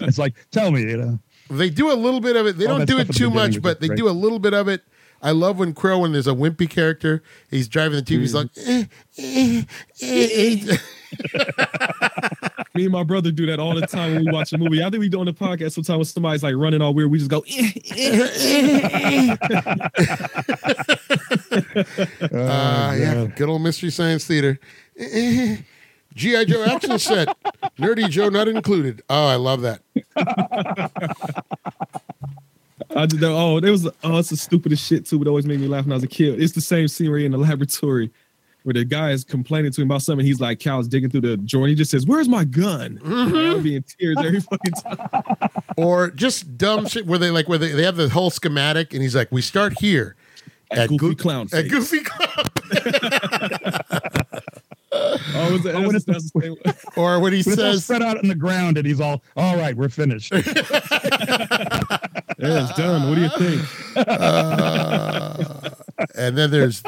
C: it's like, tell me, you know.
A: they do a little bit of it. They
C: All
A: don't
C: that
A: do
C: stuff
A: it
C: at the
A: too
C: beginning
A: much,
C: is
A: but they
C: great.
A: do a little bit of it. I love when Crow, when there's a wimpy character, he's driving the TV.
F: Mm.
A: He's like, eh, eh, eh, eh.
F: Me and my brother do that all the time when we watch a movie. I think we do on the podcast sometimes when somebody's like running all weird. We just go, "Eh, eh."
A: Uh,
C: Oh,
A: Uh, yeah,
C: God.
A: good old Mystery Science Theater. Eh, eh. G.I. Joe action set. Nerdy Joe not included. Oh, I love that.
F: I just know, oh, there was oh, it's the stupidest shit too. It always made me laugh when I was a kid. It's the same scene where you're in the laboratory where the guy is complaining to him about something. He's like, Cal's digging through the drawer. And he just says, "Where's my gun?" I'll be in tears every fucking time.
A: or just dumb shit where they like where they, they have the whole schematic and he's like, we start here
F: At Goofy Clown
A: at
F: Face."
A: Goofy Clown,
F: Oh, was that,
C: Oh, what is
F: that's, that's the same one.
A: or when he
C: But it's all
A: says,
C: spread out on the ground, and he's all, "All right, we're finished."
F: Yeah, it's done. What do you think?
A: uh, and then there's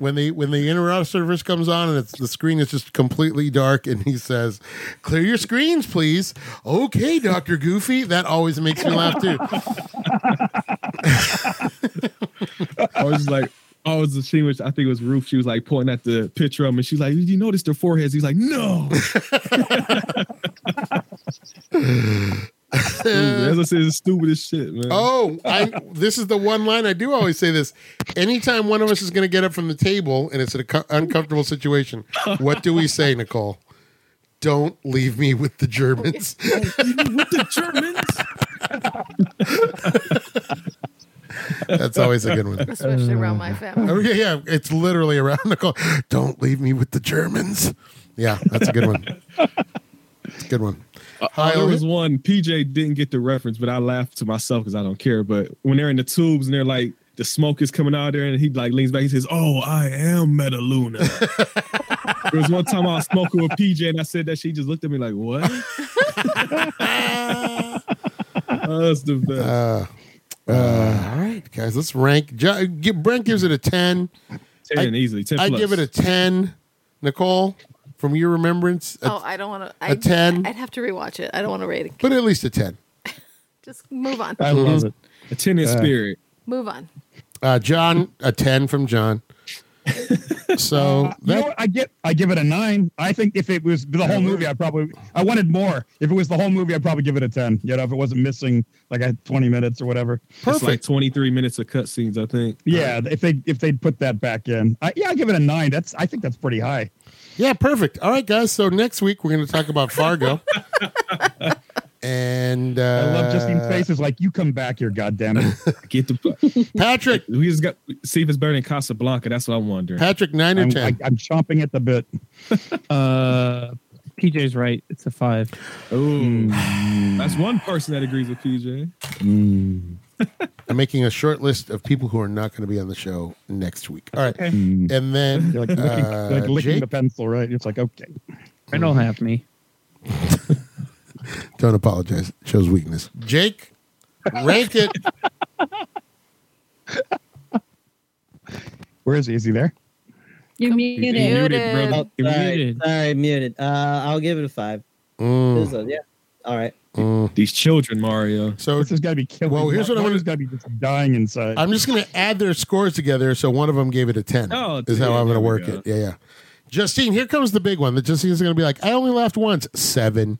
A: when the when the interrupt service comes on and it's the screen is just completely dark and he says, clear your screens, please. Okay, Doctor Goofy. That always makes me laugh too.
F: I was just like, oh, it was the scene which I think it was Roof. She was like pointing at the picture of him, and she's like, "Did you notice their foreheads?" He's like, "No." As I said, it's stupid as shit, man.
A: Oh, I, this is the one line I do always say this. Anytime one of us is going to get up from the table and it's an uncom- uncomfortable situation, what do we say, Nicole? Don't leave me with the Germans.
F: with the Germans.
A: That's always a good one.
J: especially around
G: Uh,
J: my family.
A: Oh, yeah, yeah. It's literally around Nicole. Don't leave me with the Germans. Yeah, that's a good one. It's a good one.
F: Uh, there
A: Highly-
F: was one PJ didn't get the reference, but I laughed to myself because I don't care. But when they're in the tubes and they're like the smoke is coming out of there, and he like leans back, he says, "Oh, I am Metaluna." there was one time I was smoking with PJ, and I said that she just looked at me like, "What?" Oh, that's the best.
A: Uh, uh, all right, guys, let's rank. Jo- give- Brent gives it a 10.
F: ten easily. Ten.
A: I
F: plus.
A: give it a 10. Nicole, from your remembrance, a
J: Oh, I don't want to.
A: a 10.
J: I'd have to rewatch it. I don't want to rate it.
A: but at least a 10.
J: Just move on.
C: I love it.
F: a ten in spirit.
J: Move on.
A: Uh, John, a 10 from John. So
C: You know
A: that,
C: what? I get, I give it a nine. I think if it was the whole movie, I probably, I wanted more. If it was the whole movie, I'd probably give it a ten. You know, if it wasn't missing like I had twenty minutes or whatever.
F: It's like twenty three minutes of cutscenes. I think.
C: Yeah, if they if they'd put that back in, I, yeah, I give it a nine. That's I think that's pretty high.
A: yeah, perfect. All right, guys. So next week we're going to talk about Fargo. and uh,
C: I love Justine's face. Is like you come back here, goddamn it.
F: Get the.
A: Patrick,
F: we just got see if it's better than Casablanca. That's what I'm wondering.
A: Patrick, nine or
C: I'm,
A: ten.
C: I, I'm chomping at the bit.
G: Uh, PJ's right. It's a five.
F: Ooh, that's one person that agrees with PJ.
A: Mm. I'm making a short list of people who are not going to be on the show next week. All right, and then
C: You're like licking,
A: uh,
C: Mm. like licking
A: Jake,
C: the pencil, right? It's like okay,
G: I don't have me.
A: don't apologize. Shows weakness. Jake, rank it.
C: where is he? Is he there?
H: You're
F: You
H: muted.
F: muted,
J: Muted.
F: brother. You
D: Sorry,
G: muted.
D: sorry, muted. Uh, I'll give it a five.
A: Mm,
D: Lizzo, yeah. All right.
A: mm.
F: These children, Mario.
A: So
C: This has got to be killing.
A: Well,
C: me.
A: here's what I
C: One
A: wanna-
C: has got to be just dying inside.
A: I'm just going to add their scores together. So one of them gave it a ten.
F: Oh,
A: is how
F: yeah,
A: I'm going
F: there
A: to
F: we
A: work
F: go.
A: it. Yeah, yeah. Justine, here comes the big one. That Justine's going to be like, I only laughed once. Seven.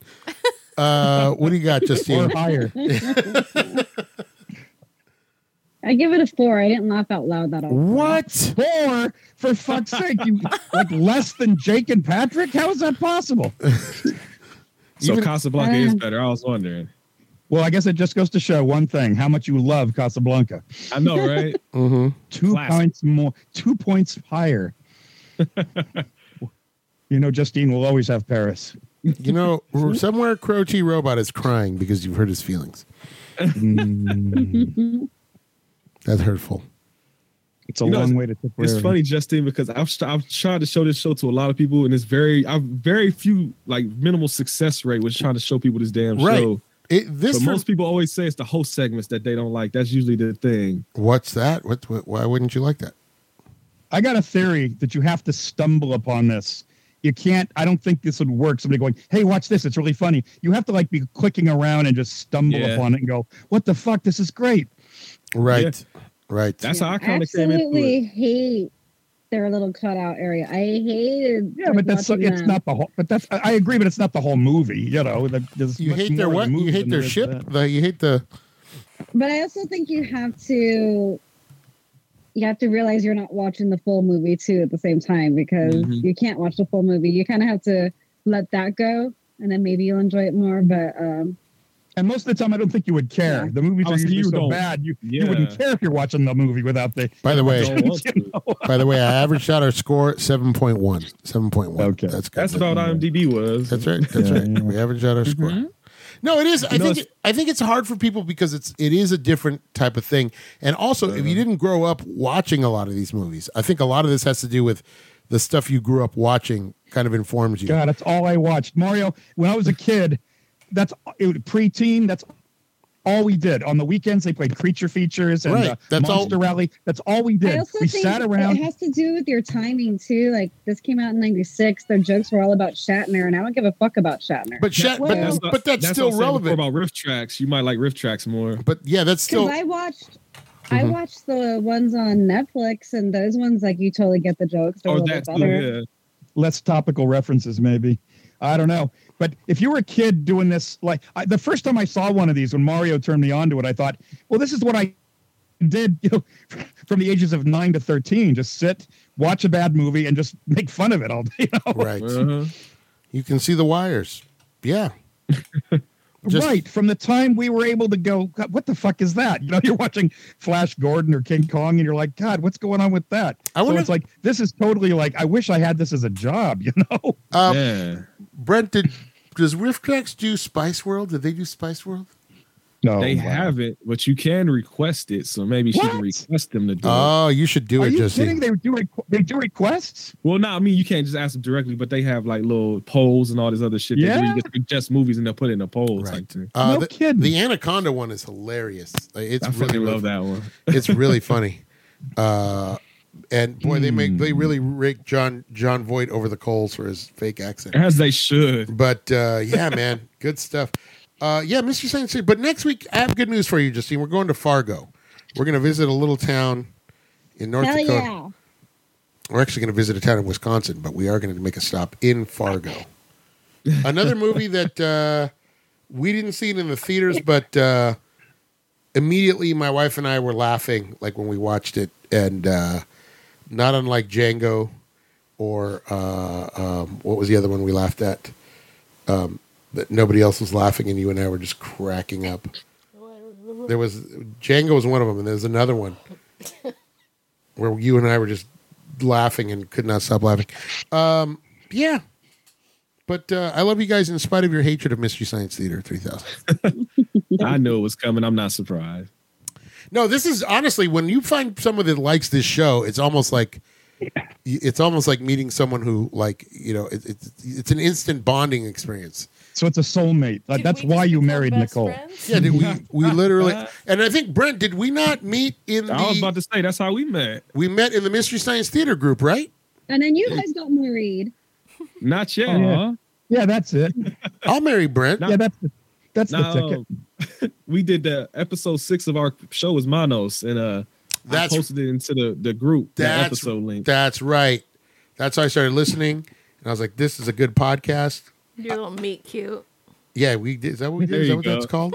A: Uh, what do you got,
C: or
A: Justine?
C: higher.
H: I give it a four. I didn't laugh out loud that often.
A: what?
C: Four for fuck's sake! You like less than Jake and Patrick? How is that possible?
F: So
A: Even-
F: Casablanca is better. I was wondering.
C: Well, I guess it just goes to show one thing: how much you love Casablanca.
F: I know, right?
A: Mm-hmm.
C: Two
F: Classic.
C: points more. Two points higher. you know, Justine will always have Paris.
A: You know, somewhere Crow T Robot is crying because you've hurt his feelings. That's hurtful.
C: It's a
F: You know,
C: long
F: it's-
C: way to tip.
F: It's funny, Justin, because I've st- I've tried to show this show to a lot of people, and it's very I've very few like minimal success rate with trying to show people this damn
A: Right.
F: show.
A: It, this
F: But
A: for-
F: most people always say it's the host segments that they don't like. That's usually the thing.
A: what's that? What, what? Why wouldn't you like that?
C: I got a theory that you have to stumble upon this. You can't. I don't think this would work. Somebody going, "Hey, watch this! It's really funny." You have to like be clicking around and just stumble
F: Yeah.
C: upon it and go, "What the fuck? This is great."
A: Right, right.
F: That's how I
H: I
F: kind of came into
H: absolutely
F: it.
H: hate their little cutout area. I hated.
C: Yeah, but that's so,
H: watching
C: it's
H: them.
C: not the whole. But that's I I agree, but it's not the whole movie. You know, that- there's
A: you
C: much
A: hate their
C: more to
A: what?
C: the movie
A: You hate
C: than
A: their
C: there is
A: ship?
C: that.
A: The, you hate the
H: But I also think you have to. You have to realize you're not watching the full movie too at the same time because
F: Mhm.
H: you can't watch the full movie. You kind of have to let that go, and then maybe you'll enjoy it more. But um,
C: And most of the time, I don't think you would care. The movies
F: Oh,
C: are
F: so
C: usually
F: you
C: so
F: don't.
C: bad, you,
F: Yeah.
C: you wouldn't care if you're watching the movie without the.
A: By the way,
F: Don't want to.
A: by the way, I averaged out our score at 7.1. 7.1.
C: Okay.
A: That's good.
F: That's about IMDb was.
A: That's right. That's right. We average out our score. Mm-hmm. No, it is. I
F: No,
A: think
F: it's-
A: I think it's hard for people because it's it is a different type of thing. And also, if you didn't grow up watching a lot of these movies, I think a lot of this has to do with the stuff you grew up watching. Kind of informs you.
C: God, that's all I watched. Mario, when I was a kid, that's it, was preteen. That's all we did on the weekends. They played creature features and
A: Right.
C: uh,
A: That's all-
C: Monster Rally. That's all we
H: I
C: did.
H: also
C: We
H: think
C: sat around.
H: it has to do with your timing too. Like this came out in '96. Their jokes were all about Shatner, and I don't give a fuck about Shatner.
A: But Shat, but,
H: Well-
A: but that's,
F: what I
A: still
F: was saying before
A: relevant.
F: About riff tracks, you might like riff tracks more.
A: But yeah, that's
H: Because
A: still
H: I watched, I watched the ones on Netflix, and those ones like you totally get the jokes. They're a
F: Oh,
H: little
F: that's
H: bit better.
F: yeah.
C: less topical references, maybe. I don't know. But if you were a kid doing this, like I, the first time I saw one of these, when Mario turned me on to it, I thought, well, this is what I did, you know, from the ages of nine to 13. Just sit, watch a bad movie, and just make fun of it all day. You know?
A: right.
F: Uh-huh.
A: You can see the wires. Yeah. Just-
C: right. From the time we were able to go, God, what the fuck is that? You know, you're watching Flash Gordon or King Kong, and you're like, God, what's going on with that?
A: I
C: so
A: wonder
C: it's
A: if-
C: like, this is totally like, I wish I had this as a job, you know?
A: Uh,
F: yeah.
A: Brent, did does Riff Tracks do Spice World? Did they do Spice World?
C: No.
F: they
C: Oh, wow.
F: have it, but you can request it. So maybe she can
C: What?
F: request them to do it.
A: Oh, you should do
C: Are
A: it,
C: you
A: Justine.
C: kidding? They do requ- they do requests.
F: Well, no, I mean you can't just ask them directly, but they have like little polls and all this other shit. They do.
C: Yeah.
F: You just suggest movies and they'll put it in a poll. Right. Type thing.
A: Uh,
C: No
A: the,
C: kidding.
A: The Anaconda one is hilarious. Like, It's
F: I
A: really,
F: fucking
A: really
F: love that one.
A: It's really funny. Uh, and boy, they make they really
F: Hmm.
A: rake John John Voight over the coals for his fake accent.
F: As they should.
A: But uh, yeah, man, good stuff. Uh, yeah, Mr. Saint City. But next week, I have good news for you, Justine. We're going to Fargo. We're going to visit a little town in North
H: Hell
A: Dakota.
H: yeah!
A: We're actually going to visit a town in Wisconsin, but we are going to make a stop in Fargo. Another movie that uh, we didn't see it in the theaters, but uh, immediately my wife and I were laughing like when we watched it, and uh, not unlike Django or uh, um, what was the other one we laughed at? Um, that nobody else was laughing, and you and I were just cracking up. There was Django was one of them, and there's another one where you and I were just laughing and could not stop laughing. Um, yeah. But uh, I love you guys in spite of your hatred of Mystery Science Theater 3000.
F: I knew it was coming. I'm not surprised.
A: No, this is honestly when you find someone that likes this show, it's almost like it's almost like meeting someone who like, you know, it, it's it's an instant bonding experience.
C: So it's a soulmate. That-
J: Did
C: That's
J: we just
C: why you
J: become
C: married
J: best
C: Nicole.
J: friends?
A: Yeah, did we we literally and I think Brent, did we not meet in
F: I was
A: the
F: about to say that's how we met.
A: we met in the Mystery Science Theater group, right?
H: And then you guys got married.
F: Not yet.
G: Aw.
C: Oh, Yeah, that's it.
A: I'll marry Brent.
C: Yeah, that's the, that's the
F: No,
C: ticket.
F: um, we did the episode six of our show was Manos, and uh,
A: That's-
F: I posted it into the the group that
A: That's-
F: episode link.
A: That's right. That's how I started listening. And I was like, this is a good podcast.
J: Your little meat cute.
A: Yeah, we did. Is that what we did?
F: There
A: Is that
F: you
A: what
F: go.
A: that's called?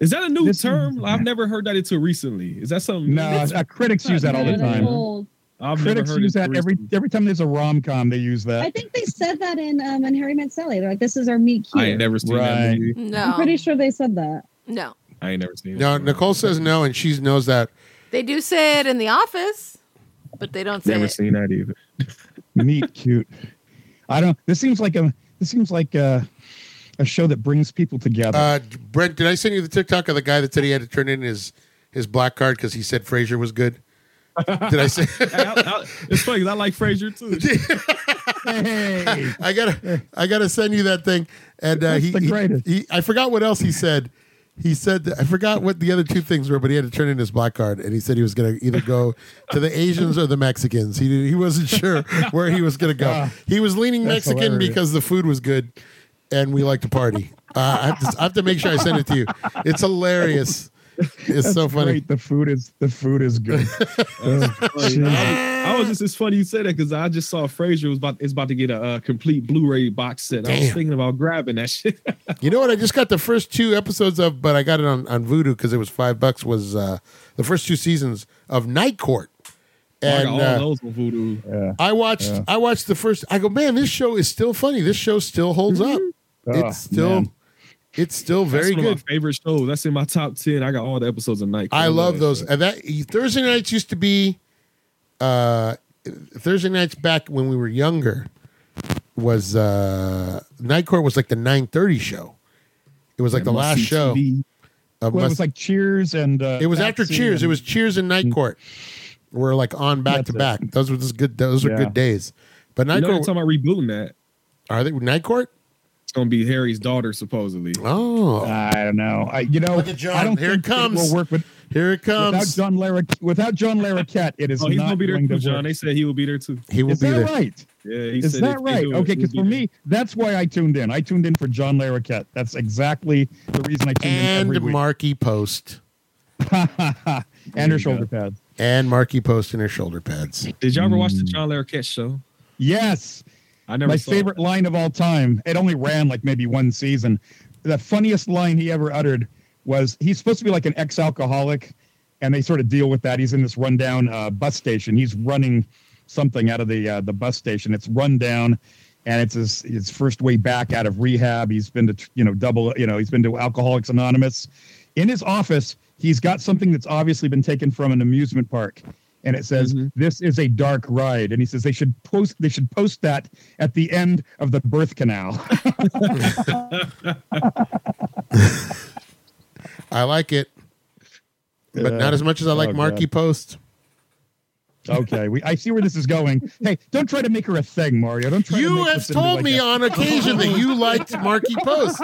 F: Is that a new
C: This-
F: term? I've never heard that until recently. Is that something?
C: No, uh, critics use that all the
H: No, that's
C: time.
H: old.
F: I've never
C: Critics
F: heard
C: use
F: it
C: that every
F: recently.
C: every time there's a rom com. They use
H: I
C: that.
H: think they said that in um in Harry Met Sally. They're like, "This is our meet cute."
F: I ain't never seen that
C: Right.
F: movie.
H: I'm
J: No,
H: pretty sure they said that.
J: no,
F: I ain't never seen
A: No,
F: it.
A: Nicole says no, and she knows that.
J: they do say it in the office, but they don't say
F: Never
J: it.
F: seen that either.
C: Meet cute. I don't. This seems like a this seems like a, a show that brings people together.
A: Uh, Brent, did I send you the TikTok of the guy that said he had to turn in his his black card because he said Frasier was good? Did I say?
F: Hey, I- I- it's funny 'cause I like Frasier too.
C: hey,
A: I gotta I gotta send you that thing. And uh,
C: That's
A: he,
C: the
A: he-
C: greatest.
A: he- I forgot what else he said. He said that- I forgot what the other two things were, but he had to turn in his black card, and he said he was gonna either go to the Asians or the Mexicans. He did, he wasn't sure where he was gonna go.
C: Ah,
A: he was leaning
C: that's
A: Mexican
C: hilarious.
A: because the food was good, and we like to party. Uh, I, have to, I have to make sure I send it to you. It's hilarious. It's so funny.
C: great. The food is the food is good. Oh,
F: Like, I, was, I was just it's funny you said that because I just saw Frasier was about it's about to get a uh, complete Blu-ray box set. I was
A: Damn.
F: thinking about grabbing that shit.
A: You know what? I just got the first two episodes of, but I got it on on Voodoo because it was five bucks. Was uh, the first two seasons of Night Court,
F: I
A: and
F: got all
A: uh,
F: those on Voodoo.
C: yeah.
A: I watched
C: Yeah.
A: I watched the first. I go, man, this show is still funny. This show still holds up.
C: Oh,
A: it's still
C: man.
A: It's still very
F: That's one
A: good.
F: Of my favorite shows. That's in my top ten. I got all the episodes of Night.
A: I
F: Court.
A: love those.
F: that
A: And that e, Thursday nights used to be uh Thursday nights back when we were younger was uh Night Court was like the 930 show. It was like
F: show.
A: the last
F: Must-see
A: show.
F: TV.
A: of
C: Well, it
A: must-
C: was like Cheers and uh,
A: it was after
C: Patsy
A: Cheers. It
C: and-
A: was Cheers and Night Court. We're like on back
C: That's
A: to
C: it.
A: back. Those were just good those were
C: Yeah.
A: good days. But
F: You
A: Night
F: know they're
A: Court
F: talking about rebooting that.
A: are they Night Court?
F: It's gonna be Harry's daughter supposedly.
A: Oh.
C: I don't know. I you know
A: Look at John.
C: I don't
A: Here
C: think
A: it comes.
C: will work with,
A: Here it
C: without
A: comes.
C: John Larroquette. Without John Larroquette, it is
F: Oh, he's
C: not
F: gonna be there
C: going
F: too,
C: to
F: John. They
C: work.
F: said he will be there too.
A: He will
C: Is
A: be
C: that
A: there.
C: right?
F: Yeah, he
C: Is
F: said if
C: that
F: they
C: right?
F: do it,
C: Okay,
F: he'll
C: because
F: be
C: for
F: there.
C: me, that's why I tuned in. I tuned in for John Larroquette. That's exactly the reason I tuned in every
A: And
C: week.
A: Marky Post.
C: and her
F: you
C: shoulder
F: go.
C: pads.
A: And Marky Post in her shoulder pads.
F: did y'all ever watch the John Larroquette show?
C: Yes,
F: I never.
C: my
F: saw it.
C: favorite line of all time. It only ran like maybe one season. The funniest line he ever uttered was he's supposed to be like an ex alcoholic, and they sort of deal with that. He's in this rundown uh, bus station. He's running something out of the uh, the bus station. It's rundown, and it's his his first way back out of rehab. He's been to you know double you know he's been to Alcoholics Anonymous. In his office, he's got something that's obviously been taken from an amusement park, and it says
F: Mhm.
A: Mm-hmm.
C: this is a dark ride. And he says they should post they should post that at the end of the birth canal.
A: I like it, but
C: Yeah.
A: not as much as I like
C: Oh,
A: Marky Post.
C: okay, we I see where this is going. Hey, don't try to make her a thing, Mario. Don't try. to
A: You
C: make
A: have
C: this into,
A: told
C: like,
A: me
C: a-
A: on occasion that you liked Marky Post,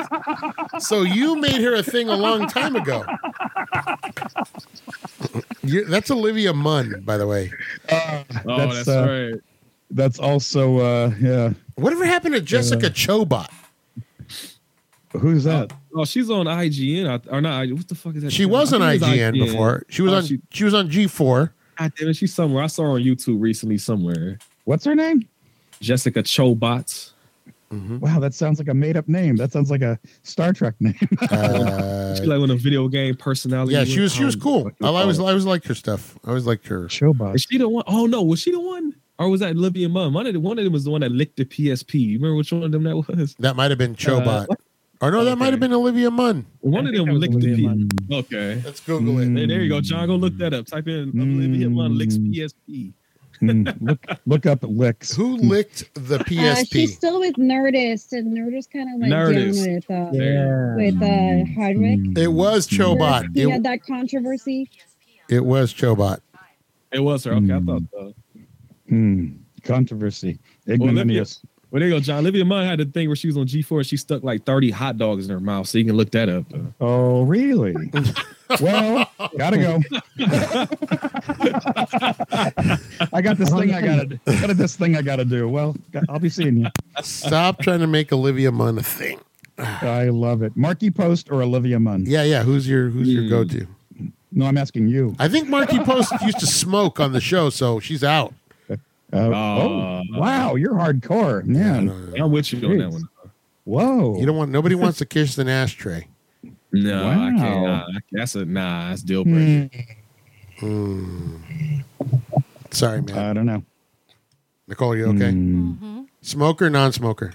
A: so you made her a thing a long time ago. you that's Olivia Munn, by the way.
C: Uh,
F: Oh,
C: that's,
F: that's,
C: uh,
F: right.
C: that's also uh, yeah.
A: Whatever happened to Jessica Chobot?
C: Who's that?
F: Oh, she's on IGN I- or not? What the fuck is that?
A: She
F: channel?
A: was on
F: I think it's
A: IGN before. She was
F: Oh,
A: on.
F: she-
A: She was on G four.
F: God damn it, she's somewhere. I saw her on YouTube recently somewhere.
C: What's her name?
F: Jessica Chobot. Mm-hmm.
C: Wow, that sounds like a made up name. That sounds like a Star Trek name.
A: Uh,
F: She like one of video game personality.
A: yeah, she was. She was
F: Um,
A: cool. I always. I
F: oh.
A: always liked her stuff. I always liked her.
C: Showbot.
F: Is she the one? Oh no, was she the one? Or was that Olivia Munn? One of, the, one of them was the one that licked the PSP. You remember which one of them that was?
A: That might have been Chobot, or no, that might have
F: Uh, okay.
A: been Olivia Munn.
F: One of
G: think
F: them
G: that was
F: licked
G: Olivia
F: the P.
C: Hmm.
G: Munn.
F: Okay.
A: Let's Google it.
F: Hey, there you go, John. Go look that up. Type in Olivia Munn licks PSP.
C: Mm, look, look up licks.
A: Who licked the
H: Uh,
A: PSP?
H: she's still with Nerdist, and Nerdist kind of went
F: Nerdist.
H: down with uh,
G: Yeah.
H: with uh,
C: Hmm.
H: Hardwick.
A: it was Chobot.
H: You had
A: It,
H: that controversy.
A: it was Chobot.
F: It was her. Okay, I thought
C: Mm.
F: so.
C: Mm, controversy. Ignominious.
F: Well, there you go, John. Olivia Munn had a thing where she was on G4 and she stuck like 30 hot dogs in her mouth. So you can look that up. though.
C: Oh, really? well, gotta go. I got this thing I gotta got this thing I gotta do. Well, I'll be seeing you.
A: Stop trying to make Olivia Munn a thing.
C: I love it. Marky Post or Olivia Munn?
A: Yeah, yeah. Who's your Who's your
F: Hmm.
A: go to?
C: No, I'm asking you.
A: I think Marky Post used to smoke on the show, so she's out.
C: Uh, oh,
F: Uh,
C: wow, you're hardcore,
A: I
C: man.
A: don't know.
F: I'm with you on that
C: Jeez.
F: one.
C: Whoa.
A: You don't want nobody wants to kiss an ashtray.
F: No, I can't.
C: Wow.
F: Nah, I- that's a nah. That's deal breaker.
C: Hmm,
A: Hmm. Sorry, man.
F: Uh,
C: I don't know.
A: Nicole, you okay?
C: Hmm.
E: Mm-hmm.
A: Smoker, non-smoker.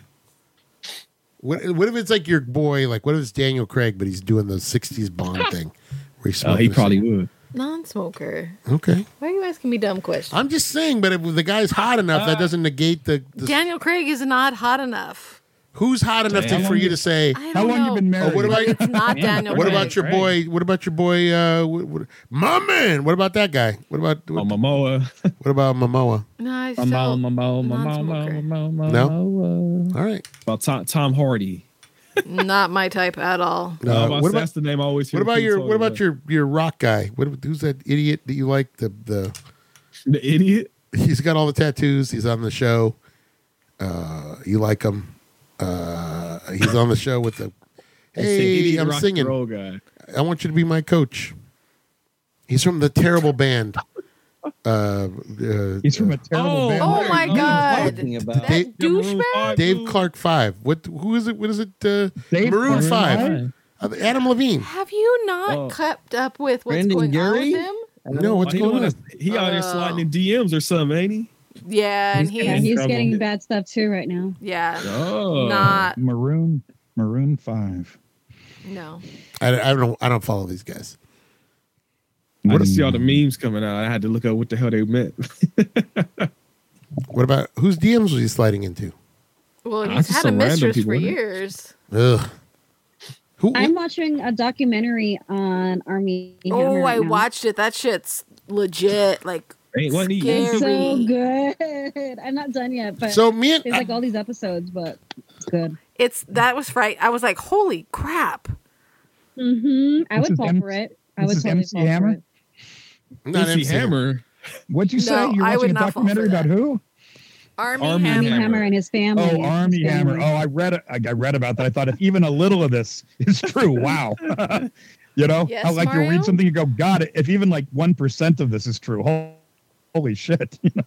A: What What if it's like your boy? Like, what if it's Daniel Craig, but he's doing the '60s Bond thing? Where he's
F: Oh, he
A: smoking a
F: probably would.
E: Non-smoker.
A: cig- okay.
E: Why are you asking me dumb questions?
A: I'm just saying, but if the guy's hot enough, that doesn't negate the, the
E: Daniel Craig is not hot enough.
A: who's hot enough to,
F: Damn.
A: for you to say.
E: I don't
C: How long
E: know.
C: you been
A: Oh,
C: married?
A: what about
E: It's not
G: Yeah,
E: Daniel.
A: what
E: Craig.
A: about your boy? What about your boy? Uh, what, what, my man. What about that guy? What about
F: Oh,
A: what,
F: Momoa.
A: what about Momoa?
E: No, I still,
G: Mamo, mamo, mamo,
E: non-smoker.
G: mamo,
A: No?
G: mamo,
A: All right.
F: About Tom, Tom Hardy.
E: not my type at all.
A: No.
F: Uh,
A: what about
F: that's the name I always
A: what
F: hear.
A: about
F: people
A: your
F: talk
A: what about your your rock guy? What who's that idiot that you like? The the
F: the idiot?
A: he's got all the tattoos. He's on the show. Uh, you like him? Uh, he's on the show with the.
F: It's the
A: Hey,
F: idiot
A: I'm
F: rock and
A: singing.
F: roll guy.
A: I want you to be my coach. He's from the terrible band. Uh, uh,
C: He's from a terrible
F: Oh,
C: band.
E: Oh my
F: Dave-
E: god.
I: Talking about
A: Dave-
E: That douchebag.
A: Dave Clark Five. What? Who is it? What is it? Uh,
C: Dave
A: Maroon
C: Clark
A: Five.
G: mamo.
A: Uh, Adam Levine.
E: Have you not
F: Oh.
E: kept up with what's
I: Brandon
E: going
I: Urie?
E: on
A: No, what's
F: He, the one
A: going on?
F: that's- he out
E: Oh.
F: there sliding in DMs or something, ain't he?
E: with him? Yeah, and
H: Yeah,
E: he's
H: he's
F: trouble.
H: getting bad stuff too right now.
E: yeah,
F: Oh.
E: not
C: Maroon Maroon Five.
E: No.
A: I, I don't. I don't follow these guys.
F: I just see all the memes coming out. I had to look up what the hell they meant.
A: What about whose DMs was he sliding into?
E: Well,
F: Nah,
E: he's
F: just
E: had a
F: some random
E: mistress
F: people,
E: for
F: isn't it?
E: years.
A: Ugh. Who?
H: I'm watching a documentary on Army. Hammer
E: Oh,
H: right
E: I
H: now.
E: watched it. That shit's legit. Like,
F: Ain't wasn't E he-
E: Scary.
H: It's so good. I'm not done yet, but
A: so me and
C: uh,
H: there's like all these episodes, but it's good.
E: it's that was fright. I was like, holy crap.
H: Mm-hmm. I
C: This
H: would
C: is
H: fall
C: M-
H: for it. I
C: this
H: would
C: is
H: totally
C: MC
H: fall
C: Hammer?
H: for it.
A: not
F: MC
A: MC Hammer.
F: Hammer.
C: What'd you say?
E: No,
C: You're
E: I
C: watching
E: would
C: a
E: not fall for
C: documentary about
E: that.
C: who?
E: Army, Hammer.
F: Army
H: Army
F: Hammer.
H: Hammer. and his family.
C: Oh,
H: His
C: Army Hammer.
H: family.
C: Oh, I read it. I I read about that. I thought if even a little of this is true, wow. you know,
E: Yes,
C: how like you
E: Mario?
C: read something, you go, God, if even like one percent of this is true, hol- holy shit. You know,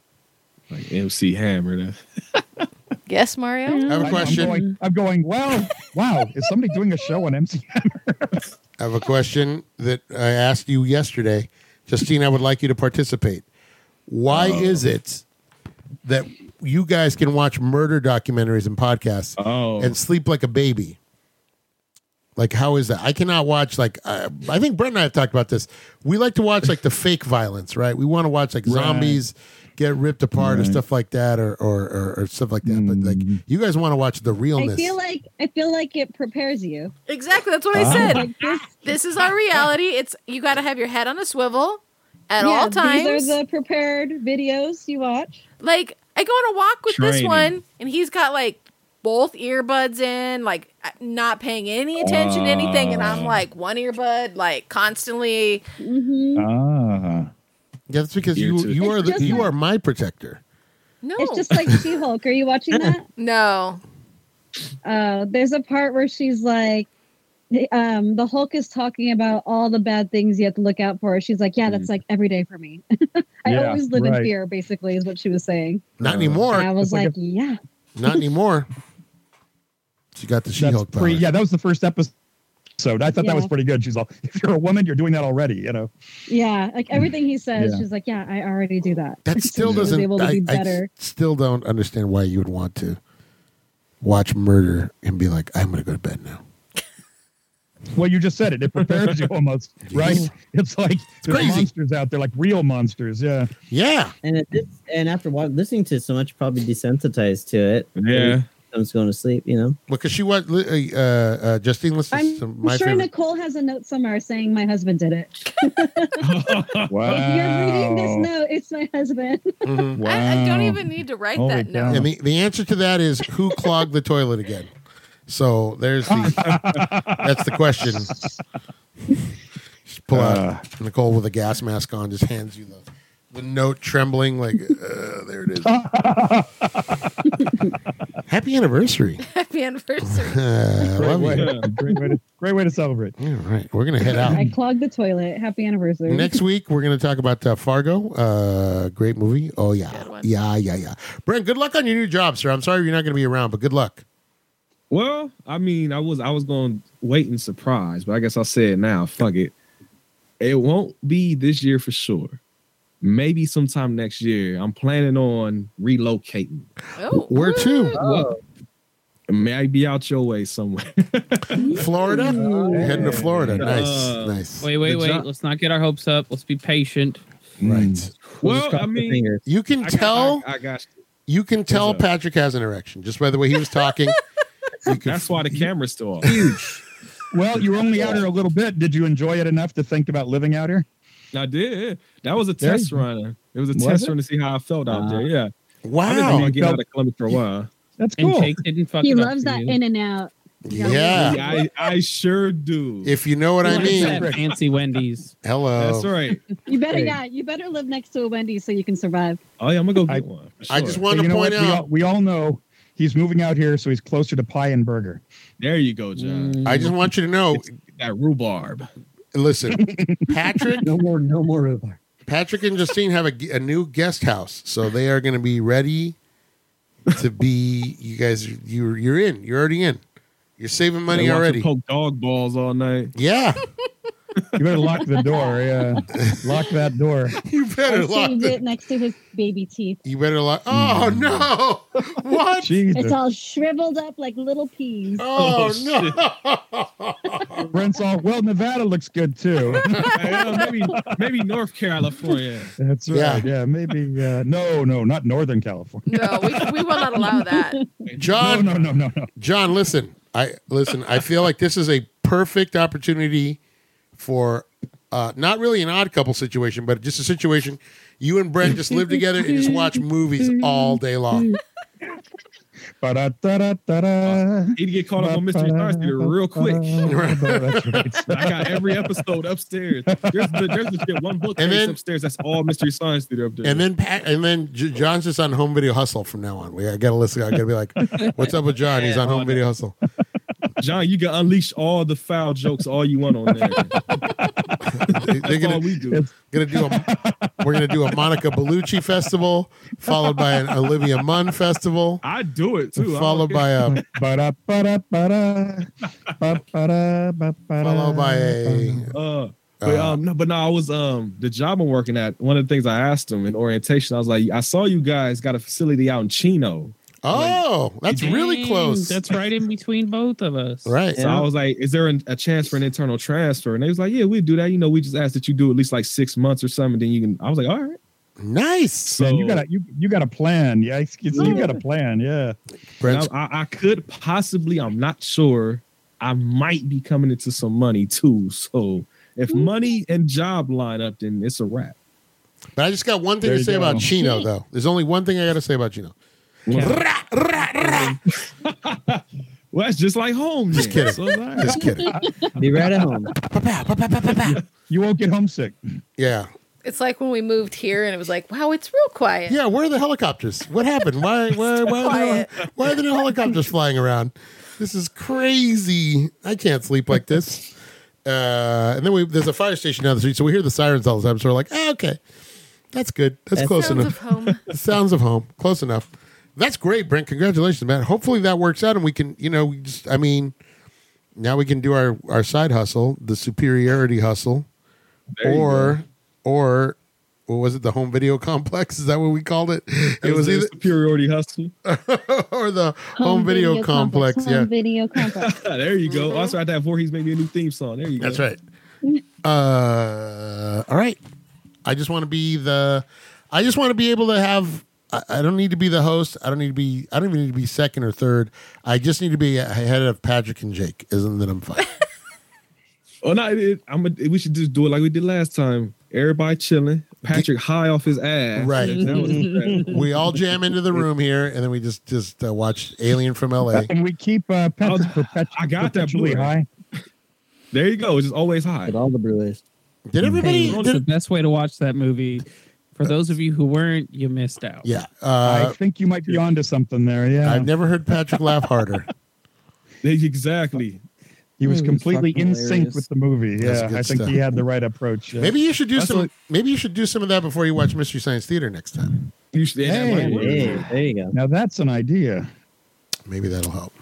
F: Like MC Hammer. that-
E: Yes, Mario.
A: I have a
C: I'm
A: question.
C: going, I'm going. Wow, wow. Is somebody doing a show on MC?
A: I have a question that I asked you yesterday. Justine, I would like you to participate. Why is it that you guys can watch murder documentaries and podcasts
F: Oh,
A: and sleep like a baby? Like, how is that? I cannot watch, like, uh, I think Brent and I have talked about this. We like to watch, like, the fake violence, right? We want to watch, like,
C: Right.
A: zombies get ripped apart or
F: Right. Mm-hmm.
A: stuff like that or, or, or, or stuff like that. But, like, you guys want to watch the
C: Oh,
A: realness.
H: I feel like I feel like it prepares you.
E: Exactly. That's what I
F: Ah.
C: Oh.
E: said.
H: Like this,
E: This is our reality. It's you got to have your head on a swivel at
H: yeah,
E: all times.
H: These are the prepared videos you watch.
E: Like I go on a walk with this
F: Training.
E: one, and he's got like both earbuds in, like not paying any attention to anything, and I'm
F: Ah.
E: like one earbud, like constantly. Mm-hmm.
H: hmm
C: ah,
A: yeah, that's because
F: You're
A: you,
F: too-
A: you,
H: It's
A: are the,
H: just
A: you
H: like-
A: are my protector.
E: No,
H: It's just like She Hulk. Are you watching that?
E: no.
H: Uh, there's a part where she's like, um, the Hulk is talking about all the bad things you have to look out for. She's like, yeah, that's like every day for me. I
C: Mm. Yeah,
H: always live in
C: right.
H: fear, basically, is what she was saying.
A: Not
F: Uh,
A: anymore.
H: And I was
C: It's like
H: like, yeah.
A: Not anymore. She got the
C: that's
A: She-Hulk power.
C: pretty. Yeah, that was the first episode. I thought that was
H: Yeah.
C: pretty good. She's all, if you're a woman, you're doing that already. You know,
H: Yeah, like everything he says,
C: Yeah.
H: she's like, "Yeah, I already do that."
A: That still
H: She was
A: doesn't.
H: able to
A: I,
H: be
A: I
H: better.
A: still don't understand why you would want to watch murder and be like, "I'm going to go to bed now."
C: well, you just said it. It prepares you almost, right?
A: Yes.
C: It's like there's
A: crazy.
C: monsters out there, like real monsters. Yeah.
A: Yeah,
I: And it, it's- and after wa- listening to it so much, probably desensitized to it.
F: yeah.
I: I'm just going to sleep. You know.
A: because she was li- uh, uh, Justine listens
H: I'm
A: to some- my
H: sure
A: favorite.
H: Nicole has a note somewhere saying my husband did it. If you're reading this
C: Wow.
H: note, it's my husband.
C: Mm-hmm.
A: Mhm.
E: I, I don't
C: Wow.
E: even need to write
C: Holy
E: that
C: cow.
E: note.
A: And the, the answer to that is who clogged the toilet again. So there's the that's the question. Just pull
C: Uh.
A: out Nicole with a gas mask on, just hands you the the note, trembling like uh, there it is. Happy anniversary.
E: Happy anniversary.
A: Uh,
C: Ah, Great
A: love
C: way,
A: you.
C: great, way to, great way to celebrate.
A: All right, we're gonna head out.
H: I clogged the toilet. Happy anniversary.
A: Next week we're gonna talk about uh, Fargo. Uh, great movie. Oh
E: Good
A: yeah,
E: one.
A: yeah, yeah, yeah. Brent, good luck on your new job, sir. I'm sorry you're not gonna be around, but good luck.
F: Well, I mean, I was I was going to wait and surprise, but I guess I'll say it now. Fuck it. It won't be this year for sure. Maybe sometime next year. I'm planning on relocating.
E: Oh,
A: Where to?
F: Maybe be out your way somewhere.
A: Florida. You're heading to Florida. Nice,
F: Uh,
A: nice.
G: Wait, wait,
F: The
G: wait.
F: job-
G: Let's not get our hopes up. Let's be patient.
A: Right.
I: We'll just
F: well,
I: cross
F: I
I: our
F: mean,
I: fingers.
A: You can
F: I got-
A: tell.
F: I, I got.
A: you can tell
F: What's up?
A: Patrick has an erection just by the way he was talking. You could-
F: That's why the camera's still off.
C: Well, you were only out here a little bit. Did you enjoy it enough to think about living out here?
F: I did. That was a
C: There
F: test
C: you-
F: run. It was a
C: Was
F: test
C: it?
F: run to see how I felt out there. Yeah, I've been
A: Wow.
F: thinking about getting out of Columbus for a while.
C: That's
G: And
C: cool.
G: Jake didn't fuck
H: he
G: it up
H: loves
G: for
H: that
G: you.
H: in and out.
A: Yeah.
F: Yeah, I, I sure do.
A: If uh, you know what I
G: Loves
A: mean.
G: that fancy Wendy's.
A: Hello.
F: That's right.
H: You better,
C: Hey.
H: yeah, you better live next to a Wendy's so you can survive.
F: Oh yeah, I'm gonna go get
C: I-
F: one. for
A: I
F: sure.
A: just
C: But
A: want
C: you
A: to
C: know
A: point
C: what? We all,
A: out.
C: we all know he's moving out here, so he's closer to pie and burger.
F: There you go, John.
G: Mm.
A: I just want you to know.
F: That rhubarb.
A: Listen, Patrick
I: No more, no more rhubarb.
A: Patrick and Justine have a, g- a new guest house, so they are going to be ready to be. You guys, you're you're in. You're already in. You're saving money
F: They watching
A: already.
F: Poke dog balls all night.
A: yeah,
C: You better lock the door. Yeah, lock that door.
A: You
H: I
A: better lock.
H: shaved
A: The,
H: it next to his baby teeth.
A: you better lock. Oh
I: Mm.
A: no! What?
C: Jesus,
H: It's all shriveled up like little peas.
A: Oh, no!
C: Brent's all well. Nevada looks good too.
F: Yeah, maybe maybe North California.
C: That's right.
A: Yeah.
C: Yeah, maybe. Uh, no, no, not Northern California.
E: No, we, we will not allow that.
C: No,
A: John,
C: no, no, no, no.
A: John, listen. I listen. I feel like this is a perfect opportunity for uh, not really an odd couple situation, but just a situation you and Brent just live together and just watch movies all day long.
C: Ba-da-da-da-da.
F: He'd get caught up on Mystery Science Theater real quick.
C: That's right.
F: I got every episode upstairs. There's the, there's legit one book
A: And then-
F: upstairs. That's all Mystery Science Theater up there.
A: And then Pat, and then J- John's just on home video hustle from now on. We I gotta listen. I gotta be like, "What's up with John? He's on home video hustle."
F: John, you can unleash all the foul jokes all you want on there.
A: They- They're
F: That's all
A: gonna,
F: we do.
A: gonna do a we're gonna do a Monica Bellucci festival, followed by an Olivia Munn festival,
F: I do it too. I don't
A: followed
F: care.
A: by a
C: Ba-da-ba-da-ba-da. Ba-ba-da-ba-ba-da.
A: followed by a
F: Uh, but
A: Uh,
F: um, no, but no, I was um the job I'm working at. One of the things I asked them in orientation, I was like, I saw you guys got a facility out in Chino.
A: oh, that's really
G: Dang,
A: close.
G: That's right in between both of us.
A: right.
F: So I was like, is there an, a chance for an internal transfer? And they was like, yeah, we do that. You know, we just ask that you do at least like six months or something. Then you can. I was like, all right.
A: Nice.
F: So
C: Man, you got a you, you got a plan. Yeah, excuse you got a plan. Yeah,
A: Brent's,
F: I, I, I could possibly. I'm not sure. I might be coming into some money too. So if money and job line up, then it's a wrap.
A: but I just got one thing
C: There
A: to
C: you
A: say about
C: go.
A: Chino, though. There's only one thing I gotta say about Chino.
F: Well, that's just like home.
A: Just
F: then.
A: kidding.
F: So it's all right.
A: Just kidding.
I: Be right at home.
C: you won't get homesick.
A: Yeah.
E: It's like when we moved here and it was like, wow, it's real quiet.
A: Yeah, where are the helicopters? What happened? Why why why are, there,
E: quiet.
A: why are there no helicopters flying around? This is crazy. I can't sleep like this. Uh, and then we there's a fire station down the street, so we hear the sirens all the time. So we're like, ah, okay, that's good. That's,
I: That's-
A: close
E: Sounds
A: enough.
E: of home.
A: Sounds of home. Close enough. That's great, Brent. Congratulations, man. Hopefully that works out, and we can, you know, we just, I mean, now we can do our our side hustle, the superiority hustle,
F: There you go.
A: or or what was it? The home video complex? Is that what we called it? It,
F: It
A: was,
F: the
A: either
F: superiority hustle.
A: or the home, video, complex.
H: Home
A: Yeah,
H: video complex.
F: there you go.
C: Mm-hmm.
F: Also, at that Voorhees made me a new theme song. There you go.
A: that's right. Uh, all right. I just want to be the. I just want to be able to have. I, I don't need to be the host. I don't need to be. I don't even need to be second or third. I just need to be ahead of Patrick and Jake. Isn't that I'm fine?
F: Oh no, it, it- I'm. A, we should just do it like we did last time. Everybody chilling. Patrick high off his ass.
A: Right.
F: That was-
A: we all jam into the room here, and then we just just uh, watch Alien from L.A.
C: And we keep uh, Patrick
F: Oh,
C: perpetu-
F: I got that
C: perpetually
F: Blu-ray.
C: high.
F: there you go. It's just always high.
I: Get all the Brewers.
A: Did everybody?
G: Hey, that's the
A: did-
G: best way to watch that movie. For those of you who weren't, you missed out.
A: yeah. Uh,
C: I think you might be onto something there. Yeah,
A: I've never heard Patrick laugh harder.
F: Exactly.
C: he was
I: It was
C: completely
I: fucking
C: in sync
I: hilarious.
C: with the movie.
A: That's
C: Yeah,
A: good
C: I think
A: stuff.
C: he had the right approach. Yeah.
A: Maybe you should do
F: That's
A: some.
F: what-
A: maybe you should do some of that before you watch Mystery Science Theater next time.
F: You should. that
C: Hey.
F: might work.
I: Hey, there you go.
C: now that's an idea.
A: Maybe that'll help.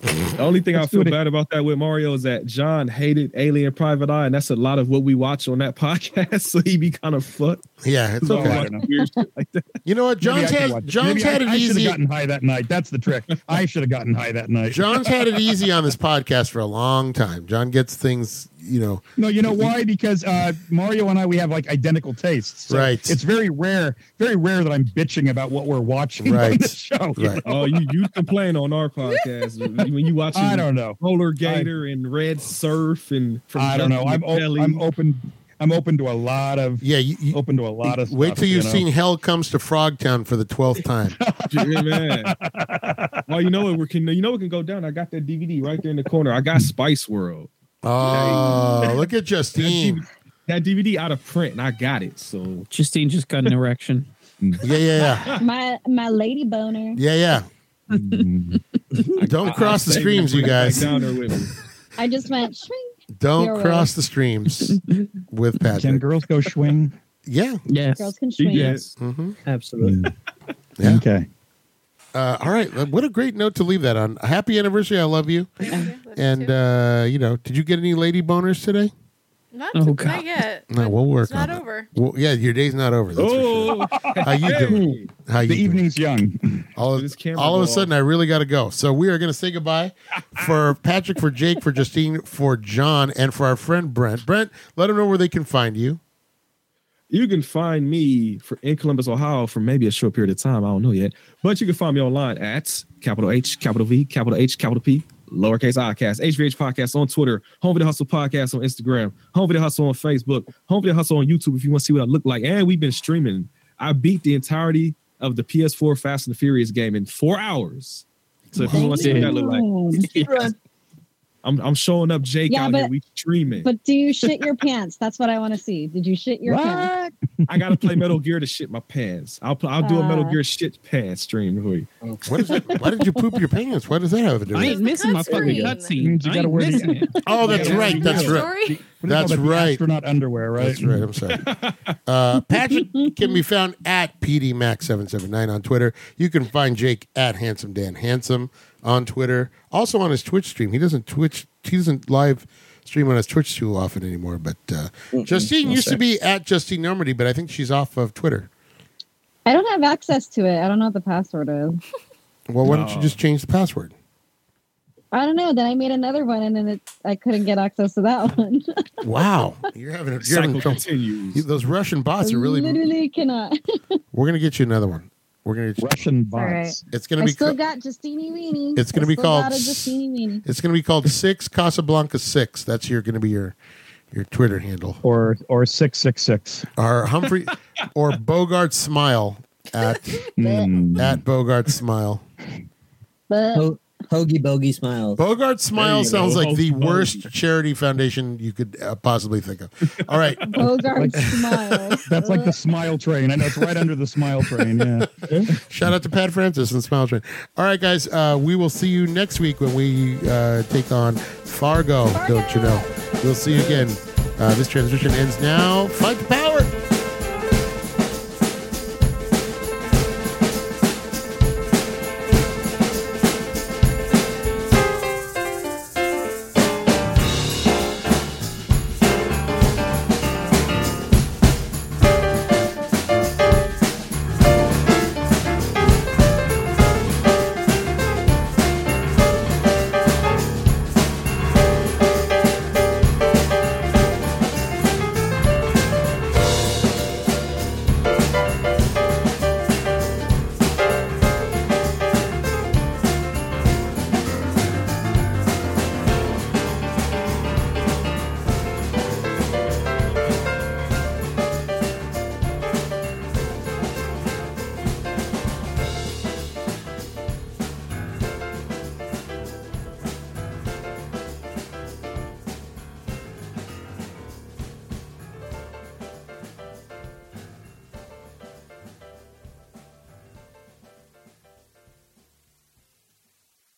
F: The only thing I
C: Let's
F: feel
C: do it.
F: bad about that with Mario is that John hated Alien Private Eye, and that's a lot of what we watch on that podcast. So he be kind of fucked.
A: Yeah, it's
C: So
A: okay.
C: I don't know.
F: Weird shit like that.
A: You know what? John's
C: Maybe I can
A: had
C: watch it.
A: John's
C: Maybe I-
A: had it
C: I should have
A: easy.
C: gotten high that night. That's the trick. I should have gotten high that night.
A: John's had it easy on this podcast for a long time. John gets things, you know.
C: No, you know why? Because uh, Mario and I, we have like identical tastes. So
A: Right.
C: It's very rare, very rare that I'm bitching about what we're watching on
A: Right.
C: the show. you
A: Right.
C: know?
F: Oh, you you complain on our podcast when you watch.
C: I don't know.
F: Roller Gator and Red Surf and from
C: I don't know. I'm,
F: Justin
C: o-
F: Kelly.
C: I'm open. I'm open to a lot of.
A: Yeah, you, you-
C: Open to a lot of.
A: wait
C: stuff,
A: till
C: you
A: you've
C: know?
A: seen Hell Comes to Frogtown for the twelfth time.
F: Yeah, man. well, Oh, you know what? We can you know it can go down. I got that DVD right there in the corner. I got Spice World.
A: Oh, look at
F: That,
A: Justine.
F: DVD that DVD out of print, and I got it. So
G: Justine just got an erection.
A: Yeah, yeah, yeah,
H: my my lady boner.
A: yeah, yeah. Don't cross the streams, you guys.
F: Down there with me.
H: I just went shrink. You're
A: Don't
H: right.
A: cross the streams
C: Can
A: with Patrick.
C: girls go swing?
A: Yeah,
G: Yes.
H: Girls can
F: She
H: shrink.
F: did.
A: hmm
I: Absolutely.
A: yeah.
C: Okay.
A: Uh, all right. What a great note to leave that on. Happy anniversary. I love you. And, uh, you know, did you get any lady boners today?
E: not,
G: Oh,
E: not
G: God.
E: yet.
A: No, we'll work
E: It's not
A: on it.
E: over.
A: Well, yeah, your day's not over. That's for sure.
F: Oh,
C: Oh.
A: How you doing? How you
C: The
A: doing?
C: evening's young.
A: All
F: This
A: of,
F: camera
A: all of a
F: go
A: sudden, I really got to go. So we are going to say goodbye for Patrick, for Jake, for Justine, for John, and for our friend Brent. Brent, let them know where they can find you.
F: You can find me for, in Columbus, Ohio for maybe a short period of time. I don't know yet. But you can find me online at capital H, capital V, capital H, capital P, lowercase iCast, HVH Podcast on Twitter, Home Video Hustle Podcast on Instagram, Home Video Hustle on Facebook, Home Video Hustle on YouTube if you want to see what I look like. And we've been streaming. I beat the entirety of the PS4 Fast and the Furious game in four hours. So if you want to see what I look like, I'm, I'm showing up Jake
H: Yeah,
F: out here.
H: but-
F: We streaming.
H: But do you shit your pants? That's what I want to see. Did you shit your pants?
F: I gotta play Metal Gear to shit my pants. I'll pl- I'll do a Metal
H: Ah.
F: Gear shit pants stream for you.
A: What is it? Why did you poop your pants? What does that have to do
G: I
A: with
G: ain't
A: it?
G: missing my fucking
E: Sunscreen.
G: cutscene.
C: You
G: I
C: gotta
G: ain't
C: wear the-
G: missing it.
A: Oh, that's
C: Yeah.
A: right. That's
E: Sorry.
A: right.
C: What do you call
A: That's
C: that? The
A: right.
C: Astronaut underwear, right?
A: That's right. I'm sorry. Uh, Patrick can be found at PDMax779 on Twitter. You can find Jake at Handsome Dan Handsome on Twitter. Also on his Twitch stream. He doesn't Twitch. He doesn't live stream on his Twitch too often anymore. But uh, Justine used to be at Justine Normandy, but I think she's off of Twitter.
H: I don't have access to it. I don't know what the password is.
A: Well, why don't you
F: No.
A: just change the password?
H: I don't know. Then I made another one, and then it, I couldn't get access to that one.
A: Wow, you're having you're having
F: Cycle
A: trouble. You-
F: continues.
A: Those Russian bots
H: I
A: are really.
H: literally cannot.
A: We're gonna get you another one. We're gonna. Get you,
C: Russian
H: right.
C: bots.
H: I
A: it's gonna be.
H: still
A: co-
H: got Justini Weenie.
A: It's gonna
H: I
A: be
H: still
A: called
H: Got a
A: s-
H: Justini Weenie.
A: It's going to be called Six Casablanca Six. That's your going to be your your Twitter handle
C: Or or six six six.
A: or Humphrey or Bogart Smile at
C: Hmm.
A: at Bogart Smile.
H: But
I: Ho- hoagie bogey smiles.
A: Bogart Smile
F: you go.
A: sounds like the
F: Oh,
A: worst charity foundation you could uh, possibly think of. All right,
H: Bogart smiles.
C: That's like the smile train. I know it's right under the smile train. Yeah.
A: shout out to Pat Francis and Smile Train. All right, guys, uh, we will see you next week when we uh, take on Fargo. Don't you know? We'll see you again. Uh, this transmission ends now. Fight the power.